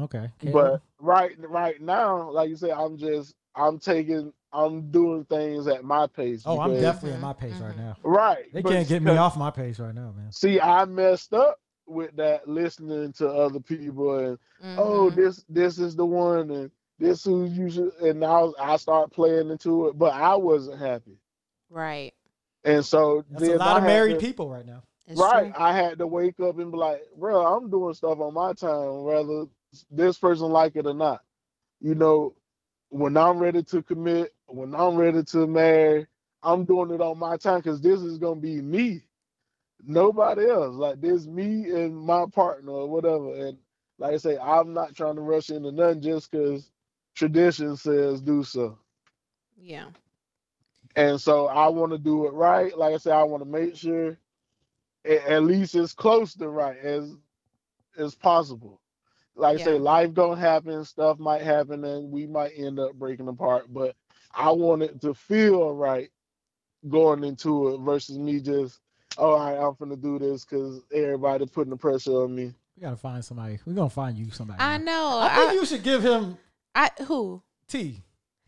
Speaker 1: Okay.
Speaker 3: But
Speaker 1: Caleb?
Speaker 3: right, right now, like you say, I'm just, I'm taking, I'm doing things at my pace.
Speaker 1: oh, I'm
Speaker 3: because-
Speaker 1: definitely at my pace right
Speaker 2: mhm.
Speaker 1: now.
Speaker 3: right.
Speaker 1: They
Speaker 3: but-
Speaker 1: can't get me
Speaker 3: because-
Speaker 1: off my pace right now, man.
Speaker 3: See, I messed up with that listening to other people and oh
Speaker 2: Mhm.
Speaker 3: this this is the one and this who you should and now I start playing into it, but I wasn't happy.
Speaker 2: Right.
Speaker 3: And so
Speaker 1: That's a
Speaker 3: then
Speaker 1: lot
Speaker 3: I
Speaker 1: of
Speaker 3: had
Speaker 1: married
Speaker 3: to-
Speaker 1: people right now.
Speaker 2: It's
Speaker 3: Right.
Speaker 2: true.
Speaker 3: I had to wake up and be like, bro, I'm doing stuff on my time, whether this person like it or not. You know, when I'm ready to commit, when I'm ready to marry, I'm doing it on my time because this is gonna be me. Nobody else. Like this me and my partner or whatever. And like I say, I'm not trying to rush into nothing just because tradition says do so.
Speaker 2: Yeah.
Speaker 3: And so I want to do it right. Like I said, I want to make sure a- at least as close to right as as possible. Like I say,
Speaker 2: Yeah.
Speaker 3: life gonna happen, stuff might happen, and we might end up breaking apart. But I want it to feel right going into it versus me just, oh, all right, I'm gonna do this because everybody putting the pressure on me.
Speaker 1: We gotta find somebody. We're gonna find you somebody.
Speaker 2: I
Speaker 1: man.
Speaker 2: know.
Speaker 1: I think
Speaker 2: I,
Speaker 1: you should give him
Speaker 2: I, who?
Speaker 1: T.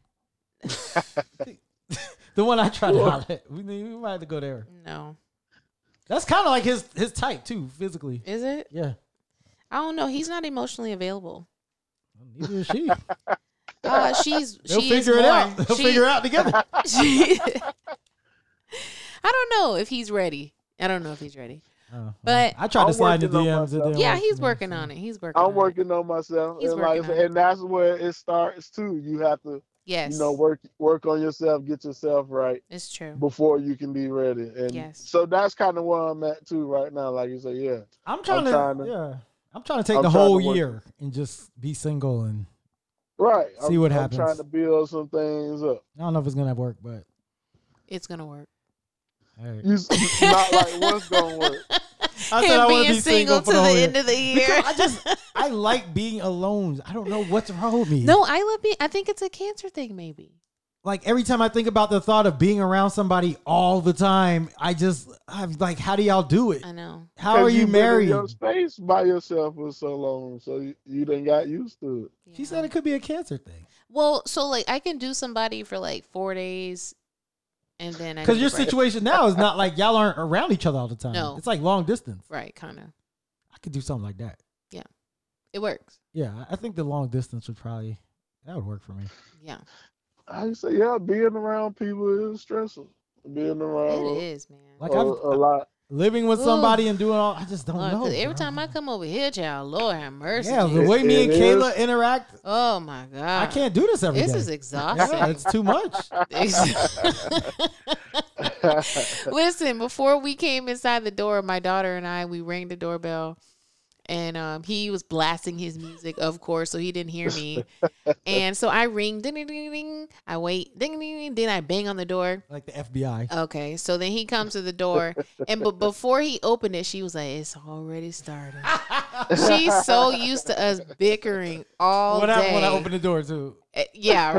Speaker 1: the one I tried to holler at. We, need- we might have to go there.
Speaker 2: No.
Speaker 1: That's kind of like his his type too, physically.
Speaker 2: Is it?
Speaker 1: Yeah.
Speaker 2: I don't know. He's not emotionally available.
Speaker 1: Neither is she.
Speaker 2: Uh, she's
Speaker 1: They'll
Speaker 2: she is
Speaker 1: figure it
Speaker 2: more.
Speaker 1: out. They'll
Speaker 2: she,
Speaker 1: figure it out together.
Speaker 2: she- I don't know if he's ready. I don't know if he's ready.
Speaker 1: Oh, well,
Speaker 2: But-
Speaker 1: I tried to
Speaker 3: I'm
Speaker 1: slide the
Speaker 3: working
Speaker 1: DMs.
Speaker 3: on
Speaker 1: It
Speaker 3: myself.
Speaker 1: didn't
Speaker 2: Yeah,
Speaker 1: work
Speaker 2: he's
Speaker 1: for me,
Speaker 2: working
Speaker 1: so.
Speaker 2: on it. He's working. on
Speaker 3: I'm
Speaker 2: it.
Speaker 3: working on myself,
Speaker 2: He's
Speaker 3: and like I
Speaker 2: working on
Speaker 3: say,
Speaker 2: it.
Speaker 3: and that's where it starts too. You have to,
Speaker 2: Yes.
Speaker 3: you know, work work on yourself, get yourself right.
Speaker 2: It's true.
Speaker 3: before you can be ready. And
Speaker 2: Yes.
Speaker 3: so that's kind of where I'm at too right now. Like you say, yeah,
Speaker 1: I'm trying, to,
Speaker 3: trying to-
Speaker 1: Yeah. I'm trying to take
Speaker 3: I'm
Speaker 1: the
Speaker 3: trying to
Speaker 1: whole
Speaker 3: work-
Speaker 1: year and just be single and
Speaker 3: right.
Speaker 1: See
Speaker 3: I'm,
Speaker 1: what
Speaker 3: I'm
Speaker 1: happens.
Speaker 3: trying to build some things up.
Speaker 1: I don't know if it's gonna work, but
Speaker 2: It's gonna work.
Speaker 1: all right.
Speaker 3: You s- not like what's gonna work.
Speaker 1: I
Speaker 2: Him
Speaker 1: said I wanna
Speaker 2: being
Speaker 1: be single for the
Speaker 2: to the
Speaker 1: whole year.
Speaker 2: end of the year.
Speaker 1: Because I just I like being alone. I don't know what's wrong with me.
Speaker 2: no, I love being. I think it's a cancer thing, maybe.
Speaker 1: like every time I think about the thought of being around somebody all the time, I just I'm like, how do y'all do it?
Speaker 2: I know.
Speaker 1: How are
Speaker 3: 'Cause
Speaker 1: you,
Speaker 3: you've been in
Speaker 1: married?
Speaker 3: Your space by yourself for so long, so you, you done got used to
Speaker 1: She
Speaker 2: Yeah.
Speaker 1: said it could be a cancer thing
Speaker 2: Well, so like I can do somebody for like four days, and then I
Speaker 1: because
Speaker 2: need
Speaker 1: your
Speaker 2: a break.
Speaker 1: situation now is not like y'all aren't around each other all the time.
Speaker 2: No.
Speaker 1: it's like long distance.
Speaker 2: right, kind of
Speaker 1: I could do something like that.
Speaker 2: it works.
Speaker 1: Yeah, I- I think the long distance would probably that would work for me.
Speaker 2: Yeah,
Speaker 3: it. I say, yeah, being around people is stressful. Being around
Speaker 2: it
Speaker 3: a,
Speaker 2: is, man.
Speaker 1: Like
Speaker 3: a,
Speaker 1: I've
Speaker 3: a lot.
Speaker 1: living with
Speaker 2: Ooh.
Speaker 1: somebody and doing all I just don't
Speaker 2: Lord, 'cause
Speaker 1: know.
Speaker 2: every
Speaker 1: bro.
Speaker 2: time I come over here, child, Lord have mercy.
Speaker 1: yeah, the
Speaker 2: Jesus.
Speaker 3: It-
Speaker 1: way me
Speaker 3: it
Speaker 1: and
Speaker 3: is.
Speaker 1: Kayla interact,
Speaker 2: oh my God,
Speaker 1: I can't do this every day.
Speaker 2: This is exhausting.
Speaker 1: Yeah, it's too much.
Speaker 2: Listen, before we came inside the door, my daughter and I, we rang the doorbell and um, he was blasting his music, of course, so he didn't hear me. And so I ring, ding, ding, ding, ding. I wait, ding, ding, ding. Then I bang on the door.
Speaker 1: Like the FBI.
Speaker 2: Okay, so then he comes to the door, and but before he opened it, she was like, "It's already started." She's so used to us bickering all
Speaker 1: when,
Speaker 2: day.
Speaker 1: I, when I open the door too.
Speaker 2: Uh, yeah,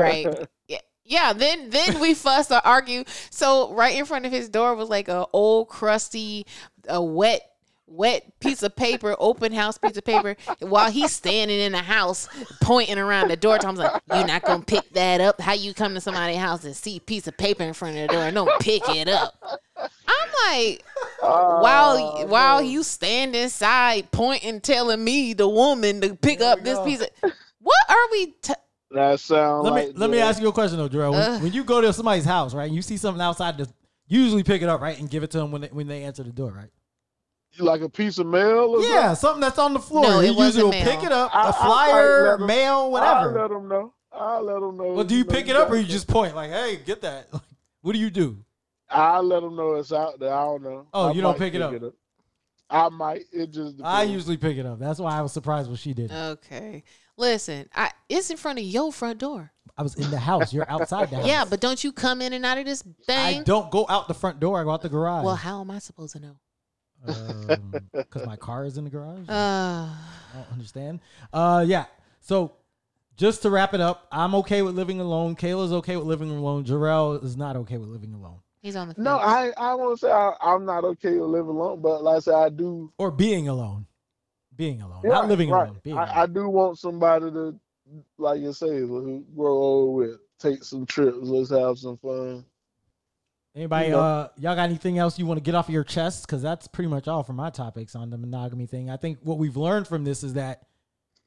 Speaker 2: right. Yeah, yeah. Then then we fuss or argue. So right in front of his door was like a old crusty, a wet. Wet piece of paper, open house piece of paper, while he's standing in the house pointing around the door. Tom's like, You're not gonna pick that up. How you come to somebody's house and see a piece of paper in front of the door and don't pick it up? I'm like, while
Speaker 3: Oh,
Speaker 2: while
Speaker 3: no.
Speaker 2: you stand inside pointing, telling me the woman to pick
Speaker 1: There
Speaker 2: up
Speaker 1: we
Speaker 2: this
Speaker 1: go.
Speaker 2: piece of what are we t-
Speaker 3: that sound
Speaker 1: Let me
Speaker 3: like
Speaker 1: let me
Speaker 3: the-
Speaker 1: ask you a question though, Jarrell. When,
Speaker 2: Ugh.
Speaker 1: when you go to somebody's house, right, and you see something outside, the, you usually pick it up, right, and give it to them when they, when they answer the door, right?
Speaker 3: like a piece of mail. Or
Speaker 1: Yeah, something that's on the floor.
Speaker 2: No,
Speaker 1: you
Speaker 2: it
Speaker 1: usually
Speaker 2: wasn't
Speaker 1: will pick
Speaker 2: mail.
Speaker 1: it up,
Speaker 3: I- I
Speaker 1: a
Speaker 3: might
Speaker 1: flyer,
Speaker 3: let 'em-
Speaker 1: mail,
Speaker 3: I'll
Speaker 1: whatever.
Speaker 3: let them know. I'll let them know.
Speaker 1: Well, do you
Speaker 3: know,
Speaker 1: pick it up
Speaker 3: got
Speaker 1: or you
Speaker 3: it.
Speaker 1: just point like, "Hey, get that"? Like, what do you do?
Speaker 3: I'll let them know it's out there. I don't know.
Speaker 1: Oh,
Speaker 3: I
Speaker 1: you don't
Speaker 3: might
Speaker 1: pick it up.
Speaker 3: I might. It just. Depends.
Speaker 1: I usually pick it up. That's why I was surprised when she did.
Speaker 2: Uh,
Speaker 1: it.
Speaker 2: Okay. Listen, I it's in front of your front door.
Speaker 1: I was in the house. You're outside the house.
Speaker 2: Yeah, but don't you come in and out of this
Speaker 1: I
Speaker 2: thing?
Speaker 1: don't go out the front door. I go out the garage.
Speaker 2: Well, how am I supposed to know?
Speaker 1: because my car is in the garage.
Speaker 2: Uh,
Speaker 1: I don't understand. Uh, yeah. So just to wrap it up, I'm okay with living alone. Kayla's okay with living alone. Jarrell is not okay with living alone
Speaker 2: he's on the fence.
Speaker 3: No, I I won't say I, I'm not okay with living alone, but like I said, I do.
Speaker 1: or being alone. Being alone,
Speaker 3: Yeah,
Speaker 1: not living
Speaker 3: right.
Speaker 1: alone. Being
Speaker 3: I, I
Speaker 1: alone.
Speaker 3: do want somebody to, like you say, who grow old with, take some trips, let's have some fun.
Speaker 1: Anybody,
Speaker 3: you know.
Speaker 1: uh, y'all got anything else you want to get off of your chest? Because that's pretty much all for my topics on the monogamy thing. I think what we've learned from this is that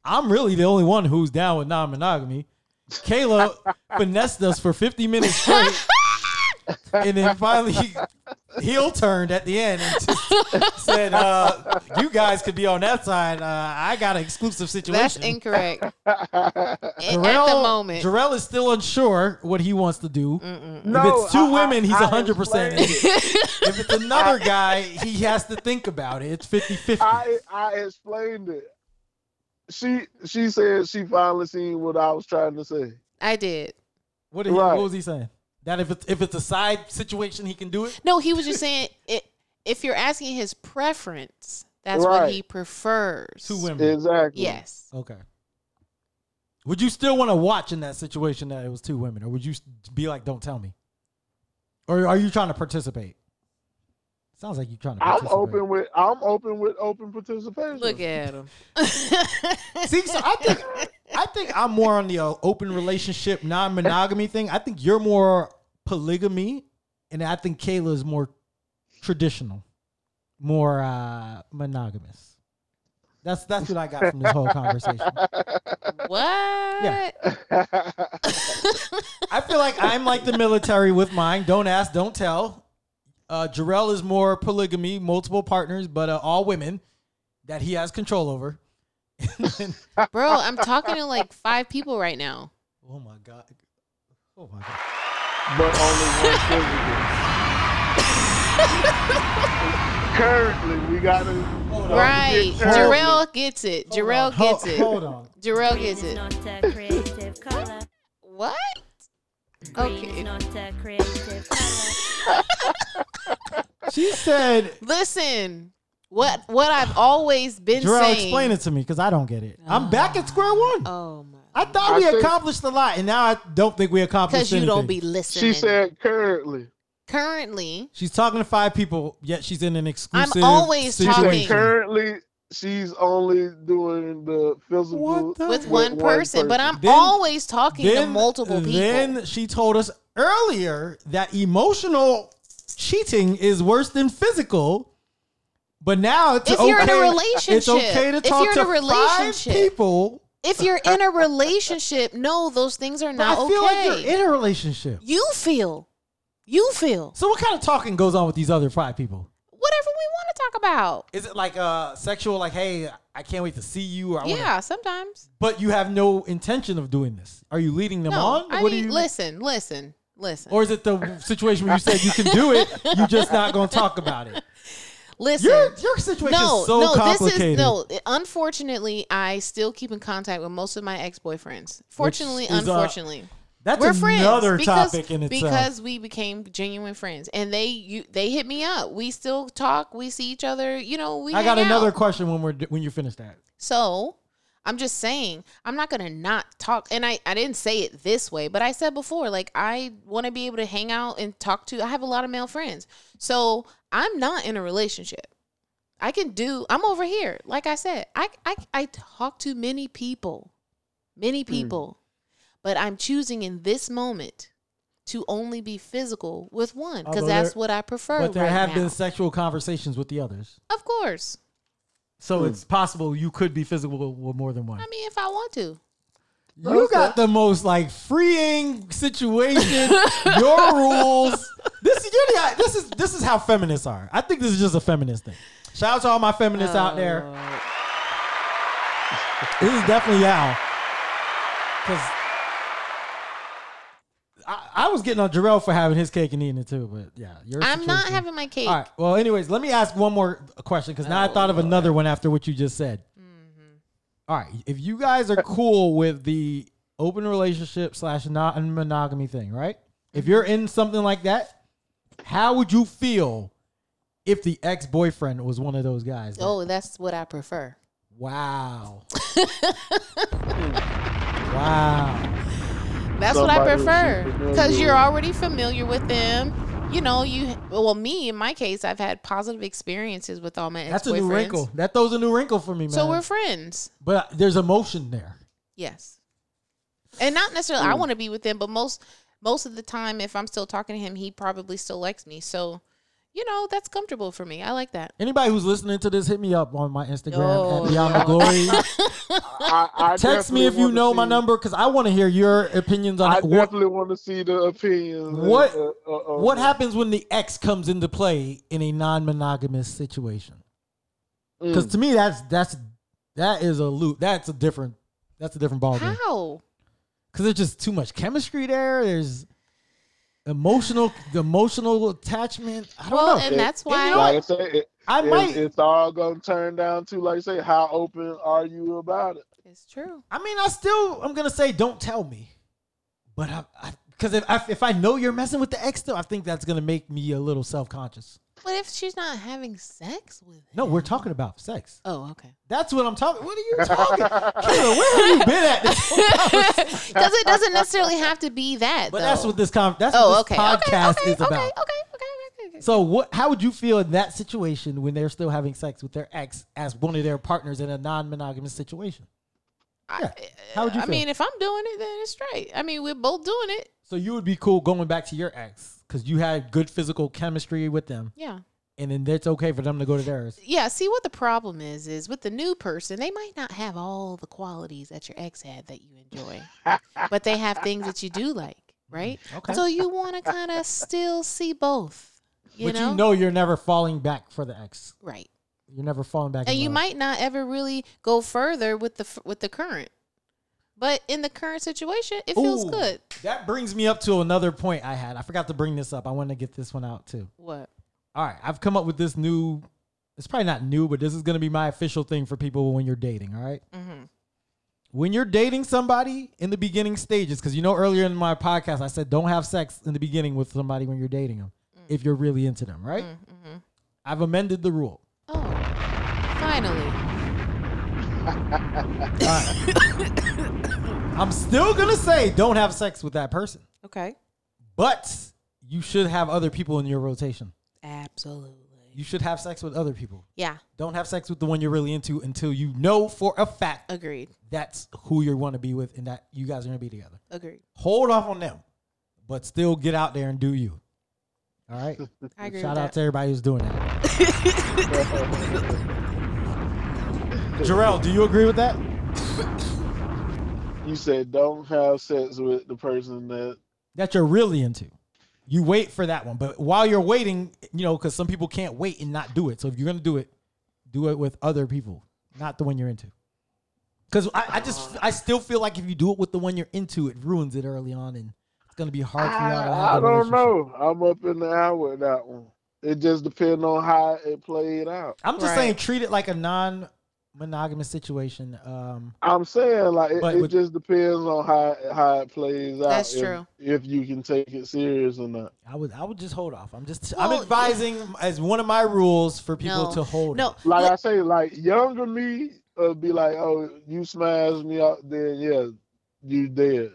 Speaker 1: I'm really the only one who's down with non-monogamy. Kayla finessed us for 50 minutes straight, and then finally he heel turned at the end and just said, uh, "You guys could be on that side. Uh, I got an exclusive situation."
Speaker 2: That's incorrect. A- At the
Speaker 1: Jarrell-
Speaker 2: moment.
Speaker 1: Jarrell is still unsure what he wants to do.
Speaker 2: Mm-mm.
Speaker 1: if it's two
Speaker 3: I- I-
Speaker 1: women, he's
Speaker 3: I
Speaker 1: hundred percent.
Speaker 3: explained it.
Speaker 1: If it's another guy, he has to think about it. It's 50-50.
Speaker 3: I I explained it. She she said she finally seen what I was trying to say.
Speaker 2: I did.
Speaker 1: What, did he-
Speaker 3: Right.
Speaker 1: what was he saying? That if it's if it's a side situation, he can do it.
Speaker 2: No, he was just saying it. If you're asking his preference, that's what
Speaker 3: Right.
Speaker 2: he prefers.
Speaker 1: Two women.
Speaker 3: Exactly.
Speaker 2: Yes.
Speaker 1: Okay. Would you still want to watch in that situation that it was two women, or would you s- be like, "Don't tell me"? Or are you trying to participate? Sounds like you're trying to.
Speaker 3: I'm
Speaker 1: Participate.
Speaker 3: open with I'm open with open participation.
Speaker 2: Look at him.
Speaker 1: See, so I think I think I'm more on the uh, open relationship, non-monogamy thing. I think you're more polygamy, and I think Kayla is more traditional, more uh, monogamous. That's that's what I got from this whole conversation.
Speaker 2: what?
Speaker 1: I feel like I'm like the military with mine. Don't ask, don't tell. Uh, Jarrell is more polygamy, multiple partners, but uh, all women that he has control over.
Speaker 2: Bro, I'm talking to like five people right now.
Speaker 1: oh my god! Oh my god!
Speaker 3: but only one physical. Currently, we gotta
Speaker 1: Hold on.
Speaker 2: Right.
Speaker 3: Hold on.
Speaker 2: Jarrell gets it.
Speaker 1: Hold
Speaker 2: Jarrell
Speaker 1: on.
Speaker 2: gets
Speaker 1: Hold-
Speaker 2: it.
Speaker 1: Hold on.
Speaker 2: Jarrell
Speaker 4: Green
Speaker 2: gets
Speaker 4: is
Speaker 2: it.
Speaker 4: not a creative color.
Speaker 2: What?
Speaker 4: Green
Speaker 2: Okay.
Speaker 4: is not a creative color.
Speaker 1: She said,
Speaker 2: Listen. What what I've always been
Speaker 1: Jarrell,
Speaker 2: saying. Uh,
Speaker 1: explain it to me because I don't get it. I'm back at square one.
Speaker 2: Oh my
Speaker 1: I thought
Speaker 3: I
Speaker 1: we
Speaker 3: think-
Speaker 1: accomplished a lot, and now I don't think we accomplished
Speaker 2: because you don't
Speaker 1: anything.
Speaker 2: be listening.
Speaker 3: She said currently.
Speaker 2: currently.
Speaker 1: She's talking to five people, yet she's in an exclusive.
Speaker 2: always
Speaker 3: She
Speaker 1: situation.
Speaker 2: talking.
Speaker 3: said currently she's only doing the physical.
Speaker 1: What the-
Speaker 2: With
Speaker 1: With
Speaker 2: one,
Speaker 3: one
Speaker 2: person, but I'm
Speaker 1: person. Then-
Speaker 2: always talking to multiple people.
Speaker 1: Then she told us earlier that emotional cheating is worse than physical. But now it's
Speaker 2: If
Speaker 1: okay,
Speaker 2: you're in a relationship,
Speaker 1: it's okay to
Speaker 2: if
Speaker 1: talk
Speaker 2: you're in
Speaker 1: to
Speaker 2: a relationship,
Speaker 1: five people.
Speaker 2: if you're in a relationship, no, those things are
Speaker 1: But I
Speaker 2: not
Speaker 1: feel
Speaker 2: okay.
Speaker 1: like you're in a relationship.
Speaker 2: you feel, you feel
Speaker 1: So what kind of talking goes on with these other five people?
Speaker 2: whatever we want to talk about.
Speaker 1: Is it like uh sexual? Like, hey, I can't wait to see you. Or I wanna,
Speaker 2: yeah, sometimes.
Speaker 1: but you have no intention of doing this. Are you leading them
Speaker 2: No,
Speaker 1: on?
Speaker 2: I
Speaker 1: what
Speaker 2: mean,
Speaker 1: are you?
Speaker 2: listen, listen, listen,
Speaker 1: Or is it the situation where you said you can do it, you're just not going to talk about it?
Speaker 2: listen.
Speaker 1: Your your situation
Speaker 2: no,
Speaker 1: is so
Speaker 2: no,
Speaker 1: complicated.
Speaker 2: this is no. Unfortunately, I still keep in contact with most of my ex boyfriends. Fortunately,
Speaker 1: is, uh,
Speaker 2: unfortunately,
Speaker 1: That's
Speaker 2: we're friends.
Speaker 1: another
Speaker 2: because,
Speaker 1: topic in itself.
Speaker 2: because we became genuine friends, and they you they hit me up. We still talk. We see each other. You know, we.
Speaker 1: I got
Speaker 2: hang out.
Speaker 1: another question when we're d- when you finish that.
Speaker 2: So I'm just saying, I'm not gonna not talk. And I, I didn't say it this way, but I said before, like I want to be able to hang out and talk to. I have a lot of male friends, so I'm not in a relationship. I can do. I'm over here. Like I said, I I, I talk to many people, many
Speaker 1: Hmm.
Speaker 2: people, but I'm choosing in this moment to only be physical with one because
Speaker 1: Although
Speaker 2: that's
Speaker 1: there-
Speaker 2: what I prefer.
Speaker 1: But there
Speaker 2: right
Speaker 1: have
Speaker 2: now.
Speaker 1: been sexual conversations with the others,
Speaker 2: of course.
Speaker 1: so it's possible you could be physical with more than one.
Speaker 2: I mean, if I want to.
Speaker 1: you got the most like freeing situation. your rules. This is you're the, this is this is how feminists are. I think this is just a feminist thing. Shout out to all my feminists out there.
Speaker 2: Uh.
Speaker 1: This is definitely y'all. Because I, I was getting on Jarrell for having his cake and eating it too, but yeah, your
Speaker 2: I'm not
Speaker 1: situation-
Speaker 2: having my cake.
Speaker 1: All right. Well, anyways, let me ask one more question because
Speaker 2: Oh,
Speaker 1: now I thought of another one after what you just said.
Speaker 2: Mm-hmm.
Speaker 1: All right. If you guys are cool with the open relationship slash non monogamy thing, right? If you're in something like that, how would you feel if the ex boyfriend was one of those guys? that-
Speaker 2: Oh, that's what I prefer.
Speaker 1: Wow. wow.
Speaker 2: That's what I
Speaker 3: Somebody that
Speaker 2: prefer
Speaker 3: you're
Speaker 2: because you're
Speaker 3: familiar
Speaker 2: already familiar with them. You know, you well, me in my case, I've had positive experiences with all my ex
Speaker 1: That's a new
Speaker 2: boyfriends.
Speaker 1: wrinkle. That throws a new wrinkle for me, man.
Speaker 2: So we're friends.
Speaker 1: but there's emotion there.
Speaker 2: Yes, and not necessarily
Speaker 1: Mm.
Speaker 2: I want to be with them, but most most of the time, if I'm still talking to him, he probably still likes me. So, you know, that's comfortable for me. I like that.
Speaker 1: Anybody who's listening to this, hit me up on my Instagram
Speaker 2: Yo,
Speaker 1: at Beyond the
Speaker 2: yo.
Speaker 1: Glory.
Speaker 3: I, I
Speaker 1: Text me
Speaker 3: Oh, definitely
Speaker 1: if you
Speaker 3: wanna
Speaker 1: know my
Speaker 3: see-
Speaker 1: number because I want to hear your opinions on
Speaker 3: I
Speaker 1: it. What,
Speaker 3: definitely want to see the opinions.
Speaker 1: What-
Speaker 3: Uh, uh, uh,
Speaker 1: what happens when the ex comes into play in a non-monogamous situation? Because
Speaker 3: Mm.
Speaker 1: to me, that's that's that is a loop. That's a different. That's a different ballgame.
Speaker 2: How?
Speaker 1: Because there's just too much chemistry there. There's emotional emotional attachment. I don't
Speaker 2: Well,
Speaker 1: know.
Speaker 2: and that's why.
Speaker 3: Like I say, it,
Speaker 1: I
Speaker 3: it-
Speaker 1: might.
Speaker 3: it's all gonna turn down to like I say, how open are you about it?
Speaker 2: it's true.
Speaker 1: I mean, I still I'm gonna say don't tell me, but I because if I, if I know you're messing with the ex, though, I think that's gonna make me a little self conscious.
Speaker 2: What if she's not having sex with him?
Speaker 1: No, we're talking about sex.
Speaker 2: Oh, okay.
Speaker 1: That's what I'm talking. What are you talking? Kayla, where have you been at? This whole conversation?
Speaker 2: Because it doesn't necessarily have to be that.
Speaker 1: But
Speaker 2: though.
Speaker 1: that's what this con- that's
Speaker 2: Oh,
Speaker 1: what
Speaker 2: okay.
Speaker 1: this
Speaker 2: Okay,
Speaker 1: podcast
Speaker 2: okay,
Speaker 1: is about.
Speaker 2: Okay, okay, okay, okay, okay.
Speaker 1: So what? How would you feel in that situation when they're still having sex with their ex as one of their partners in a non-monogamous situation? Yeah. How would you
Speaker 2: I
Speaker 1: feel?
Speaker 2: mean, if I'm doing it, then it's straight. I mean, we're both doing it.
Speaker 1: So you would be cool going back to your ex because you had good physical chemistry with them,
Speaker 2: Yeah.
Speaker 1: and then it's okay for them to go to theirs.
Speaker 2: Yeah. See, what the problem is, is with the new person, they might not have all the qualities that your ex had that you enjoy, but they have things that you do like, right?
Speaker 1: Okay.
Speaker 2: So you want to kind of still see both, you
Speaker 1: but
Speaker 2: know?
Speaker 1: you know you're never falling back for the ex.
Speaker 2: Right.
Speaker 1: You're never falling back.
Speaker 2: and
Speaker 1: in
Speaker 2: you
Speaker 1: love.
Speaker 2: might not ever really go further with the f- with the current but in the current situation it feels
Speaker 1: Ooh,
Speaker 2: good
Speaker 1: That brings me up to another point I had. I forgot to bring this up. I wanted to get this one out too.
Speaker 2: what
Speaker 1: All right, I've come up with this new. It's probably not new, but this is going to be my official thing for people when you're dating. All right,
Speaker 2: mm-hmm.
Speaker 1: when you're dating somebody in the beginning stages, because you know earlier in my podcast I said don't have sex in the beginning with somebody when you're dating them
Speaker 2: Mm.
Speaker 1: if you're really into them. Right?
Speaker 2: Mm-hmm.
Speaker 1: I've amended the rule.
Speaker 2: oh finally
Speaker 1: I'm still gonna say don't have sex with that person,
Speaker 2: Okay.
Speaker 1: but you should have other people in your rotation.
Speaker 2: Absolutely.
Speaker 1: You should have sex with other people.
Speaker 2: Yeah.
Speaker 1: Don't have sex with the one you're really into until you know for a fact
Speaker 2: Agreed.
Speaker 1: that's who you want to be with and that you guys are gonna be together.
Speaker 2: Agreed.
Speaker 1: Hold off on them, but still get out there and do you. All right.
Speaker 2: I agree.
Speaker 1: Shout
Speaker 2: with
Speaker 1: out
Speaker 2: that.
Speaker 1: to everybody who's doing that. Jarrell, do you agree with that?
Speaker 3: You said don't have sex with the person that
Speaker 1: that you're really into. You wait for that one, but while you're waiting, you know, because some people can't wait and not do it. So if you're gonna do it, do it with other people, not the one you're into. Because I, I just, I still feel like if you do it with the one you're into, it ruins it early on, and it's gonna be hard for y'all to
Speaker 3: I,
Speaker 1: have
Speaker 3: I
Speaker 1: a relationship.
Speaker 3: don't know. I'm up in the air with that one. It just depends on how it played out.
Speaker 1: I'm just
Speaker 2: Right.
Speaker 1: saying, treat it like a non-monogamous situation. Um,
Speaker 3: I'm saying like it,
Speaker 1: But
Speaker 3: it
Speaker 1: with-
Speaker 3: just depends on how how it plays out.
Speaker 2: That's
Speaker 3: if-
Speaker 2: true.
Speaker 3: If you can take it serious or not.
Speaker 1: I would, I would just hold off. I'm just,
Speaker 2: Well,
Speaker 1: I'm advising as one of my rules for people
Speaker 2: No.
Speaker 1: to hold.
Speaker 2: No.
Speaker 1: off.
Speaker 3: Like
Speaker 2: look-
Speaker 3: I say, like younger me would be like, "Oh, you smashed me out, then yeah, you did."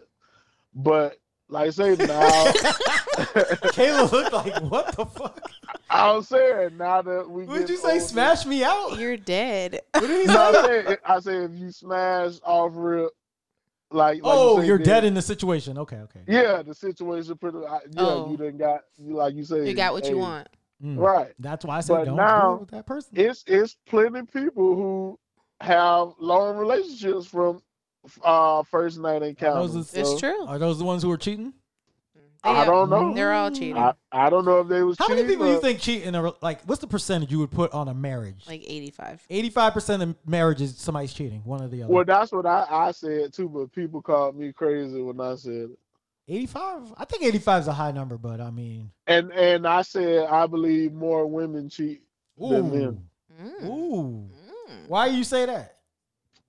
Speaker 3: But like I say now,
Speaker 1: Kayla looked like, what the fuck?
Speaker 3: I'm saying now that we
Speaker 1: Would
Speaker 3: get
Speaker 1: you say
Speaker 3: older-
Speaker 1: smash me out?
Speaker 2: You're dead.
Speaker 3: No, I say I say if you smash off real, like, like you
Speaker 1: oh,
Speaker 3: say,
Speaker 1: you're
Speaker 3: then-
Speaker 1: dead in the situation. Okay, okay.
Speaker 3: Yeah, the situation pretty. I- Yeah,
Speaker 2: Oh.
Speaker 3: you done got you like you say.
Speaker 2: You got what you
Speaker 3: hey,
Speaker 2: want.
Speaker 1: Mm.
Speaker 3: Right.
Speaker 1: That's why I said
Speaker 3: But
Speaker 1: don't
Speaker 3: now-
Speaker 1: deal with that person.
Speaker 3: It's it's plenty people who have long relationships from uh first night
Speaker 1: Those
Speaker 3: encounter.
Speaker 1: is-
Speaker 3: So,
Speaker 2: It's true. Mm.
Speaker 1: Are those the ones who are cheating?
Speaker 2: They
Speaker 3: I
Speaker 2: are-
Speaker 3: don't know.
Speaker 2: They're all cheating.
Speaker 3: I, I don't know if they was
Speaker 1: How many
Speaker 3: cheating,
Speaker 1: people you
Speaker 3: but
Speaker 1: think cheat in a re- like? What's the percentage you would put on a marriage?
Speaker 2: like 85.
Speaker 1: eighty-five percent of marriages, somebody's cheating. One or the
Speaker 3: Well,
Speaker 1: other.
Speaker 3: that's what I, I said too, but people called me crazy when I said it.
Speaker 1: Eighty-five. I think eighty-five is a high number, but I mean,
Speaker 3: And and I said I believe more women cheat. Than
Speaker 1: ooh,
Speaker 3: them.
Speaker 2: Mm.
Speaker 1: ooh. Why you say that?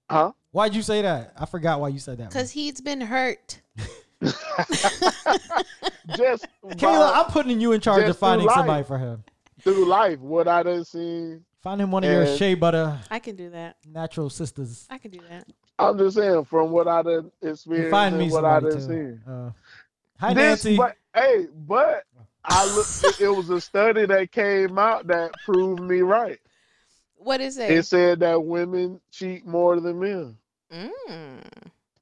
Speaker 3: Huh?
Speaker 1: Why'd you say that? I forgot why you said that.
Speaker 2: Because he's been hurt.
Speaker 3: Just
Speaker 1: one. Kayla,
Speaker 3: by-
Speaker 1: I'm putting you in charge
Speaker 3: just
Speaker 1: of finding
Speaker 3: through
Speaker 1: somebody
Speaker 3: life.
Speaker 1: for him.
Speaker 3: through life, what I done seen.
Speaker 1: Find him one of your
Speaker 3: And-
Speaker 1: shea butter
Speaker 2: I can do that.
Speaker 1: natural sisters.
Speaker 2: I can do that.
Speaker 3: I'm just saying from what I done
Speaker 1: And
Speaker 3: experienced
Speaker 1: find me
Speaker 3: and what I
Speaker 1: somebody
Speaker 3: done
Speaker 1: too.
Speaker 3: seen.
Speaker 1: Uh, hi
Speaker 3: This-
Speaker 1: Nancy.
Speaker 3: But, hey, but I look, it was a study that came out that proved me right.
Speaker 2: What is it?
Speaker 3: It said that women cheat more than men.
Speaker 2: Mm.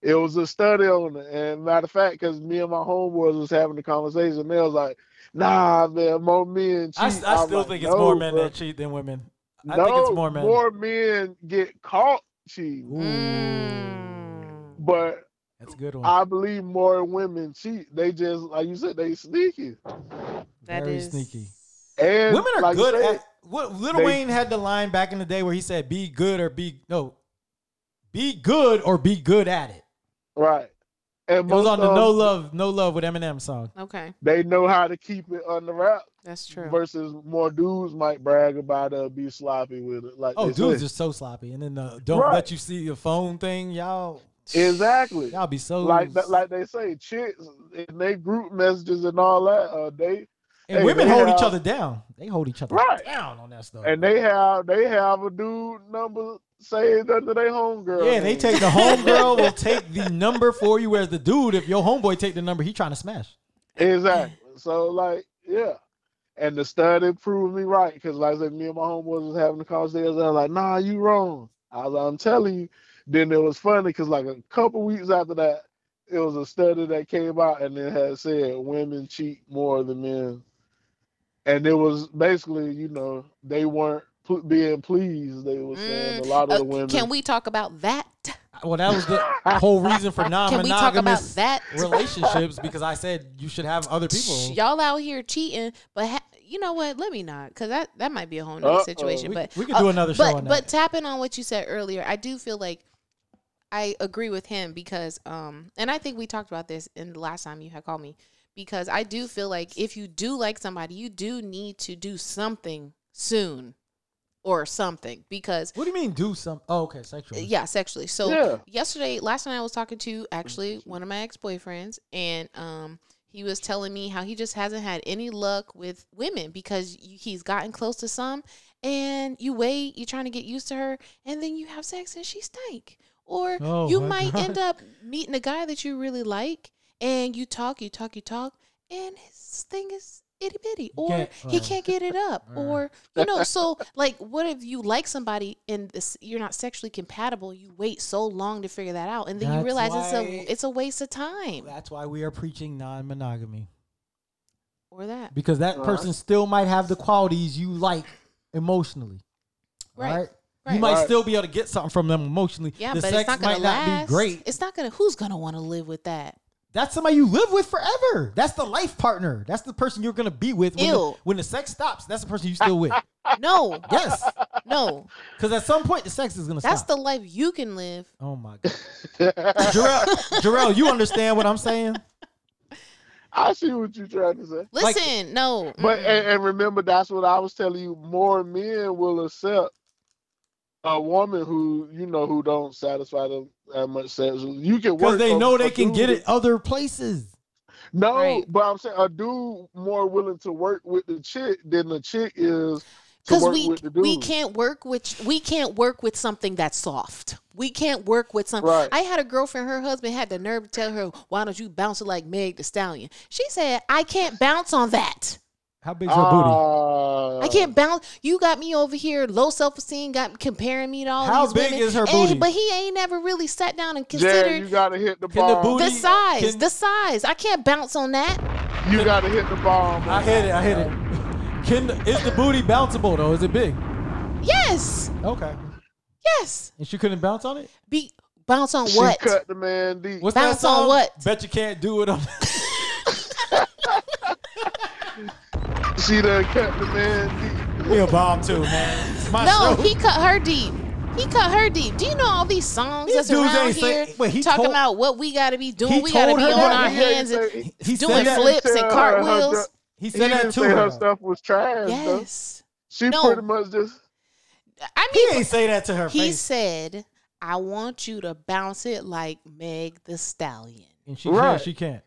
Speaker 3: It was a study on it, and matter of fact, because me and my homeboys was having the conversation, they was like, "Nah, man, more men cheat."
Speaker 1: I, s- I
Speaker 3: I'm
Speaker 1: still
Speaker 3: like,
Speaker 1: think it's
Speaker 3: "No,
Speaker 1: more men
Speaker 3: bro.
Speaker 1: that cheat than women.
Speaker 3: No,
Speaker 1: I think it's more men.
Speaker 3: More men get caught cheating,
Speaker 1: Ooh,
Speaker 2: Mm.
Speaker 3: but
Speaker 1: That's a good one.
Speaker 3: I believe more women cheat. They just like you said, they sneaky.
Speaker 2: That
Speaker 1: Very
Speaker 2: is-
Speaker 1: sneaky.
Speaker 3: And
Speaker 1: Women are
Speaker 3: like you
Speaker 1: good
Speaker 3: said,
Speaker 1: at what Little
Speaker 3: they-
Speaker 1: Wayne had the line back in the day where he said, "Be good or be no, be good or be good at it."
Speaker 3: right. And
Speaker 1: It
Speaker 3: most
Speaker 1: was on the
Speaker 3: of
Speaker 1: No
Speaker 3: them,
Speaker 1: Love, No Love with Eminem song.
Speaker 2: Okay.
Speaker 3: they know how to keep it under wraps.
Speaker 2: That's true.
Speaker 3: Versus more dudes might brag about it, or be sloppy with it. Like
Speaker 1: Oh,
Speaker 3: they
Speaker 1: dudes
Speaker 3: say.
Speaker 1: are so sloppy. And then the don't
Speaker 3: Right.
Speaker 1: let you see your phone thing, y'all.
Speaker 3: exactly.
Speaker 1: Y'all be so
Speaker 3: Like that, like they say, chicks in they group messages and all that. Uh, they
Speaker 1: and
Speaker 3: hey,
Speaker 1: women
Speaker 3: they
Speaker 1: hold each
Speaker 3: have-
Speaker 1: other down. They hold each other
Speaker 3: Right.
Speaker 1: down on that stuff.
Speaker 3: and they have they have a dude number saved under their homegirl.
Speaker 1: Yeah, they
Speaker 3: name.
Speaker 1: take the homegirl will take the number for you, whereas the dude, if your homeboy take the number, he trying to smash.
Speaker 3: Exactly. So like, yeah. And the study proved me right because, like I said, me and my homeboys was having the conversation. I was like, "Nah, you wrong." I was, like, I'm telling you. Then it was funny because, like, a couple weeks after that, it was a study that came out and it had said women cheat more than men, and it was basically, you know, they weren't pl- being pleased. They were saying
Speaker 2: Mm.
Speaker 3: a lot of
Speaker 2: Uh,
Speaker 3: the women.
Speaker 2: Can we talk about that?
Speaker 1: Well, that was the whole reason for
Speaker 2: Can we talk about
Speaker 1: non-monogamous
Speaker 2: that?
Speaker 1: relationships because I said you should have other people.
Speaker 2: Y'all out here cheating, but ha- you know what? Let me not, because that, that might be a whole nother
Speaker 3: Uh-oh.
Speaker 2: situation.
Speaker 1: We-
Speaker 2: but uh,
Speaker 1: we could do another show
Speaker 2: but,
Speaker 1: on that.
Speaker 2: But tapping on what you said earlier, I do feel like I agree with him because, um, and I think we talked about this in the last time you had called me because I do feel like if you do like somebody, you do need to do something soon or something because
Speaker 1: What do you mean do some? Oh, okay, sexual.
Speaker 2: yeah, sexually. So
Speaker 3: Yeah.
Speaker 2: yesterday, last night I was talking to actually one of my ex boyfriends, and um, he was telling me how he just hasn't had any luck with women because y- he's gotten close to some, and you wait, you're trying to get used to her, and then you have sex and she stank. Or
Speaker 1: Oh,
Speaker 2: you
Speaker 1: my
Speaker 2: might
Speaker 1: God.
Speaker 2: end up meeting a guy that you really like, and you talk, you talk, you talk, and his thing is itty bitty, or
Speaker 1: can't-
Speaker 2: he
Speaker 1: oh.
Speaker 2: can't get it up,
Speaker 1: Alright.
Speaker 2: or you know. So, like, what if you like somebody and this, you're not sexually compatible? You wait so long to figure that out, and then you
Speaker 1: That's
Speaker 2: realize it's
Speaker 1: why-
Speaker 2: a it's a waste of time,
Speaker 1: That's why we are preaching non-monogamy
Speaker 2: or that
Speaker 1: because that
Speaker 3: Uh-huh.
Speaker 1: person still might have the qualities you like emotionally.
Speaker 2: Right.
Speaker 1: Right.
Speaker 2: Right.
Speaker 1: You might
Speaker 3: Right.
Speaker 1: still be able to get something from them emotionally.
Speaker 2: Yeah,
Speaker 1: the
Speaker 2: but
Speaker 1: sex
Speaker 2: it's not gonna
Speaker 1: might
Speaker 2: last.
Speaker 1: not be great.
Speaker 2: It's not gonna. Who's gonna want to live with that?
Speaker 1: That's somebody you live with forever. That's the life partner. That's the person you're gonna be with when, the,
Speaker 2: Ew.
Speaker 1: when the sex stops. That's the person you still with.
Speaker 2: No,
Speaker 1: yes,
Speaker 2: no.
Speaker 1: because at some point the sex is gonna
Speaker 2: That's
Speaker 1: stop.
Speaker 2: the life you can live.
Speaker 1: the. Oh my god, Jarrell, Jarrell, you understand what I'm saying?
Speaker 3: I see what you're trying to say.
Speaker 1: Like-
Speaker 2: Listen, no.
Speaker 3: But
Speaker 2: mm-mm.
Speaker 3: and, and remember, that's what I was telling you. More men will accept a woman who you know who don't satisfy them that much sex. You can
Speaker 1: Because
Speaker 3: work
Speaker 1: they
Speaker 3: a-
Speaker 1: know they
Speaker 3: a
Speaker 1: can get
Speaker 3: dude-
Speaker 1: it other places.
Speaker 3: No,
Speaker 2: Right.
Speaker 3: but I'm saying a dude more willing to work with the chick than the chick is to
Speaker 2: because
Speaker 3: work
Speaker 2: we
Speaker 3: with the dude.
Speaker 2: we can't work with we can't work with something that's soft. We can't work with something.
Speaker 3: Right.
Speaker 2: I had a girlfriend. Her husband had the nerve to tell her, "Why don't you bounce it like Meg the Stallion?" She said, "I can't bounce on that.
Speaker 1: How big's her booty?
Speaker 3: Ah. Uh.
Speaker 2: I can't bounce. You got me over here, low self esteem, got comparing me to all
Speaker 1: How
Speaker 2: these
Speaker 1: big
Speaker 2: women.
Speaker 1: is her
Speaker 2: And-
Speaker 1: booty?
Speaker 2: but he ain't never really sat down and
Speaker 3: Jan,
Speaker 2: considered
Speaker 3: you gotta hit the
Speaker 1: Can the
Speaker 3: bomb.
Speaker 1: booty-
Speaker 2: the size.
Speaker 1: Can-
Speaker 2: the size. I can't bounce on that.
Speaker 3: you gotta hit the bomb.
Speaker 1: I hit it. I hit it. Can is the booty bounceable though? Is it big?
Speaker 2: Yes,
Speaker 1: Okay.
Speaker 2: yes.
Speaker 1: And she couldn't bounce on it.
Speaker 2: Be bounce on
Speaker 3: She
Speaker 2: what?
Speaker 3: cut the man deep.
Speaker 1: What's
Speaker 2: Bounce
Speaker 1: that
Speaker 2: on
Speaker 1: song?
Speaker 2: what?
Speaker 1: Bet you can't do it on.
Speaker 3: She done cut the man deep.
Speaker 1: he a bomb too, man. It's my
Speaker 2: No,
Speaker 1: show.
Speaker 2: he cut her deep. He cut her deep. Do you know all these songs
Speaker 1: These
Speaker 2: that's
Speaker 1: dudes
Speaker 2: around
Speaker 1: ain't say-
Speaker 2: here
Speaker 1: wait, he
Speaker 2: talking
Speaker 1: told-
Speaker 2: about what we gotta be
Speaker 1: he
Speaker 2: doing? We gotta
Speaker 1: told
Speaker 2: be
Speaker 1: her
Speaker 2: on
Speaker 1: that.
Speaker 2: our
Speaker 1: He
Speaker 2: hands
Speaker 3: ain't
Speaker 2: and
Speaker 3: say-
Speaker 1: He said
Speaker 2: doing
Speaker 1: that-
Speaker 2: flips
Speaker 3: tell
Speaker 2: and
Speaker 3: her
Speaker 2: cartwheels.
Speaker 3: her-
Speaker 1: He
Speaker 3: He
Speaker 1: said
Speaker 3: didn't
Speaker 1: that too.
Speaker 3: say her stuff was trash. though.
Speaker 2: Yes.
Speaker 3: She
Speaker 2: No.
Speaker 3: pretty much just
Speaker 2: I
Speaker 1: He
Speaker 2: mean,
Speaker 1: ain't say that to her
Speaker 2: he
Speaker 1: face.
Speaker 2: said, I want you to bounce it like Meg the Stallion.
Speaker 1: And she
Speaker 3: Right.
Speaker 1: can't. She can't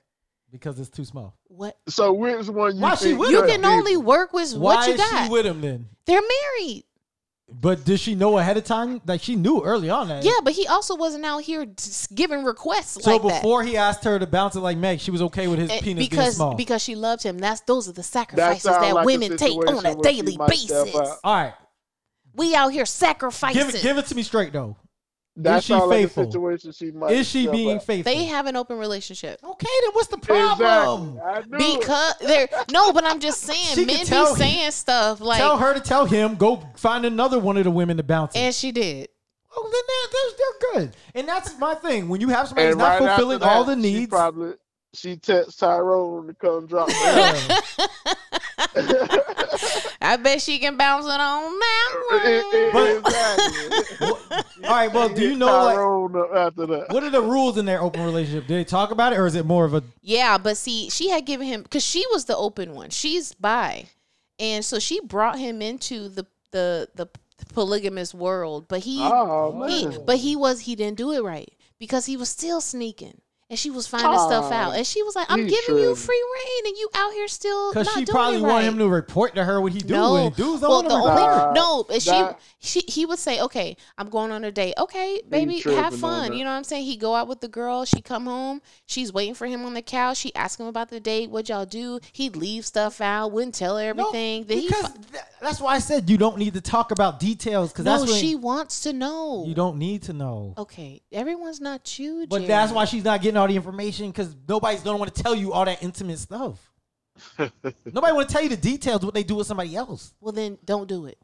Speaker 1: because it's too small.
Speaker 2: What?
Speaker 3: so which one you
Speaker 1: Why she
Speaker 3: think
Speaker 1: with
Speaker 2: You
Speaker 1: her?
Speaker 3: cut
Speaker 2: can
Speaker 3: deep?
Speaker 2: only work with
Speaker 1: Why
Speaker 2: what you
Speaker 1: is
Speaker 2: got.
Speaker 1: she with him then?
Speaker 2: They're married.
Speaker 1: But did she know ahead of time? Like she knew early on that.
Speaker 2: Yeah, but he also wasn't out here just giving requests
Speaker 1: So
Speaker 2: like that.
Speaker 1: before he asked her to bounce it like Meg, she was okay with his
Speaker 2: And
Speaker 1: penis being
Speaker 2: because
Speaker 1: small.
Speaker 2: because she loved him. That's those are the sacrifices
Speaker 3: sound
Speaker 2: that
Speaker 3: like a
Speaker 2: women take on a
Speaker 3: situation where she
Speaker 2: daily
Speaker 3: might step
Speaker 2: basis.
Speaker 3: out.
Speaker 1: All right,
Speaker 2: We out here sacrificing.
Speaker 1: give it give it to me straight though.
Speaker 3: That
Speaker 1: Is she
Speaker 3: sound like a
Speaker 1: faithful?
Speaker 3: situation she might
Speaker 1: Is she
Speaker 3: step
Speaker 1: being
Speaker 3: out.
Speaker 1: faithful?
Speaker 2: they have an open relationship
Speaker 1: okay, then what's the
Speaker 3: Exactly.
Speaker 1: problem?
Speaker 3: I knew it.
Speaker 2: because they're no. But I'm just
Speaker 1: She
Speaker 2: saying,
Speaker 1: could
Speaker 2: men be
Speaker 1: tell he-
Speaker 2: saying stuff like,
Speaker 1: tell her to tell him. Go find another one of the women to bounce it.
Speaker 2: and she did.
Speaker 1: oh, then they're, they're, they're good. And that's my thing. When you have somebody
Speaker 3: And
Speaker 1: who's not
Speaker 3: right after
Speaker 1: fulfilling all the
Speaker 3: that, She
Speaker 1: needs,
Speaker 3: probably she texts Tyrone to come drop. her off.
Speaker 1: yeah.
Speaker 2: I bet she can bounce it on
Speaker 3: Eh, eh,
Speaker 2: that one.
Speaker 1: But-
Speaker 3: exactly.
Speaker 1: all right. Well, do you know like
Speaker 3: Tyrone up after that?
Speaker 1: what are the rules in their open relationship? Do they talk about it, or is it more of a
Speaker 2: Yeah, but see, she had given him because she was the open one. She's bi, and so she brought him into the the the polygamous world. But he
Speaker 3: Oh
Speaker 2: He,
Speaker 3: man.
Speaker 2: but he was he didn't do it right because he was still sneaking and she was finding stuff
Speaker 3: Aw,
Speaker 2: out and she was like, "I'm
Speaker 3: he
Speaker 2: giving you
Speaker 3: tripping.
Speaker 2: free reign and you out here still not
Speaker 1: Because she
Speaker 2: doing
Speaker 1: probably
Speaker 2: it
Speaker 1: want
Speaker 2: right."
Speaker 1: him to report to her what he do.
Speaker 2: no,
Speaker 1: And dudes don't
Speaker 2: well,
Speaker 1: want
Speaker 2: the
Speaker 1: to report.
Speaker 2: only
Speaker 3: Nah,
Speaker 2: no, but she
Speaker 3: that-
Speaker 2: she he would say, "Okay, I'm going on a date. Okay, baby,
Speaker 3: tripping
Speaker 2: have
Speaker 3: on
Speaker 2: fun."
Speaker 3: that.
Speaker 2: You know what I'm saying? He go out with the girl. She come home. She's waiting for him on the couch. She ask him about the date. What y'all do? He leave stuff out. Wouldn't tell her
Speaker 1: No,
Speaker 2: everything. then he
Speaker 1: because
Speaker 2: fi-
Speaker 1: tha- that's why I said you don't need to talk about details because
Speaker 2: no,
Speaker 1: that's when
Speaker 2: she Oh, wants to know.
Speaker 1: you don't need to know.
Speaker 2: Okay, everyone's not you,
Speaker 1: But
Speaker 2: Jerry.
Speaker 1: that's why she's not getting all the information because nobody's gonna want to tell you all that intimate stuff. Nobody want to tell you the details what they do with somebody else.
Speaker 2: Well, then don't do it.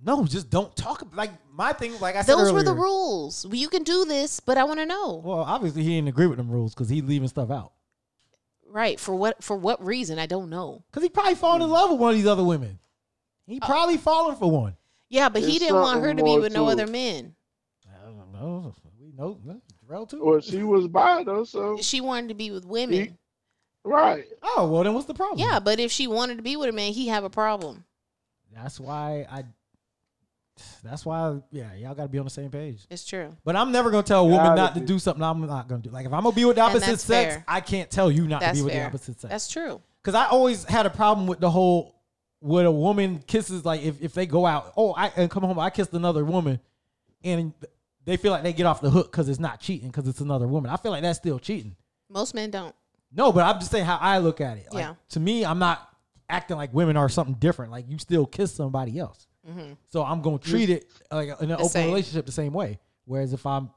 Speaker 1: No, just don't talk. ab- Like my thing, like I said
Speaker 2: Those were the
Speaker 1: earlier,
Speaker 2: rules. Well, You can do this, but I want to know,
Speaker 1: Well, obviously he didn't agree with them rules because he's leaving stuff out.
Speaker 2: right? For what? For what reason? I don't know.
Speaker 1: Because he probably falling in love with one of these other women.
Speaker 2: Uh,
Speaker 1: He probably falling for one.
Speaker 2: Yeah, but he
Speaker 3: There's
Speaker 2: didn't want
Speaker 3: something
Speaker 2: her to be
Speaker 3: more
Speaker 2: with no
Speaker 3: to
Speaker 2: other
Speaker 3: it.
Speaker 2: men.
Speaker 1: I don't know. We know
Speaker 2: uh,
Speaker 1: no, Jarrell too.
Speaker 3: well, she was by though, so
Speaker 2: She wanted to be with women.
Speaker 3: right.
Speaker 1: Oh well, then what's the problem?
Speaker 2: Yeah, but if she wanted to be with a man, he have a problem.
Speaker 1: that's why I. That's why, yeah, y'all got to be on the same page.
Speaker 2: It's true.
Speaker 1: But I'm never gonna tell a woman
Speaker 3: Gotta
Speaker 1: not to
Speaker 3: be.
Speaker 1: do something I'm not gonna do. Like if I'm gonna be with the
Speaker 2: And
Speaker 1: opposite
Speaker 2: that's
Speaker 1: sex,
Speaker 2: fair.
Speaker 1: I can't tell you not
Speaker 2: That's
Speaker 1: to be with
Speaker 2: fair.
Speaker 1: the opposite sex.
Speaker 2: That's true.
Speaker 1: Because I always had a problem with the whole what a woman kisses like if, if they go out oh i and come home i kissed another woman and they feel like they get off the hook because it's not cheating because it's another woman i feel like that's still cheating
Speaker 2: Most men don't.
Speaker 1: no but i'm just saying how i look at it like,
Speaker 2: Yeah.
Speaker 1: to me i'm not acting like women are something different like you still kiss somebody else so i'm gonna treat it like in an open
Speaker 2: Mm-hmm. same.
Speaker 1: relationship the same way whereas if i'm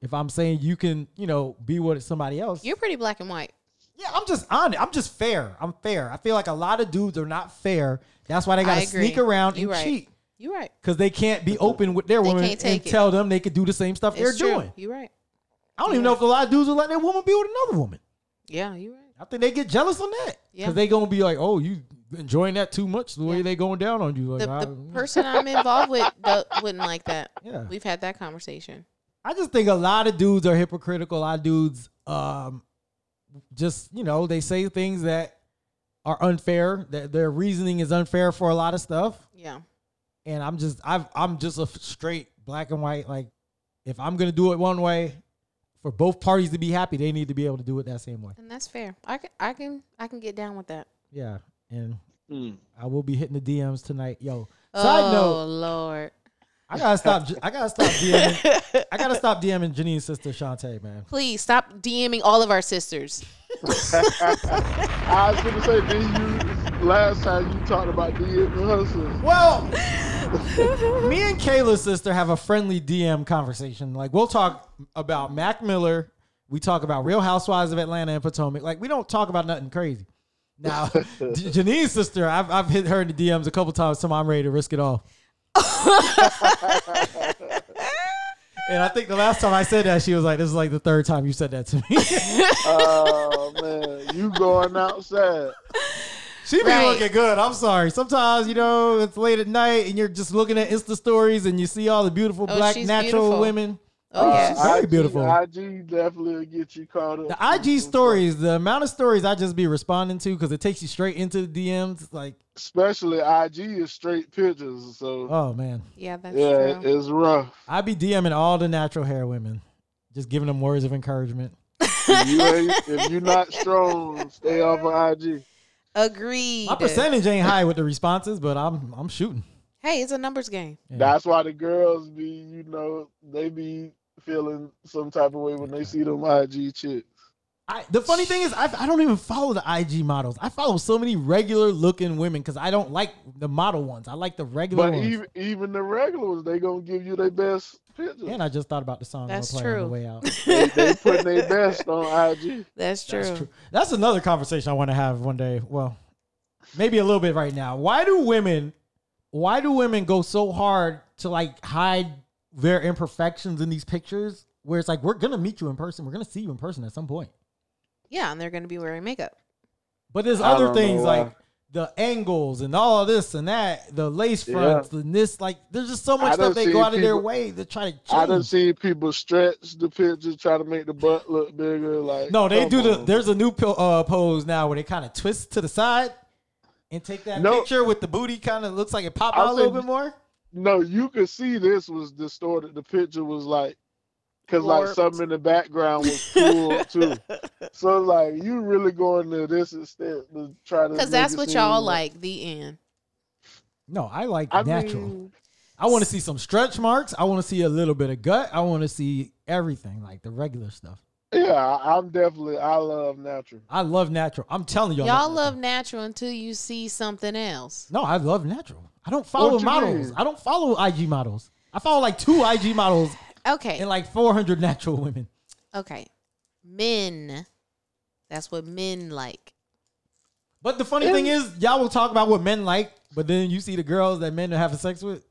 Speaker 1: if i'm saying you can you know be with somebody else
Speaker 2: You're pretty black and white.
Speaker 1: yeah, I'm just honest. I'm just fair. I'm fair. I feel like a lot of dudes are not fair. That's why they
Speaker 2: I
Speaker 1: gotta
Speaker 2: agree.
Speaker 1: sneak around
Speaker 2: You
Speaker 1: and
Speaker 2: right.
Speaker 1: cheat
Speaker 2: You're right.
Speaker 1: because they can't be open with their
Speaker 2: They
Speaker 1: woman
Speaker 2: can't
Speaker 1: and
Speaker 2: take it.
Speaker 1: tell them they could do the same stuff
Speaker 2: It's
Speaker 1: they're
Speaker 2: true.
Speaker 1: doing.
Speaker 2: You're right.
Speaker 1: I don't even know if a lot of dudes will let their woman be with another woman.
Speaker 2: Yeah, you're right.
Speaker 1: I think they get jealous on that because
Speaker 2: Yeah.
Speaker 1: they gonna be like, "Oh, you enjoying that too much? The way
Speaker 2: Yeah.
Speaker 1: they going down on you." Like,
Speaker 2: The,
Speaker 1: I,
Speaker 2: the person I'm involved with do- wouldn't like that.
Speaker 1: Yeah.
Speaker 2: We've had that conversation.
Speaker 1: I just think a lot of dudes are hypocritical. A lot of dudes, um, just you know, they say things that are unfair. That their reasoning is unfair for a lot of stuff.
Speaker 2: Yeah.
Speaker 1: and I'm just I've I'm just a f- straight black and white. Like if I'm gonna do it one way, for both parties to be happy, they need to be able to do it that same way.
Speaker 2: And that's fair. I can I can I can get down with that.
Speaker 1: Yeah, and
Speaker 3: Mm.
Speaker 1: I will be hitting the DMs tonight, yo. Side
Speaker 2: oh
Speaker 1: note,
Speaker 2: Lord.
Speaker 1: I gotta stop. I gotta stop DMing. I gotta stop DMing Janine's sister Shantae, man.
Speaker 2: Please stop DMing all of our sisters.
Speaker 3: I was gonna say, did you last time you talked about the hustlers?
Speaker 1: Well, me and Kayla's sister have a friendly DM conversation. Like we'll talk about Mac Miller. We talk about Real Housewives of Atlanta and Potomac. Like we don't talk about nothing crazy. Now, J- Janine's sister, I've, I've hit her in the DMs a couple times. So I'm ready to risk it all. and I think the last time I said that, she was like, "This is like the third time you said that to me."
Speaker 3: Oh man, you going outside?
Speaker 1: She be
Speaker 2: Right.
Speaker 1: looking good. I'm sorry. Sometimes you know it's late at night and you're just looking at Insta stories and you see all the beautiful
Speaker 2: Oh,
Speaker 1: black
Speaker 2: she's
Speaker 1: natural
Speaker 2: beautiful.
Speaker 1: women.
Speaker 2: Oh
Speaker 1: she's
Speaker 2: yeah.
Speaker 1: very
Speaker 3: IG
Speaker 1: beautiful.
Speaker 3: IG definitely will get you caught up.
Speaker 1: The IG stories, the amount of stories I just be responding to because it takes you straight into the DMs. Like,
Speaker 3: especially IG is straight pictures. So
Speaker 1: oh man,
Speaker 2: Yeah, that's
Speaker 3: yeah,
Speaker 2: true.
Speaker 3: it's rough.
Speaker 1: I be DMing all the natural hair women, just giving them words of encouragement.
Speaker 3: If you ain't- if you're not strong, stay off of IG.
Speaker 2: Agreed.
Speaker 1: My percentage ain't high with the responses, but I'm I'm shooting.
Speaker 2: Hey, it's a numbers game.
Speaker 1: Yeah.
Speaker 3: That's why the girls be, you know, they be feeling some type of way when they see them IG chicks.
Speaker 1: I, the funny thing is, I, I don't even follow the IG models. I follow so many regular looking women because I don't like the model ones. I like the regular
Speaker 3: But
Speaker 1: ones.
Speaker 3: even even the regular ones, they gonna give you their best pictures.
Speaker 1: and I just thought about the song
Speaker 2: That's
Speaker 1: we're playing on
Speaker 2: true.
Speaker 1: the way out.
Speaker 3: They, they putting their best on IG.
Speaker 2: That's true.
Speaker 1: That's true. That's another conversation I want to have one day. Well, maybe a little bit right now. Why do women why do women go so hard to like hide their imperfections in these pictures where it's like we're going to meet you in person. We're going to see you in person at some point.
Speaker 2: Yeah, and they're gonna be wearing makeup.
Speaker 1: But there's
Speaker 3: I
Speaker 1: other
Speaker 3: don't know
Speaker 1: things
Speaker 3: why.
Speaker 1: like the angles and all of this and that, the lace fronts and this like there's just so much
Speaker 3: I
Speaker 1: stuff
Speaker 3: done
Speaker 1: they go
Speaker 3: seen
Speaker 1: out of their
Speaker 3: people-
Speaker 1: way to try to
Speaker 3: I done
Speaker 1: change.
Speaker 3: seen people stretch the pictures, try to make the butt look bigger. Like
Speaker 1: No, they
Speaker 3: come
Speaker 1: do the.
Speaker 3: on.
Speaker 1: There's a new po- uh, pose now where they kind of twist to the side and take that
Speaker 3: No.
Speaker 1: picture with the booty kind of looks like it popped
Speaker 3: I
Speaker 1: out a little
Speaker 3: think-
Speaker 1: bit more.
Speaker 3: no, you could see this was distorted. The picture was like, because like
Speaker 2: Warped.
Speaker 3: something in the background was pulled too. So like, you really going to this extent to try to?
Speaker 2: Because
Speaker 3: make
Speaker 2: that's
Speaker 3: it
Speaker 2: what
Speaker 3: seem
Speaker 2: y'all like, the end.
Speaker 1: No, I like
Speaker 3: I
Speaker 1: natural.
Speaker 3: mean,
Speaker 1: I want to see some stretch marks. I want to see a little bit of gut. I want to see everything like the regular stuff.
Speaker 3: yeah, I- I'm definitely. I love natural.
Speaker 1: I love natural. I'm telling y'all,
Speaker 2: Y'all
Speaker 1: not
Speaker 2: love
Speaker 1: natural.
Speaker 2: natural until you see something else.
Speaker 1: No, I love natural. I don't follow
Speaker 3: What you
Speaker 1: models.
Speaker 3: mean?
Speaker 1: I don't follow IG models. I follow like two IG models
Speaker 2: Okay.
Speaker 1: and like 400 natural women.
Speaker 2: Okay. Men. That's what men like.
Speaker 1: But the funny thing is, y'all will talk about what men like, but then you see the girls that men are having sex with.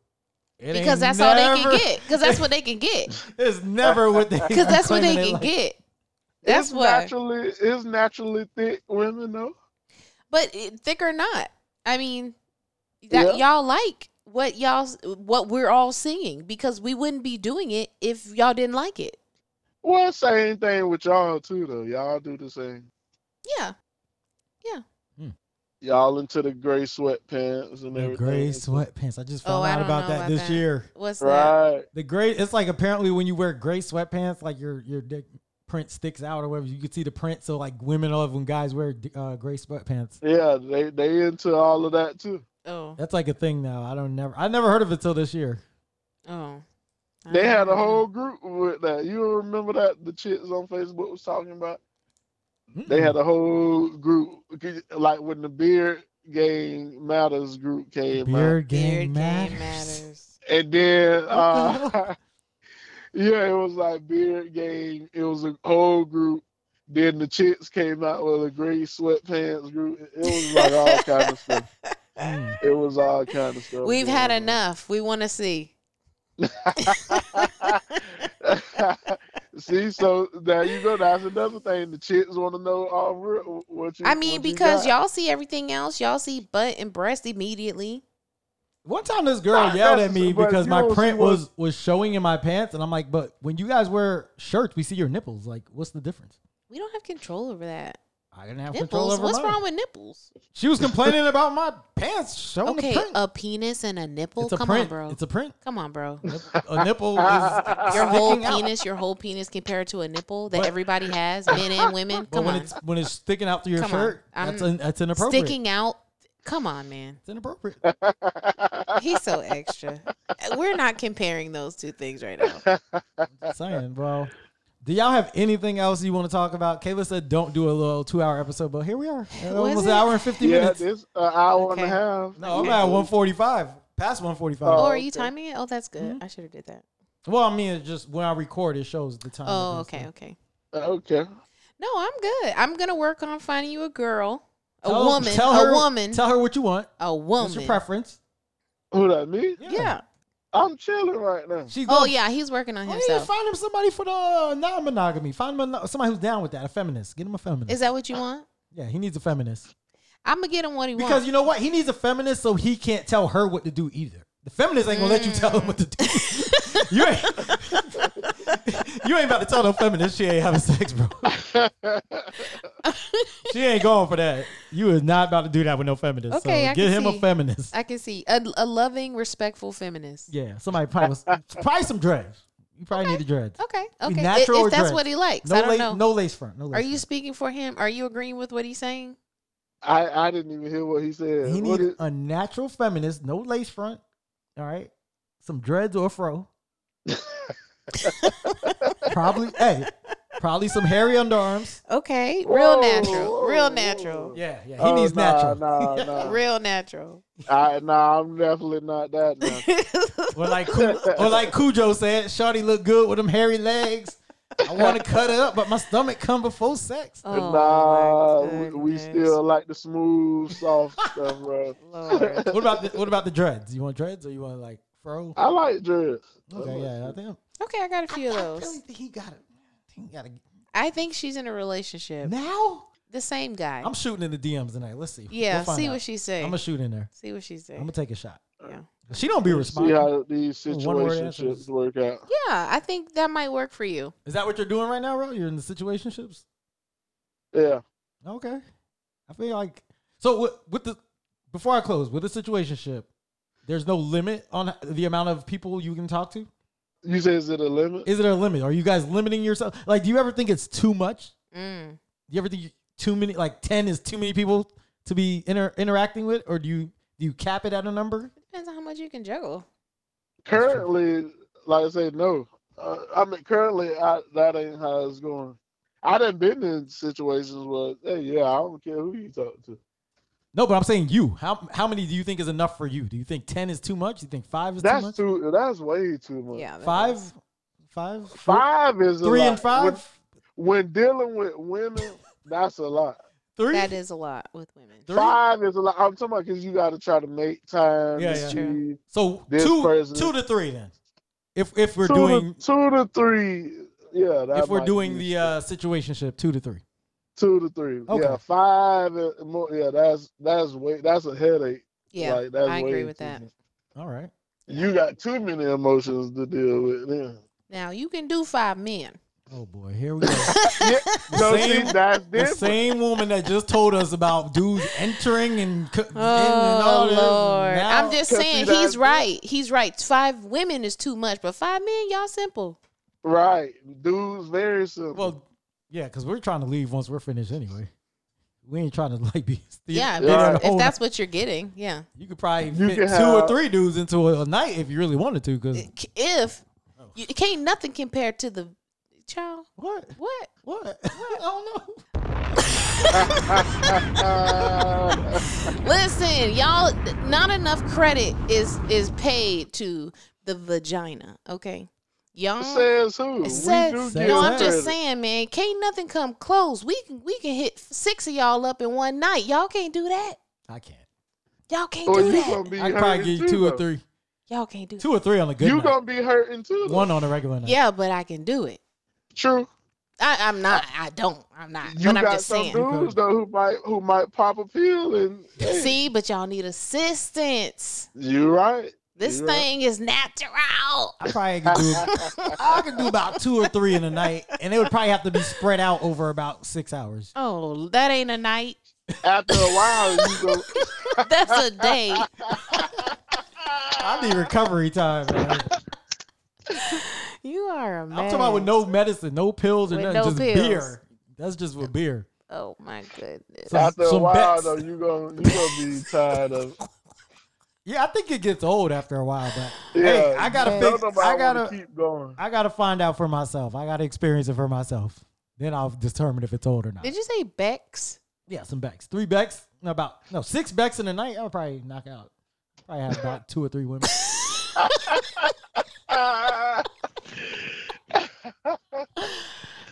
Speaker 1: It ain't
Speaker 2: Because that's all they
Speaker 1: never-
Speaker 2: can get. Because that's what they can get.
Speaker 1: It's never what they.
Speaker 2: Because that's what they
Speaker 1: claiming
Speaker 2: can
Speaker 1: like.
Speaker 2: get. That's
Speaker 3: it's
Speaker 2: why.
Speaker 3: naturally it's naturally thick women though.
Speaker 2: But it, thick or not, I mean, that y'all like what y'all s- what we're all seeing because we wouldn't be doing it if y'all didn't like it.
Speaker 3: Well, same thing with y'all too though. Y'all do the same.
Speaker 2: Yeah.
Speaker 3: Y'all into the gray sweatpants and
Speaker 1: The
Speaker 3: everything.
Speaker 1: gray sweatpants. I just
Speaker 2: Oh,
Speaker 1: found
Speaker 2: I
Speaker 1: out
Speaker 2: don't
Speaker 1: about
Speaker 2: know
Speaker 1: that
Speaker 2: about
Speaker 1: this
Speaker 2: that.
Speaker 1: year.
Speaker 2: What's that?
Speaker 3: Right.
Speaker 1: The gray. It's like apparently when you wear gray sweatpants, like your your dick print sticks out or whatever. You can see the print. So like women love when guys wear uh, gray sweatpants.
Speaker 3: Yeah, they they into all of that too.
Speaker 2: Oh,
Speaker 1: That's like a thing now. I don't never. I never heard of it till this year.
Speaker 2: oh. I
Speaker 3: They had a
Speaker 2: don't know.
Speaker 3: whole group with that. You remember that the chicks on Facebook was talking about?
Speaker 1: Mm.
Speaker 3: They had a whole group, 'cause, like when the beard game matters group came out,
Speaker 1: beard game
Speaker 2: Beard
Speaker 1: matters.
Speaker 2: game matters.
Speaker 3: and then
Speaker 1: the
Speaker 3: uh, yeah, it was like beard game. It was a whole group. Then the chicks came out with a gray sweatpants group. It was like all kind of stuff.
Speaker 1: Mm.
Speaker 3: It was all kind of stuff.
Speaker 2: We've had
Speaker 3: going on.
Speaker 2: enough. We want to see.
Speaker 3: See, so there you go. That's another thing. The chicks want to know all real, what you.
Speaker 2: I mean,
Speaker 3: what you
Speaker 2: because
Speaker 3: got.
Speaker 2: y'all see everything else, y'all see butt and breast immediately.
Speaker 1: One time, this girl
Speaker 3: Nah,
Speaker 1: yelled
Speaker 3: that's-
Speaker 1: at me
Speaker 3: but
Speaker 1: because
Speaker 3: you
Speaker 1: my
Speaker 3: don't see
Speaker 1: print
Speaker 3: what-
Speaker 1: was was showing in my pants, and I'm like, "But when you guys wear shirts, we see your nipples. Like, what's the difference?"
Speaker 2: We don't have control over that.
Speaker 1: I didn't have control
Speaker 2: Nipples.
Speaker 1: over
Speaker 2: What's
Speaker 1: mine.
Speaker 2: wrong with nipples?
Speaker 1: She was complaining about my pants showing
Speaker 2: Okay,
Speaker 1: the print.
Speaker 2: a penis and a nipple.
Speaker 1: it's a
Speaker 2: Come
Speaker 1: print.
Speaker 2: on, bro.
Speaker 1: It's a print.
Speaker 2: Come on, bro.
Speaker 1: A nipple is
Speaker 2: Your whole
Speaker 1: sticking out.
Speaker 2: penis, your whole penis compared to a nipple that
Speaker 1: But-
Speaker 2: everybody has, men and women.
Speaker 1: But
Speaker 2: Come
Speaker 1: when
Speaker 2: on.
Speaker 1: it's when it's sticking out through your
Speaker 2: Come on.
Speaker 1: shirt,
Speaker 2: I'm
Speaker 1: that's in, that's inappropriate.
Speaker 2: Sticking out. Come on, man.
Speaker 1: It's inappropriate.
Speaker 2: He's so extra. We're not comparing those two things right now.
Speaker 1: Oh, Just saying, bro. Do y'all have anything else you want to talk about? Kayla said don't do a little two hour episode, but here we are. Almost
Speaker 2: it?
Speaker 1: an hour and fifty
Speaker 3: yeah,
Speaker 1: minutes.
Speaker 3: this an hour and
Speaker 2: Okay.
Speaker 3: a half.
Speaker 1: No, I'm at one forty five. Past one forty five.
Speaker 3: Oh,
Speaker 2: oh, are you
Speaker 3: okay.
Speaker 2: timing it? Oh, that's good.
Speaker 1: Mm-hmm.
Speaker 2: I should have did that.
Speaker 1: Well, I mean, it's just when I record, it shows the time.
Speaker 2: Oh,
Speaker 1: difference.
Speaker 2: okay, okay.
Speaker 3: Uh, Okay.
Speaker 2: No, I'm good. I'm gonna work on finding you a girl, a
Speaker 1: Tell-
Speaker 2: woman,
Speaker 1: Tell her,
Speaker 2: a woman,
Speaker 1: Tell her what you want.
Speaker 2: a
Speaker 1: What's your
Speaker 2: woman.
Speaker 1: preference?
Speaker 3: Who that me?
Speaker 2: yeah.
Speaker 3: I'm chilling right now.
Speaker 1: She
Speaker 2: Oh
Speaker 1: gonna
Speaker 2: yeah, he's working on
Speaker 1: I need to
Speaker 2: himself.
Speaker 1: find him somebody for the non-monogamy. Find him a, somebody who's down with that, a feminist. Get him a feminist.
Speaker 2: Is that what you want?
Speaker 1: yeah, he needs a feminist
Speaker 2: I'm gonna get him what he
Speaker 1: because
Speaker 2: wants.
Speaker 1: you know what? He needs a feminist so he can't tell her what to do either. The feminist ain't gonna let you tell him what to do.
Speaker 2: Mm.
Speaker 1: you ain't. you ain't about to tell no feminist she ain't having sex, bro. she ain't going for that. You is not about to do that with no feminist.
Speaker 2: Okay,
Speaker 1: so
Speaker 2: I
Speaker 1: get
Speaker 2: can
Speaker 1: him
Speaker 2: see.
Speaker 1: a feminist.
Speaker 2: I can see a, a loving, respectful feminist.
Speaker 1: Yeah, somebody probably was probably some dreads. You probably need a dreads.
Speaker 2: Okay, okay. I- If,
Speaker 1: natural or
Speaker 2: that's
Speaker 1: dress?
Speaker 2: what he likes,
Speaker 1: No,
Speaker 2: I don't
Speaker 1: lace,
Speaker 2: know.
Speaker 1: no lace front. No lace
Speaker 2: Are you
Speaker 1: front.
Speaker 2: speaking for him? Are you agreeing with what he's saying?
Speaker 3: I I didn't even hear what he said.
Speaker 1: He uh,
Speaker 3: What
Speaker 1: need
Speaker 3: is-
Speaker 1: a natural feminist, no lace front. All right, some dreads or a fro. probably, hey, probably some hairy underarms.
Speaker 2: Okay, real
Speaker 3: Whoa,
Speaker 2: natural, real
Speaker 3: whoa,
Speaker 2: natural,
Speaker 3: whoa.
Speaker 1: Yeah, yeah. He
Speaker 3: Oh,
Speaker 1: needs
Speaker 3: nah,
Speaker 1: natural.
Speaker 3: Nah, nah.
Speaker 2: real natural.
Speaker 3: I, nah, I'm definitely not that. Now.
Speaker 2: Oh
Speaker 1: Or like, Cu- or like Cujo said, Shorty look good with them hairy legs. I want to cut it up, but my stomach come before sex.
Speaker 2: Oh, my
Speaker 3: nah, we, we
Speaker 2: goodness.
Speaker 3: still like the smooth, soft stuff, bro.
Speaker 2: Lord.
Speaker 1: What about the, what about the dreads? You want dreads or you want like fro?
Speaker 3: I like dreads.
Speaker 1: Okay, yeah, I think
Speaker 2: Okay, I got a few of
Speaker 1: I really
Speaker 2: those.
Speaker 1: think he got it. I think he got it
Speaker 2: I think she's in a relationship.
Speaker 1: now.
Speaker 2: The same guy.
Speaker 1: I'm shooting in the DMs tonight. Let's see.
Speaker 2: yeah,
Speaker 1: We'll find
Speaker 2: see
Speaker 1: out.
Speaker 2: what she say.
Speaker 1: I'm gonna shoot in there.
Speaker 2: see what she say.
Speaker 1: I'm gonna take a shot.
Speaker 2: yeah.
Speaker 1: She don't be
Speaker 3: See
Speaker 1: responding.
Speaker 3: how these
Speaker 1: One word
Speaker 3: situationships
Speaker 1: answers.
Speaker 3: work out.
Speaker 2: yeah, I think that might work for you.
Speaker 1: Is that what you're doing right now, bro? You're in the situationships.
Speaker 3: Yeah.
Speaker 1: Okay. I feel like so with, with the before I close with the situationship. There's no limit on the amount of people you can talk to.
Speaker 3: You say is it a limit?
Speaker 1: Is there a limit? Are you guys limiting yourself? Like, do you ever think it's too much?
Speaker 2: Mm.
Speaker 1: Do you ever think you, too many, like ten, is too many people to be inter- interacting with, or do you do you cap it at a number?
Speaker 2: Depends on how much you can juggle.
Speaker 3: currently, like I say, no. Uh, I mean, currently, I, that ain't how it's going. I done been in situations where, hey, yeah, I don't care who you talk to.
Speaker 1: No, but I'm saying you. How how many do you think is enough for you? Do you think ten is too much? Do you think five is too
Speaker 3: That's
Speaker 1: much?
Speaker 3: too. That's way too much.
Speaker 2: Yeah. that
Speaker 1: Five,
Speaker 2: is.
Speaker 1: five,
Speaker 3: Five is a
Speaker 1: three
Speaker 3: lot.
Speaker 1: and five.
Speaker 3: When, when dealing with women, that's a lot.
Speaker 1: Three.
Speaker 2: That is a lot with women.
Speaker 1: Three?
Speaker 3: Five is a lot. I'm talking about because you got to try to make time.
Speaker 1: Yeah,
Speaker 3: to
Speaker 1: yeah.
Speaker 2: True.
Speaker 3: see.
Speaker 1: so
Speaker 3: this
Speaker 1: two,
Speaker 3: person-
Speaker 1: two to three then. If if we're
Speaker 3: two
Speaker 1: doing
Speaker 3: to, two to three. Yeah, that
Speaker 1: if we're
Speaker 3: might
Speaker 1: doing
Speaker 3: be
Speaker 1: the uh situationship, two to three.
Speaker 3: two to three.
Speaker 1: Okay.
Speaker 3: Yeah, five. and More, yeah, that's that's way that's a headache.
Speaker 2: Yeah,
Speaker 3: like, that's
Speaker 2: I agree
Speaker 3: way
Speaker 2: with
Speaker 3: too
Speaker 2: that.
Speaker 3: much.
Speaker 1: All right.
Speaker 3: You got too many emotions to deal with. Then.
Speaker 2: Now you can do five men.
Speaker 1: Oh boy, here we go.
Speaker 3: Yeah, no, see,
Speaker 1: same-
Speaker 3: that's
Speaker 1: the
Speaker 3: different.
Speaker 1: same woman that just told us about dudes entering and, co- and, and all
Speaker 2: Oh
Speaker 1: this.
Speaker 2: Lord,
Speaker 1: now-
Speaker 2: I'm just
Speaker 3: Cause
Speaker 2: saying
Speaker 3: see, that's
Speaker 2: he's
Speaker 3: it.
Speaker 2: right. He's right. Five women is too much, but five men, y'all simple.
Speaker 3: Right, dudes, very simple.
Speaker 1: well, yeah, because we're trying to leave once we're finished anyway. We ain't trying to like be.
Speaker 2: Yeah,
Speaker 1: be there
Speaker 3: Yeah.
Speaker 1: the
Speaker 2: if
Speaker 1: whole
Speaker 2: that's what you're getting, yeah.
Speaker 1: night. you could probably
Speaker 3: You
Speaker 1: fit
Speaker 3: can
Speaker 1: two or
Speaker 3: have-
Speaker 1: three dudes into a, a night if you really wanted to.
Speaker 3: Hmm.
Speaker 1: Because
Speaker 2: If you it can't nothing compared to the child.
Speaker 1: what?
Speaker 2: What?
Speaker 1: What? I don't know.
Speaker 3: Uh,
Speaker 2: Listen, y'all. Not enough credit is is paid to the vagina. Okay, y'all.
Speaker 3: Says who? We
Speaker 2: Said-
Speaker 3: do
Speaker 1: Says
Speaker 3: get
Speaker 2: no, I'm
Speaker 3: credit.
Speaker 2: just saying, man. Can't nothing come close. We can we can hit six of y'all up in one night. Y'all can't do that.
Speaker 1: I can't.
Speaker 2: Y'all can't
Speaker 3: Or
Speaker 2: do
Speaker 3: you
Speaker 2: that.
Speaker 3: gonna be
Speaker 1: I could probably
Speaker 3: hurting
Speaker 1: give you
Speaker 3: too,
Speaker 1: two or
Speaker 3: though.
Speaker 1: three.
Speaker 2: y'all can't do. That.
Speaker 1: Two or three on a good
Speaker 3: You
Speaker 1: night.
Speaker 3: gonna be hurting too. though.
Speaker 1: One on a regular night.
Speaker 2: Yeah, but I can do it.
Speaker 3: True.
Speaker 2: I, I'm not. I don't. I'm not.
Speaker 3: You
Speaker 2: but I'm
Speaker 3: got
Speaker 2: just
Speaker 3: some
Speaker 2: saying.
Speaker 3: dudes though who might who might pop a pill and hey,
Speaker 2: See, but y'all need assistance.
Speaker 3: you right.
Speaker 2: This
Speaker 3: Yeah.
Speaker 2: thing is natural.
Speaker 1: I probably could do. I could do about two or three in a night, and it would probably have to be spread out over about six hours.
Speaker 2: Oh, that ain't a night.
Speaker 3: After a while, you go.
Speaker 2: That's a day.
Speaker 1: I need recovery time, man.
Speaker 2: You are a man.
Speaker 1: I'm talking about with no medicine, no pills, or
Speaker 2: With
Speaker 1: nothing,
Speaker 2: no
Speaker 1: just
Speaker 2: pills.
Speaker 1: beer. That's just with beer.
Speaker 2: Oh my goodness.
Speaker 1: Some-
Speaker 3: After a
Speaker 1: some
Speaker 3: while,
Speaker 1: Bex.
Speaker 3: though, you gonna you gonna be tired of.
Speaker 1: Yeah, I think it gets old after a while, but
Speaker 3: Yeah,
Speaker 1: hey, I gotta
Speaker 3: don't
Speaker 1: fix.
Speaker 3: nobody
Speaker 1: I
Speaker 3: wanna
Speaker 1: gotta.
Speaker 3: keep going.
Speaker 1: I gotta find out for myself. I gotta experience it for myself. Then I'll determine if it's old or not.
Speaker 2: Did you say Bex?
Speaker 1: yeah, some backs. Three backs. No, about no six backs in a night. I would probably knock out. Probably have about two or three women.
Speaker 3: Ah,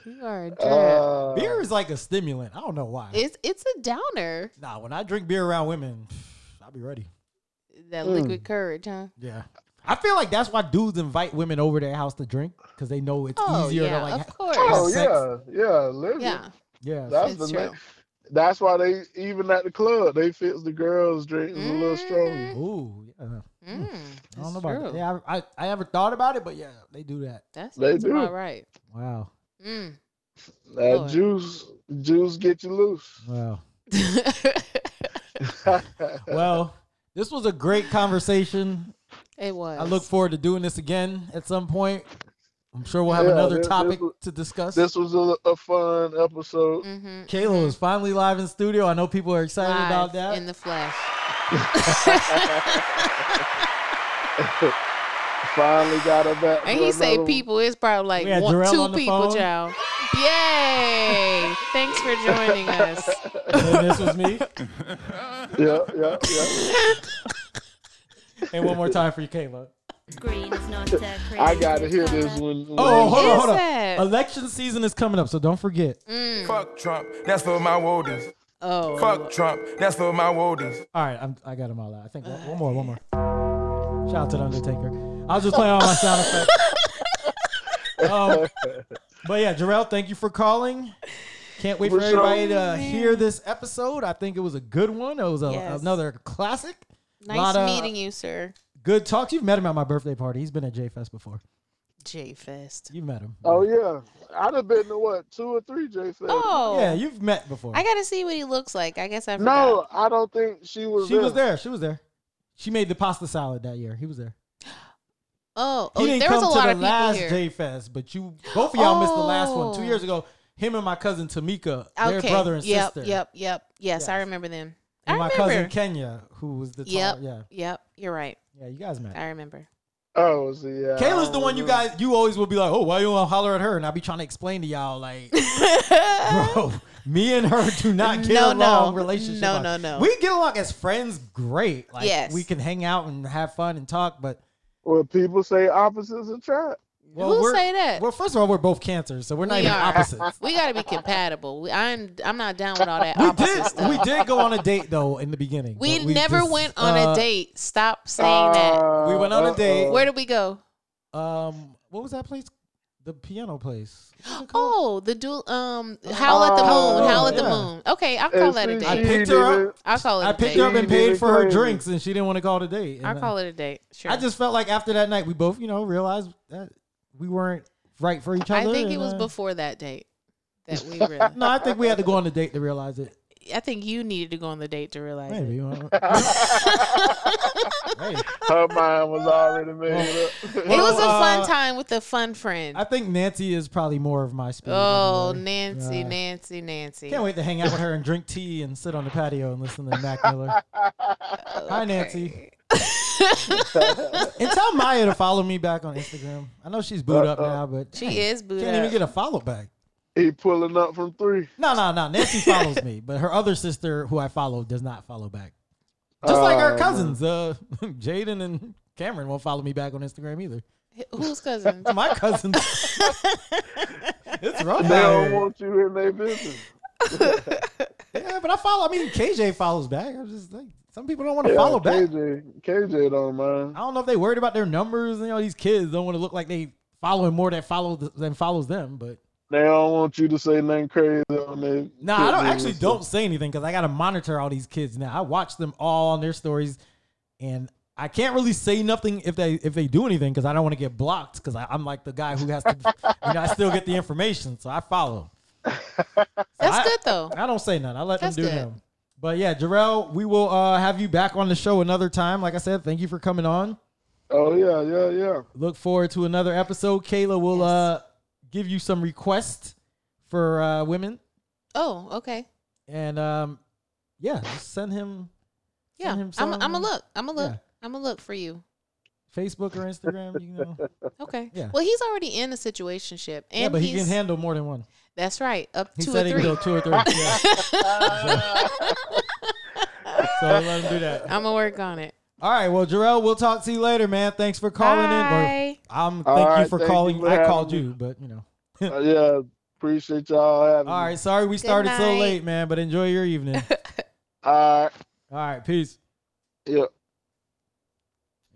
Speaker 2: You are a jerk.
Speaker 3: uh,
Speaker 1: beer is like a stimulant. I don't know why.
Speaker 2: it's it's a downer.
Speaker 1: nah, when I drink beer around women, I'll be ready.
Speaker 2: That
Speaker 3: Mm.
Speaker 2: liquid courage, huh?
Speaker 1: Yeah. I feel like that's why dudes invite women over their house to drink because they know it's
Speaker 2: Oh
Speaker 1: easier
Speaker 2: yeah,
Speaker 1: to like.
Speaker 2: of course.
Speaker 3: Oh
Speaker 1: sex.
Speaker 3: yeah, yeah, living.
Speaker 2: yeah,
Speaker 1: Yeah. so-
Speaker 3: That's
Speaker 2: It's
Speaker 3: the
Speaker 2: true.
Speaker 3: next. That's why they even at the club they fix the girls' drinks a little stronger.
Speaker 1: Ooh, yeah.
Speaker 2: Mm,
Speaker 1: I don't
Speaker 2: that's
Speaker 1: know about
Speaker 2: true.
Speaker 1: that. Yeah, I, I, I never thought about it, but yeah, they do that.
Speaker 2: That's,
Speaker 3: They
Speaker 2: that's
Speaker 3: do.
Speaker 2: about right.
Speaker 1: Wow.
Speaker 2: Mm.
Speaker 3: That
Speaker 2: Lord.
Speaker 3: juice, juice get you loose.
Speaker 1: Wow. Well, this was a great conversation.
Speaker 2: it was.
Speaker 1: I look forward to doing this again at some point. I'm sure we'll have
Speaker 3: Yeah,
Speaker 1: another
Speaker 3: this-
Speaker 1: topic
Speaker 3: this-
Speaker 1: to discuss.
Speaker 3: this was a, a fun episode.
Speaker 2: Mm-hmm.
Speaker 1: Kayla is finally live in studio. I know people are excited about that.
Speaker 2: in the flesh.
Speaker 3: Finally got her back.
Speaker 2: And
Speaker 3: for
Speaker 2: he say
Speaker 3: another-
Speaker 2: people, it's probably like
Speaker 1: We had
Speaker 2: one,
Speaker 1: Jarrell
Speaker 2: two
Speaker 1: on the
Speaker 2: people,
Speaker 1: phone.
Speaker 2: child. Yay! Thanks for joining us.
Speaker 1: and this was me.
Speaker 3: Yeah, yeah, yeah.
Speaker 1: And one more time for you, Kayla.
Speaker 4: Green is not a
Speaker 3: I gotta
Speaker 4: creative
Speaker 3: hear this
Speaker 4: colour.
Speaker 3: one. when-
Speaker 1: Oh, hold on,
Speaker 2: is
Speaker 1: hold on.
Speaker 2: that?
Speaker 1: Election season is coming up, so don't forget.
Speaker 5: Fuck Trump, that's for my wardens.
Speaker 2: Oh,
Speaker 5: Fuck Trump, that's for my wardens.
Speaker 1: All right, I'm, I got them all out. I think one, one more, one more. Shout out to the Undertaker. I was just playing all my sound effects. um, but yeah, Jarrell, thank you for calling. Can't wait for
Speaker 3: For sure.
Speaker 1: everybody to hear this episode. I think it was a good one. It was a,
Speaker 2: Yes.
Speaker 1: another classic.
Speaker 2: nice
Speaker 1: Lotta
Speaker 2: meeting you, sir.
Speaker 1: Good talks. You've met him at my birthday party. He's been at J Fest before.
Speaker 2: J Fest.
Speaker 1: You've met him.
Speaker 3: Oh yeah, I'd have been to what two or three J Fest.
Speaker 2: Oh,
Speaker 1: yeah, you've met before.
Speaker 2: I gotta see what he looks like. I guess I forgot.
Speaker 3: no, I don't think she was.
Speaker 1: she was there. She was there. She made the pasta salad that year. He was there.
Speaker 2: Oh,
Speaker 1: He
Speaker 2: oh
Speaker 1: didn't
Speaker 2: there was
Speaker 1: come
Speaker 2: a lot
Speaker 1: to
Speaker 2: of
Speaker 1: the
Speaker 2: people
Speaker 1: last
Speaker 2: here.
Speaker 1: J Fest, but you both of y'all missed the last one two
Speaker 2: Oh.
Speaker 1: years ago. Him and my cousin Tamika,
Speaker 2: okay.
Speaker 1: their brother and
Speaker 2: yep,
Speaker 1: sister.
Speaker 2: Yep, yep, Yes, I
Speaker 1: Yes.
Speaker 2: remember them.
Speaker 1: And
Speaker 2: I
Speaker 1: my
Speaker 2: remember.
Speaker 1: cousin Kenya, who was the
Speaker 2: yep,
Speaker 1: tall, yeah,
Speaker 2: yep. You're right.
Speaker 1: yeah, you guys met.
Speaker 2: I remember.
Speaker 3: Oh, see, yeah. I
Speaker 1: Kayla's
Speaker 3: don't
Speaker 1: the one you
Speaker 3: remember.
Speaker 1: guys, you always will be like, oh, why you want to holler at her? And I'll be trying to explain to y'all, like, bro, me and her do not get
Speaker 2: No, no.
Speaker 1: along relationship.
Speaker 2: No,
Speaker 1: wise.
Speaker 2: no, no.
Speaker 1: We get along as friends, great. Like,
Speaker 2: Yes.
Speaker 1: we can hang out and have fun and talk, but
Speaker 3: Well, people say opposites attract.
Speaker 1: well,
Speaker 2: Who
Speaker 1: we're-
Speaker 2: say that?
Speaker 1: Well, first of all, we're both cancers, so we're not
Speaker 2: Uh, We
Speaker 1: even
Speaker 2: are.
Speaker 1: opposites.
Speaker 2: We gotta be compatible. We, I'm I'm not down with all that.
Speaker 1: We
Speaker 2: opposite
Speaker 1: did.
Speaker 2: Stuff.
Speaker 1: We did go on a date though in the beginning.
Speaker 2: We,
Speaker 1: but
Speaker 2: never
Speaker 1: just,
Speaker 2: went on
Speaker 1: uh,
Speaker 2: a date. Stop saying that.
Speaker 3: Uh,
Speaker 1: We went on a
Speaker 3: uh-oh.
Speaker 1: date.
Speaker 2: Where did we go?
Speaker 1: Um, what was that place? The piano place. What was it called?
Speaker 2: Oh, the dual. Um, howl at the moon. Howl at the
Speaker 1: yeah.
Speaker 2: moon. Okay, I'll
Speaker 3: And
Speaker 2: call that a
Speaker 3: see,
Speaker 1: I
Speaker 3: she
Speaker 2: date.
Speaker 1: picked her
Speaker 3: didn't-
Speaker 1: up.
Speaker 2: I'll call it.
Speaker 1: I
Speaker 2: a
Speaker 1: picked
Speaker 2: date.
Speaker 1: her up and
Speaker 3: She did
Speaker 1: paid
Speaker 3: it
Speaker 1: for her
Speaker 3: crazy.
Speaker 1: drinks, and she didn't want to call it a date.
Speaker 2: I'll call it a date. Sure.
Speaker 1: I just felt like after that night, we both, you know, realized that we weren't right for each
Speaker 2: I
Speaker 1: other.
Speaker 2: think it
Speaker 1: and,
Speaker 2: was
Speaker 1: uh,
Speaker 2: before that date that we really.
Speaker 1: No, I think we had to go on a date to realize it.
Speaker 2: I think you needed to go on the date to realize it.
Speaker 1: Maybe. well, hey,
Speaker 3: Her mind was already made up.
Speaker 2: It was a
Speaker 1: uh,
Speaker 2: fun time with a fun friend.
Speaker 1: I think Nancy is probably more of my speed. than
Speaker 2: oh,
Speaker 1: Lori.
Speaker 2: Nancy,
Speaker 1: Uh,
Speaker 2: Nancy, Nancy.
Speaker 1: Can't wait to hang out with her and drink tea and sit on the patio and listen to Mac Miller.
Speaker 2: Oh,
Speaker 1: Hi, Nancy. And tell Maya to follow me back on Instagram. I know she's booed up now, but
Speaker 2: She
Speaker 1: dang,
Speaker 2: is booed
Speaker 1: Can't
Speaker 2: up.
Speaker 1: even get a follow back.
Speaker 3: he pulling up from three.
Speaker 1: No, no, no. Nancy follows me, but her other sister, who I follow, does not follow back. Just like our
Speaker 3: Uh,
Speaker 1: cousins, uh, Jaden and Cameron won't follow me back on Instagram either.
Speaker 2: Who's cousin?
Speaker 1: My cousins. it's rough.
Speaker 3: They
Speaker 1: out
Speaker 3: don't
Speaker 1: here.
Speaker 3: want you in their business.
Speaker 1: Yeah, but I follow. I mean, KJ follows back. I'm just like, some people don't want to follow back.
Speaker 3: KJ, KJ don't mind.
Speaker 1: I don't know if they worried about their numbers. You know, these kids don't want to look like they following more that follow th- than follows them. But
Speaker 3: They don't want you to say nothing crazy on their.
Speaker 1: no,
Speaker 3: shit
Speaker 1: I don't
Speaker 3: business.
Speaker 1: actually don't say anything because I got to monitor all these kids now. I watch them all on their stories, and I can't really say nothing if they if they do anything because I don't want to get blocked because I'm like the guy who has to. you know, I still get the information, so I follow.
Speaker 2: That's
Speaker 1: I-
Speaker 2: good though.
Speaker 1: I don't say nothing. I let
Speaker 2: That's
Speaker 1: them do
Speaker 2: good.
Speaker 1: them. But yeah, Jarrell, we will uh, have you back on the show another time. Like I said, thank you for coming on.
Speaker 3: Oh yeah, yeah, yeah.
Speaker 1: Look forward to another episode. Kayla will
Speaker 2: Yes.
Speaker 1: uh, give you some requests for uh, women,
Speaker 2: Oh, okay.
Speaker 1: and um, yeah, just send him
Speaker 2: Yeah,
Speaker 1: Send
Speaker 2: I'm.
Speaker 1: him
Speaker 2: I'm a
Speaker 1: some-
Speaker 2: look. I'm a look.
Speaker 1: Yeah.
Speaker 2: I'm a look for you.
Speaker 1: Facebook or Instagram. You know,
Speaker 2: Okay.
Speaker 1: Yeah.
Speaker 2: Well, he's already in a situationship, and
Speaker 1: yeah, but he
Speaker 2: he's.
Speaker 1: can handle more than one.
Speaker 2: that's right. Up
Speaker 1: He
Speaker 2: two
Speaker 1: said
Speaker 2: or
Speaker 1: he can
Speaker 2: three.
Speaker 1: go two or three. Yeah. so let him do that.
Speaker 2: I'm gonna work on it.
Speaker 1: All right, well, Jarrell, we'll talk to you later, man. Thanks for calling in. Or,
Speaker 2: Bye.
Speaker 1: I'm
Speaker 3: All
Speaker 1: thank you
Speaker 3: right,
Speaker 1: for
Speaker 3: thank you
Speaker 1: calling.
Speaker 3: for
Speaker 1: I
Speaker 3: having
Speaker 1: called
Speaker 3: me.
Speaker 1: you, but you know.
Speaker 3: Uh, yeah, appreciate y'all having
Speaker 1: All
Speaker 3: me.
Speaker 1: right, sorry we started so
Speaker 2: night.
Speaker 1: late, man, but enjoy your evening.
Speaker 3: All right.
Speaker 1: All right, peace.
Speaker 3: Yeah.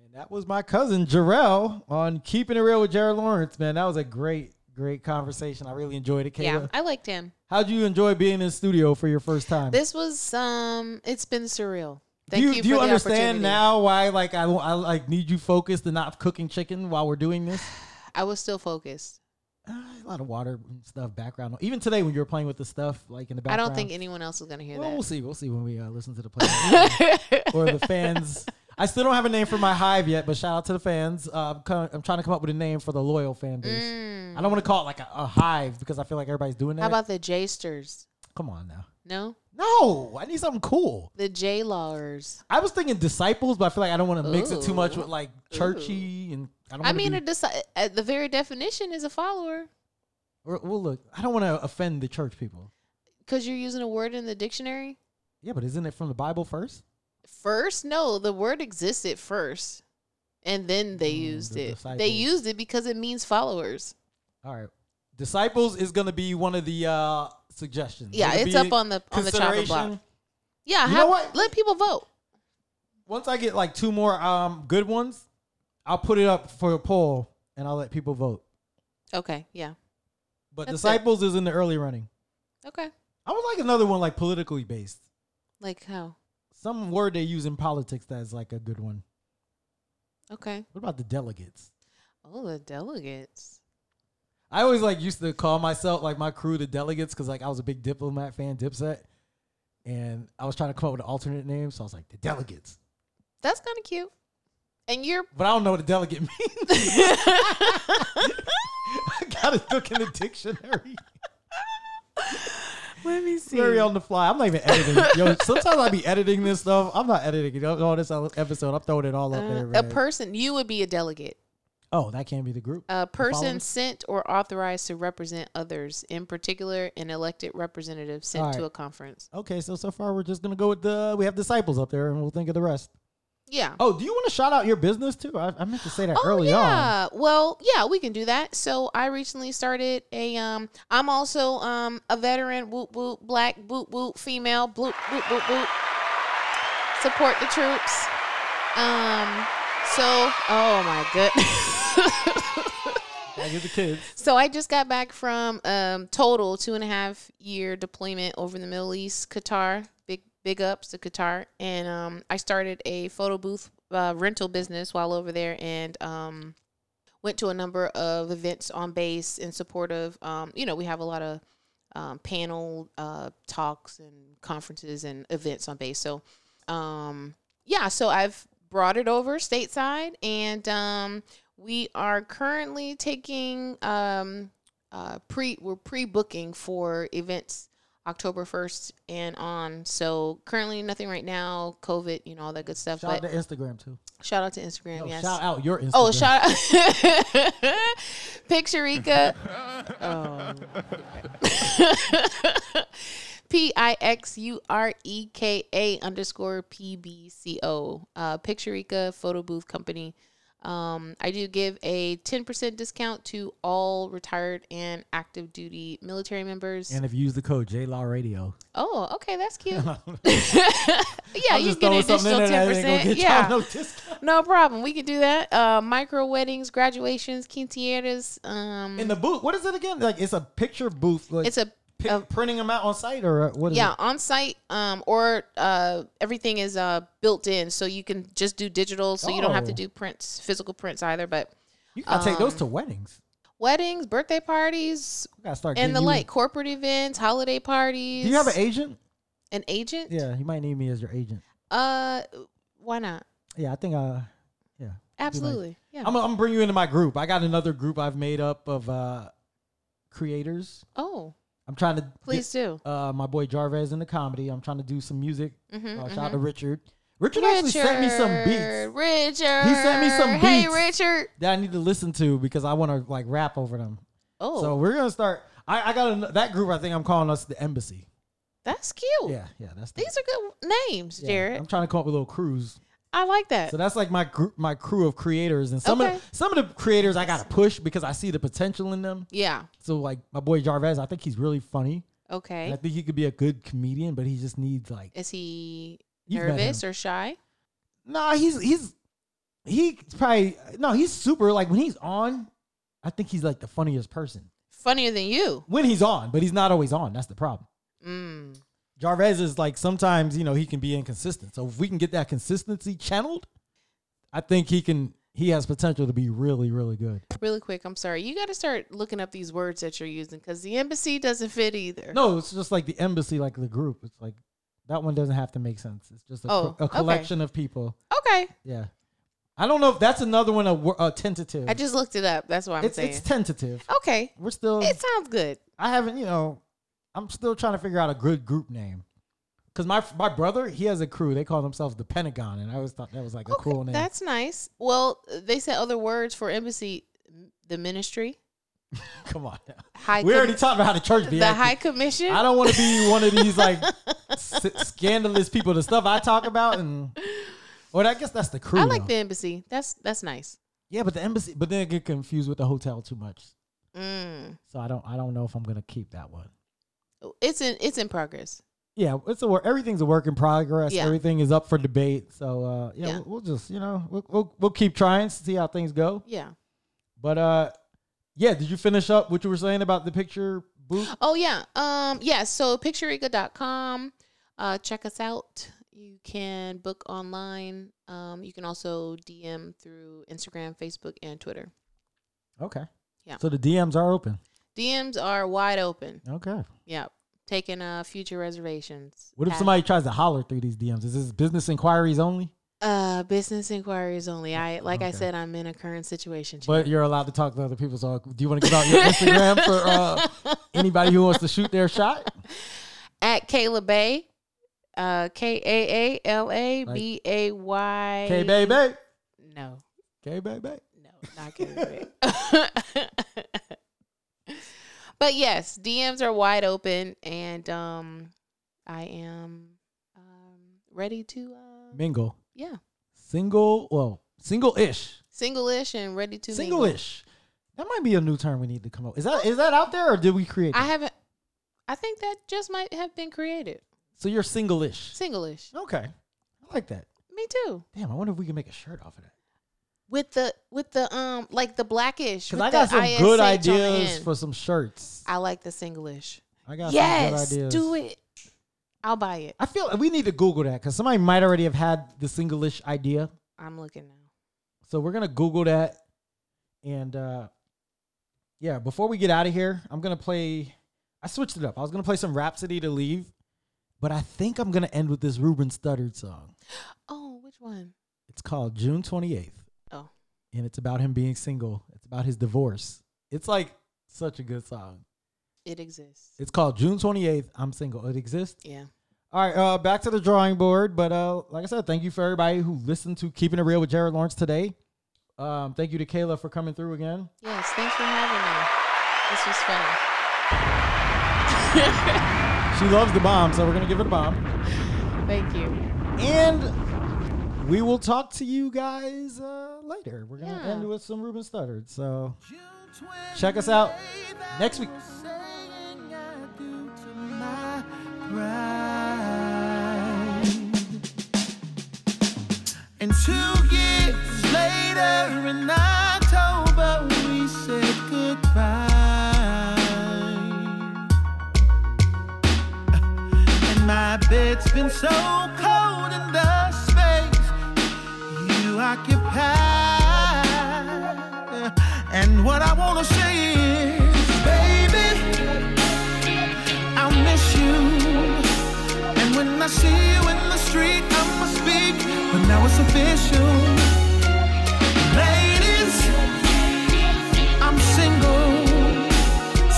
Speaker 1: And that was my cousin Jarrell on Keeping It Real with Jared Lawrence, man. That was a great, great conversation. I really enjoyed it, Kayla.
Speaker 2: Yeah, I liked him.
Speaker 1: How'd you enjoy being in the studio for your first time?
Speaker 2: This was um. It's been surreal. Thank
Speaker 1: do
Speaker 2: you.
Speaker 1: you,
Speaker 2: for
Speaker 1: do you
Speaker 2: the
Speaker 1: understand
Speaker 2: opportunity.
Speaker 1: now why like I, I like need you focused and not cooking chicken while we're doing this?
Speaker 2: I was still focused.
Speaker 1: Ah, a lot of water and stuff background. Even today when you were playing with the stuff like in the background.
Speaker 2: I don't think anyone else is gonna hear
Speaker 1: Well, we'll
Speaker 2: that.
Speaker 1: see. We'll see when we uh, listen to the play or the fans. I still don't have a name for my hive yet, but shout out to the fans. Uh, I'm, co- I'm trying to come up with a name for the loyal fan base. I don't want to call it like a, a hive because I feel like everybody's doing that.
Speaker 2: Mm. How about the Jsters?
Speaker 1: come on now?
Speaker 2: No,
Speaker 1: No, I need something cool.
Speaker 2: the J Lawers.
Speaker 1: I was thinking disciples, but I feel like I don't want to mix it too much
Speaker 2: Ooh.
Speaker 1: with like churchy and I don't.
Speaker 2: I
Speaker 1: wanna
Speaker 2: mean,
Speaker 1: be-
Speaker 2: a deci- uh, the very definition is a follower
Speaker 1: Or- well, look, I don't want to offend the church people.
Speaker 2: because you're using a word in the dictionary.
Speaker 1: Yeah, but isn't it from the Bible first?
Speaker 2: First, no, the word existed first, and then they
Speaker 1: Mm,
Speaker 2: used
Speaker 1: the
Speaker 2: it. They
Speaker 1: disciples.
Speaker 2: used it because it means followers.
Speaker 1: All right, disciples is going to be one of the uh suggestions.
Speaker 2: Yeah,
Speaker 1: It'll
Speaker 2: it's
Speaker 1: be
Speaker 2: up on the on the chopping
Speaker 1: consideration.
Speaker 2: block. Yeah,
Speaker 1: You know
Speaker 2: have-
Speaker 1: what?
Speaker 2: let people vote.
Speaker 1: once I get like two more um good ones, I'll put it up for a poll and I'll let people vote.
Speaker 2: Okay, yeah,
Speaker 1: But
Speaker 2: That's it.
Speaker 1: disciples is in the early running.
Speaker 2: okay.
Speaker 1: I would like another one like politically based.
Speaker 2: Like how?
Speaker 1: Some word they use in politics that's like a good one.
Speaker 2: Okay.
Speaker 1: What about the delegates?
Speaker 2: Oh, the delegates.
Speaker 1: I always like used to call myself like my crew the delegates because like I was a big diplomat fan, Dipset, and I was trying to come up with an alternate name, so I was like the delegates.
Speaker 2: That's kind of cute. And you're
Speaker 1: But I don't know what a delegate means. I got to look in the dictionary.
Speaker 2: let me see.
Speaker 1: very on the fly. I'm not even editing. Yo, sometimes I be editing this stuff. I'm not editing it. All this episode, I'm throwing it all up there.
Speaker 2: Uh, a
Speaker 1: man.
Speaker 2: person, you would be a delegate.
Speaker 1: oh, that can't be the group.
Speaker 2: A person
Speaker 1: followers?
Speaker 2: sent or authorized to represent others, in particular, an elected representative sent
Speaker 1: All
Speaker 2: to
Speaker 1: right.
Speaker 2: a conference.
Speaker 1: okay, so so far we're just gonna go with the we have disciples up there, and we'll think of the rest.
Speaker 2: Yeah.
Speaker 1: Oh, do you want to shout out your business too? I, I meant to say that early on.
Speaker 2: Oh, yeah. Well, yeah, we can do that. So I recently started a um I'm also um a veteran whoop whoop black whoop whoop female bloop whoop whoop whoop. Support the troops. Um so oh my goodness.
Speaker 1: I get the kids.
Speaker 2: So I just got back from um, total two and a half year deployment over in the Middle East, Qatar. Big big ups to Qatar, and um, I started a photo booth uh, rental business while over there, and um, went to a number of events on base in support of. Um, you know, we have a lot of um, panel uh, talks and conferences and events on base. So, um, yeah, so I've brought it over stateside, and um, we are currently taking um, uh, pre we're pre booking for events October first and on. So currently nothing right now, COVID, you know, all that good stuff.
Speaker 1: Shout out to
Speaker 2: but
Speaker 1: Instagram too.
Speaker 2: shout out to Instagram.
Speaker 1: No,
Speaker 2: yes.
Speaker 1: Shout out your Instagram.
Speaker 2: Oh, shout out Picturica. oh. P I X U R E K A underscore P B C O. Uh, Picturica Photo Booth Company. Um, I do give a 10% discount to all retired and active duty military members.
Speaker 1: And if you use the code JLaw Radio,
Speaker 2: oh, okay, that's cute.
Speaker 1: yeah,
Speaker 2: yeah, you get an additional 10%. Yeah. No problem. We can do that. Uh, micro weddings, graduations, quinceañeras. Um,
Speaker 1: In the booth, what is it again? Like it's a picture booth. Like
Speaker 2: it's a
Speaker 1: pi-
Speaker 2: a-
Speaker 1: printing them out on site or what? Is
Speaker 2: yeah
Speaker 1: it?
Speaker 2: on site. Um, or uh, everything is uh built in, so you can just do digital, so you don't have to
Speaker 1: Oh.
Speaker 2: do prints, physical prints either. But
Speaker 1: you gotta take those
Speaker 2: um,
Speaker 1: to weddings.
Speaker 2: weddings, birthday parties,
Speaker 1: You gotta start getting
Speaker 2: and the
Speaker 1: you-
Speaker 2: like, corporate events, holiday parties.
Speaker 1: Do you have an agent?
Speaker 2: an agent?
Speaker 1: Yeah, you might need me as your agent.
Speaker 2: Uh, why not?
Speaker 1: Yeah, I think uh, yeah.
Speaker 2: Absolutely. yeah.
Speaker 1: I'm, I'm gonna bring you into my group. I got another group I've made up of uh, creators.
Speaker 2: oh,
Speaker 1: I'm trying to get,
Speaker 2: please do.
Speaker 1: uh, my boy Jarvez in the comedy. I'm trying to do some music.
Speaker 2: Mm-hmm,
Speaker 1: Uh, Shout out to Richard. Richard actually sent me some beats
Speaker 2: Richard.
Speaker 1: me some
Speaker 2: Hey,
Speaker 1: beats.
Speaker 2: Richard.
Speaker 1: that I need to listen to because I want to like rap over them.
Speaker 2: Oh,
Speaker 1: So we're gonna start. I, I got an, that group. I think I'm calling us the Embassy.
Speaker 2: that's cute.
Speaker 1: Yeah, yeah, that's the,
Speaker 2: These are good names,
Speaker 1: yeah.
Speaker 2: Jared.
Speaker 1: I'm trying to come up with little crews.
Speaker 2: I like that.
Speaker 1: So that's like my group, my crew of creators, and some of
Speaker 2: Uh, Okay.
Speaker 1: the, some of the creators I gotta push because I see the potential in them.
Speaker 2: yeah.
Speaker 1: So like my boy Jarvez, I think he's really funny. And
Speaker 2: Okay.
Speaker 1: I think he could be a good comedian, but he just needs like
Speaker 2: Is he
Speaker 1: You've met
Speaker 2: nervous
Speaker 1: him.
Speaker 2: or shy?
Speaker 1: Nah, he's he's he's probably no, he's super like when he's on, I think he's like the funniest person.
Speaker 2: Funnier than you.
Speaker 1: When he's on, but he's not always on. That's the problem.
Speaker 2: Mm.
Speaker 1: Jarvez is like sometimes, you know, he can be inconsistent. So if we can get that consistency channeled, I think he can he has potential to be really, really good.
Speaker 2: Really quick, I'm sorry. You got to start looking up these words that you're using because the embassy doesn't fit either.
Speaker 1: No, it's just like the embassy, like the group. It's like that one doesn't have to make sense. It's just a, co- a
Speaker 2: Oh, okay.
Speaker 1: collection of people.
Speaker 2: Okay.
Speaker 1: Yeah. I don't know if that's another one a, wor- a tentative.
Speaker 2: I just looked it up. That's what I'm
Speaker 1: it's, Oh.
Speaker 2: saying.
Speaker 1: it's tentative.
Speaker 2: okay.
Speaker 1: We're still
Speaker 2: It sounds good.
Speaker 1: I haven't, you know, I'm still trying to figure out a good group name. Cause my my brother, he has a crew. They call themselves the Pentagon, and I always thought that was like a
Speaker 2: Okay,
Speaker 1: cool name.
Speaker 2: That's nice. Well, they said other words for embassy, the ministry,
Speaker 1: Come on, now.
Speaker 2: high
Speaker 1: we
Speaker 2: com-
Speaker 1: already talked about how the church be.
Speaker 2: the
Speaker 1: acting.
Speaker 2: high commission.
Speaker 1: I don't want to be one of these like s- scandalous people. The stuff I talk about, and well, I guess that's the crew.
Speaker 2: I like
Speaker 1: though.
Speaker 2: the embassy. That's that's nice.
Speaker 1: Yeah, but the embassy, but then I get confused with the hotel too much.
Speaker 2: Mm.
Speaker 1: So I don't, I don't know if I'm gonna keep that one.
Speaker 2: It's in it's in progress.
Speaker 1: Yeah, it's a wor- everything's a work in progress.
Speaker 2: Yeah.
Speaker 1: Everything is up for debate. So uh, yeah,
Speaker 2: Yeah.
Speaker 1: We'll, we'll just you know we'll, we'll we'll keep trying see how things go.
Speaker 2: Yeah.
Speaker 1: But uh, yeah, did you finish up what you were saying about the picture booth?
Speaker 2: Oh yeah. Um yeah, so picturica.com. Uh check us out. You can book online. Um you can also DM through Instagram, Facebook, and Twitter.
Speaker 1: Okay.
Speaker 2: Yeah.
Speaker 1: So the DMs are open.
Speaker 2: DMs are wide open.
Speaker 1: Okay.
Speaker 2: Yep. Taking uh future reservations.
Speaker 1: What if
Speaker 2: At-
Speaker 1: somebody tries to holler through these DMs? Is this business inquiries only?
Speaker 2: uh business inquiries only. I like I
Speaker 1: Okay.
Speaker 2: said I'm in a current situation.
Speaker 1: But you're allowed to talk to other people. So uh, do you want to give out your Instagram for uh, anybody who wants to shoot their shot?
Speaker 2: at Kayla Bay. Uh, K A A L A B A Y.
Speaker 1: K baby.
Speaker 2: No,
Speaker 1: K baby.
Speaker 2: no, not Kayla Bay. but yes, DMs are wide open, and um, I am um ready to uh,
Speaker 1: Mingle.
Speaker 2: yeah,
Speaker 1: Single. Well, single ish.
Speaker 2: single-ish and ready to mingle.
Speaker 1: Single ish. That might be a new term we need to come up. Is that is that out there or did we create?
Speaker 2: I
Speaker 1: it?
Speaker 2: haven't. I think that just might have been created.
Speaker 1: so you're single ish.
Speaker 2: Single-ish.
Speaker 1: Okay. I like that.
Speaker 2: Me too.
Speaker 1: Damn, I wonder if we can make a shirt off of that.
Speaker 2: With the with the um like the blackish.
Speaker 1: Because
Speaker 2: with
Speaker 1: I got
Speaker 2: the
Speaker 1: some good
Speaker 2: ISH on the
Speaker 1: ideas
Speaker 2: end.
Speaker 1: for some shirts.
Speaker 2: I like the singlish.
Speaker 1: I got some
Speaker 2: yes,
Speaker 1: good ideas.
Speaker 2: do it. I'll buy it.
Speaker 1: I feel we need to Google that because somebody might already have had the single-ish idea.
Speaker 2: I'm looking now.
Speaker 1: So we're gonna Google that, and uh, yeah, before we get out of here, I'm gonna play I switched it up. I was gonna play some Rhapsody to leave, but I think I'm gonna end with this Ruben Studdard song.
Speaker 2: Oh, which one?
Speaker 1: It's called June 28th.
Speaker 2: Oh.
Speaker 1: And it's about him being single. It's about his divorce. It's like such a good song.
Speaker 2: It exists.
Speaker 1: It's called June 28th. I'm single. It exists.
Speaker 2: yeah.
Speaker 1: All right, uh, back to the drawing board. But uh, like I said, thank you for everybody who listened to Keeping It Real with Jared Lawrence today. Um, thank you to Kayla for coming through again.
Speaker 2: Yes. Thanks for having me. This was fun.
Speaker 1: She loves the bomb, so we're gonna give it a bomb.
Speaker 2: Thank you.
Speaker 1: And we will talk to you guys uh, later. We're gonna
Speaker 2: Yeah.
Speaker 1: end with some Ruben Studdard. So check us out next week.
Speaker 6: And two years later in October, we said goodbye. And my bed's been so cold in the space you occupy. And what I wanna say is, baby, I miss you. And when I see you in the street, I'ma speak. But now it's official. Ladies, I'm single.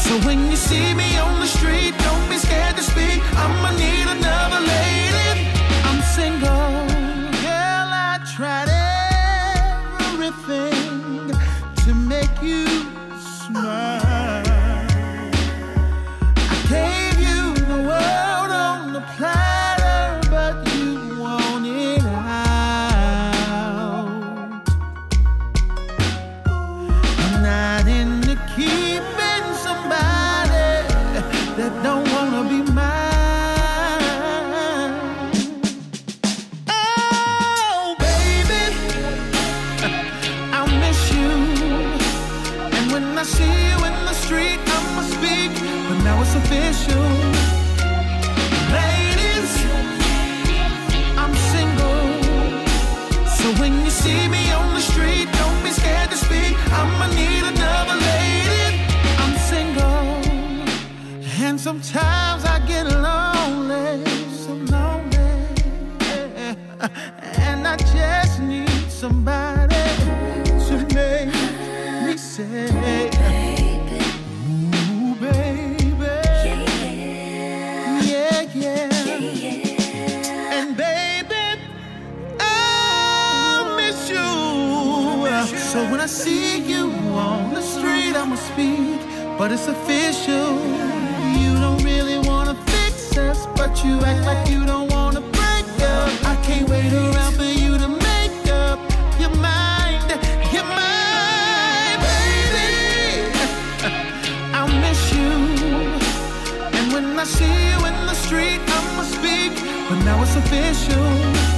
Speaker 6: So when you see me on the street, don't be scared to speak. I'ma need another lady. I'm single. Girl, I tried everything to make you smile gave you the world on the platter, but you want it out. I'm not into keeping somebody that don't wanna be mine. Oh, baby, I miss you. And when I see you in the street, I'ma speak. But now it's official. Ladies, I'm single. So when you see me on the street, don't be scared to speak. I'ma need another lady. I'm single. And sometimes I get lonely. So lonely. And I just need somebody to make me say. Ooh, baby. Yeah, yeah. And baby, I'll miss you. So when I see you on the street, I'ma speak, but it's official. You don't really wanna fix us, but you act like you don't wanna break up. I can't wait around for you to make up your mind. Your mind, baby. I'll miss you. And when I see you in the street, I'ma speak. But now it's official.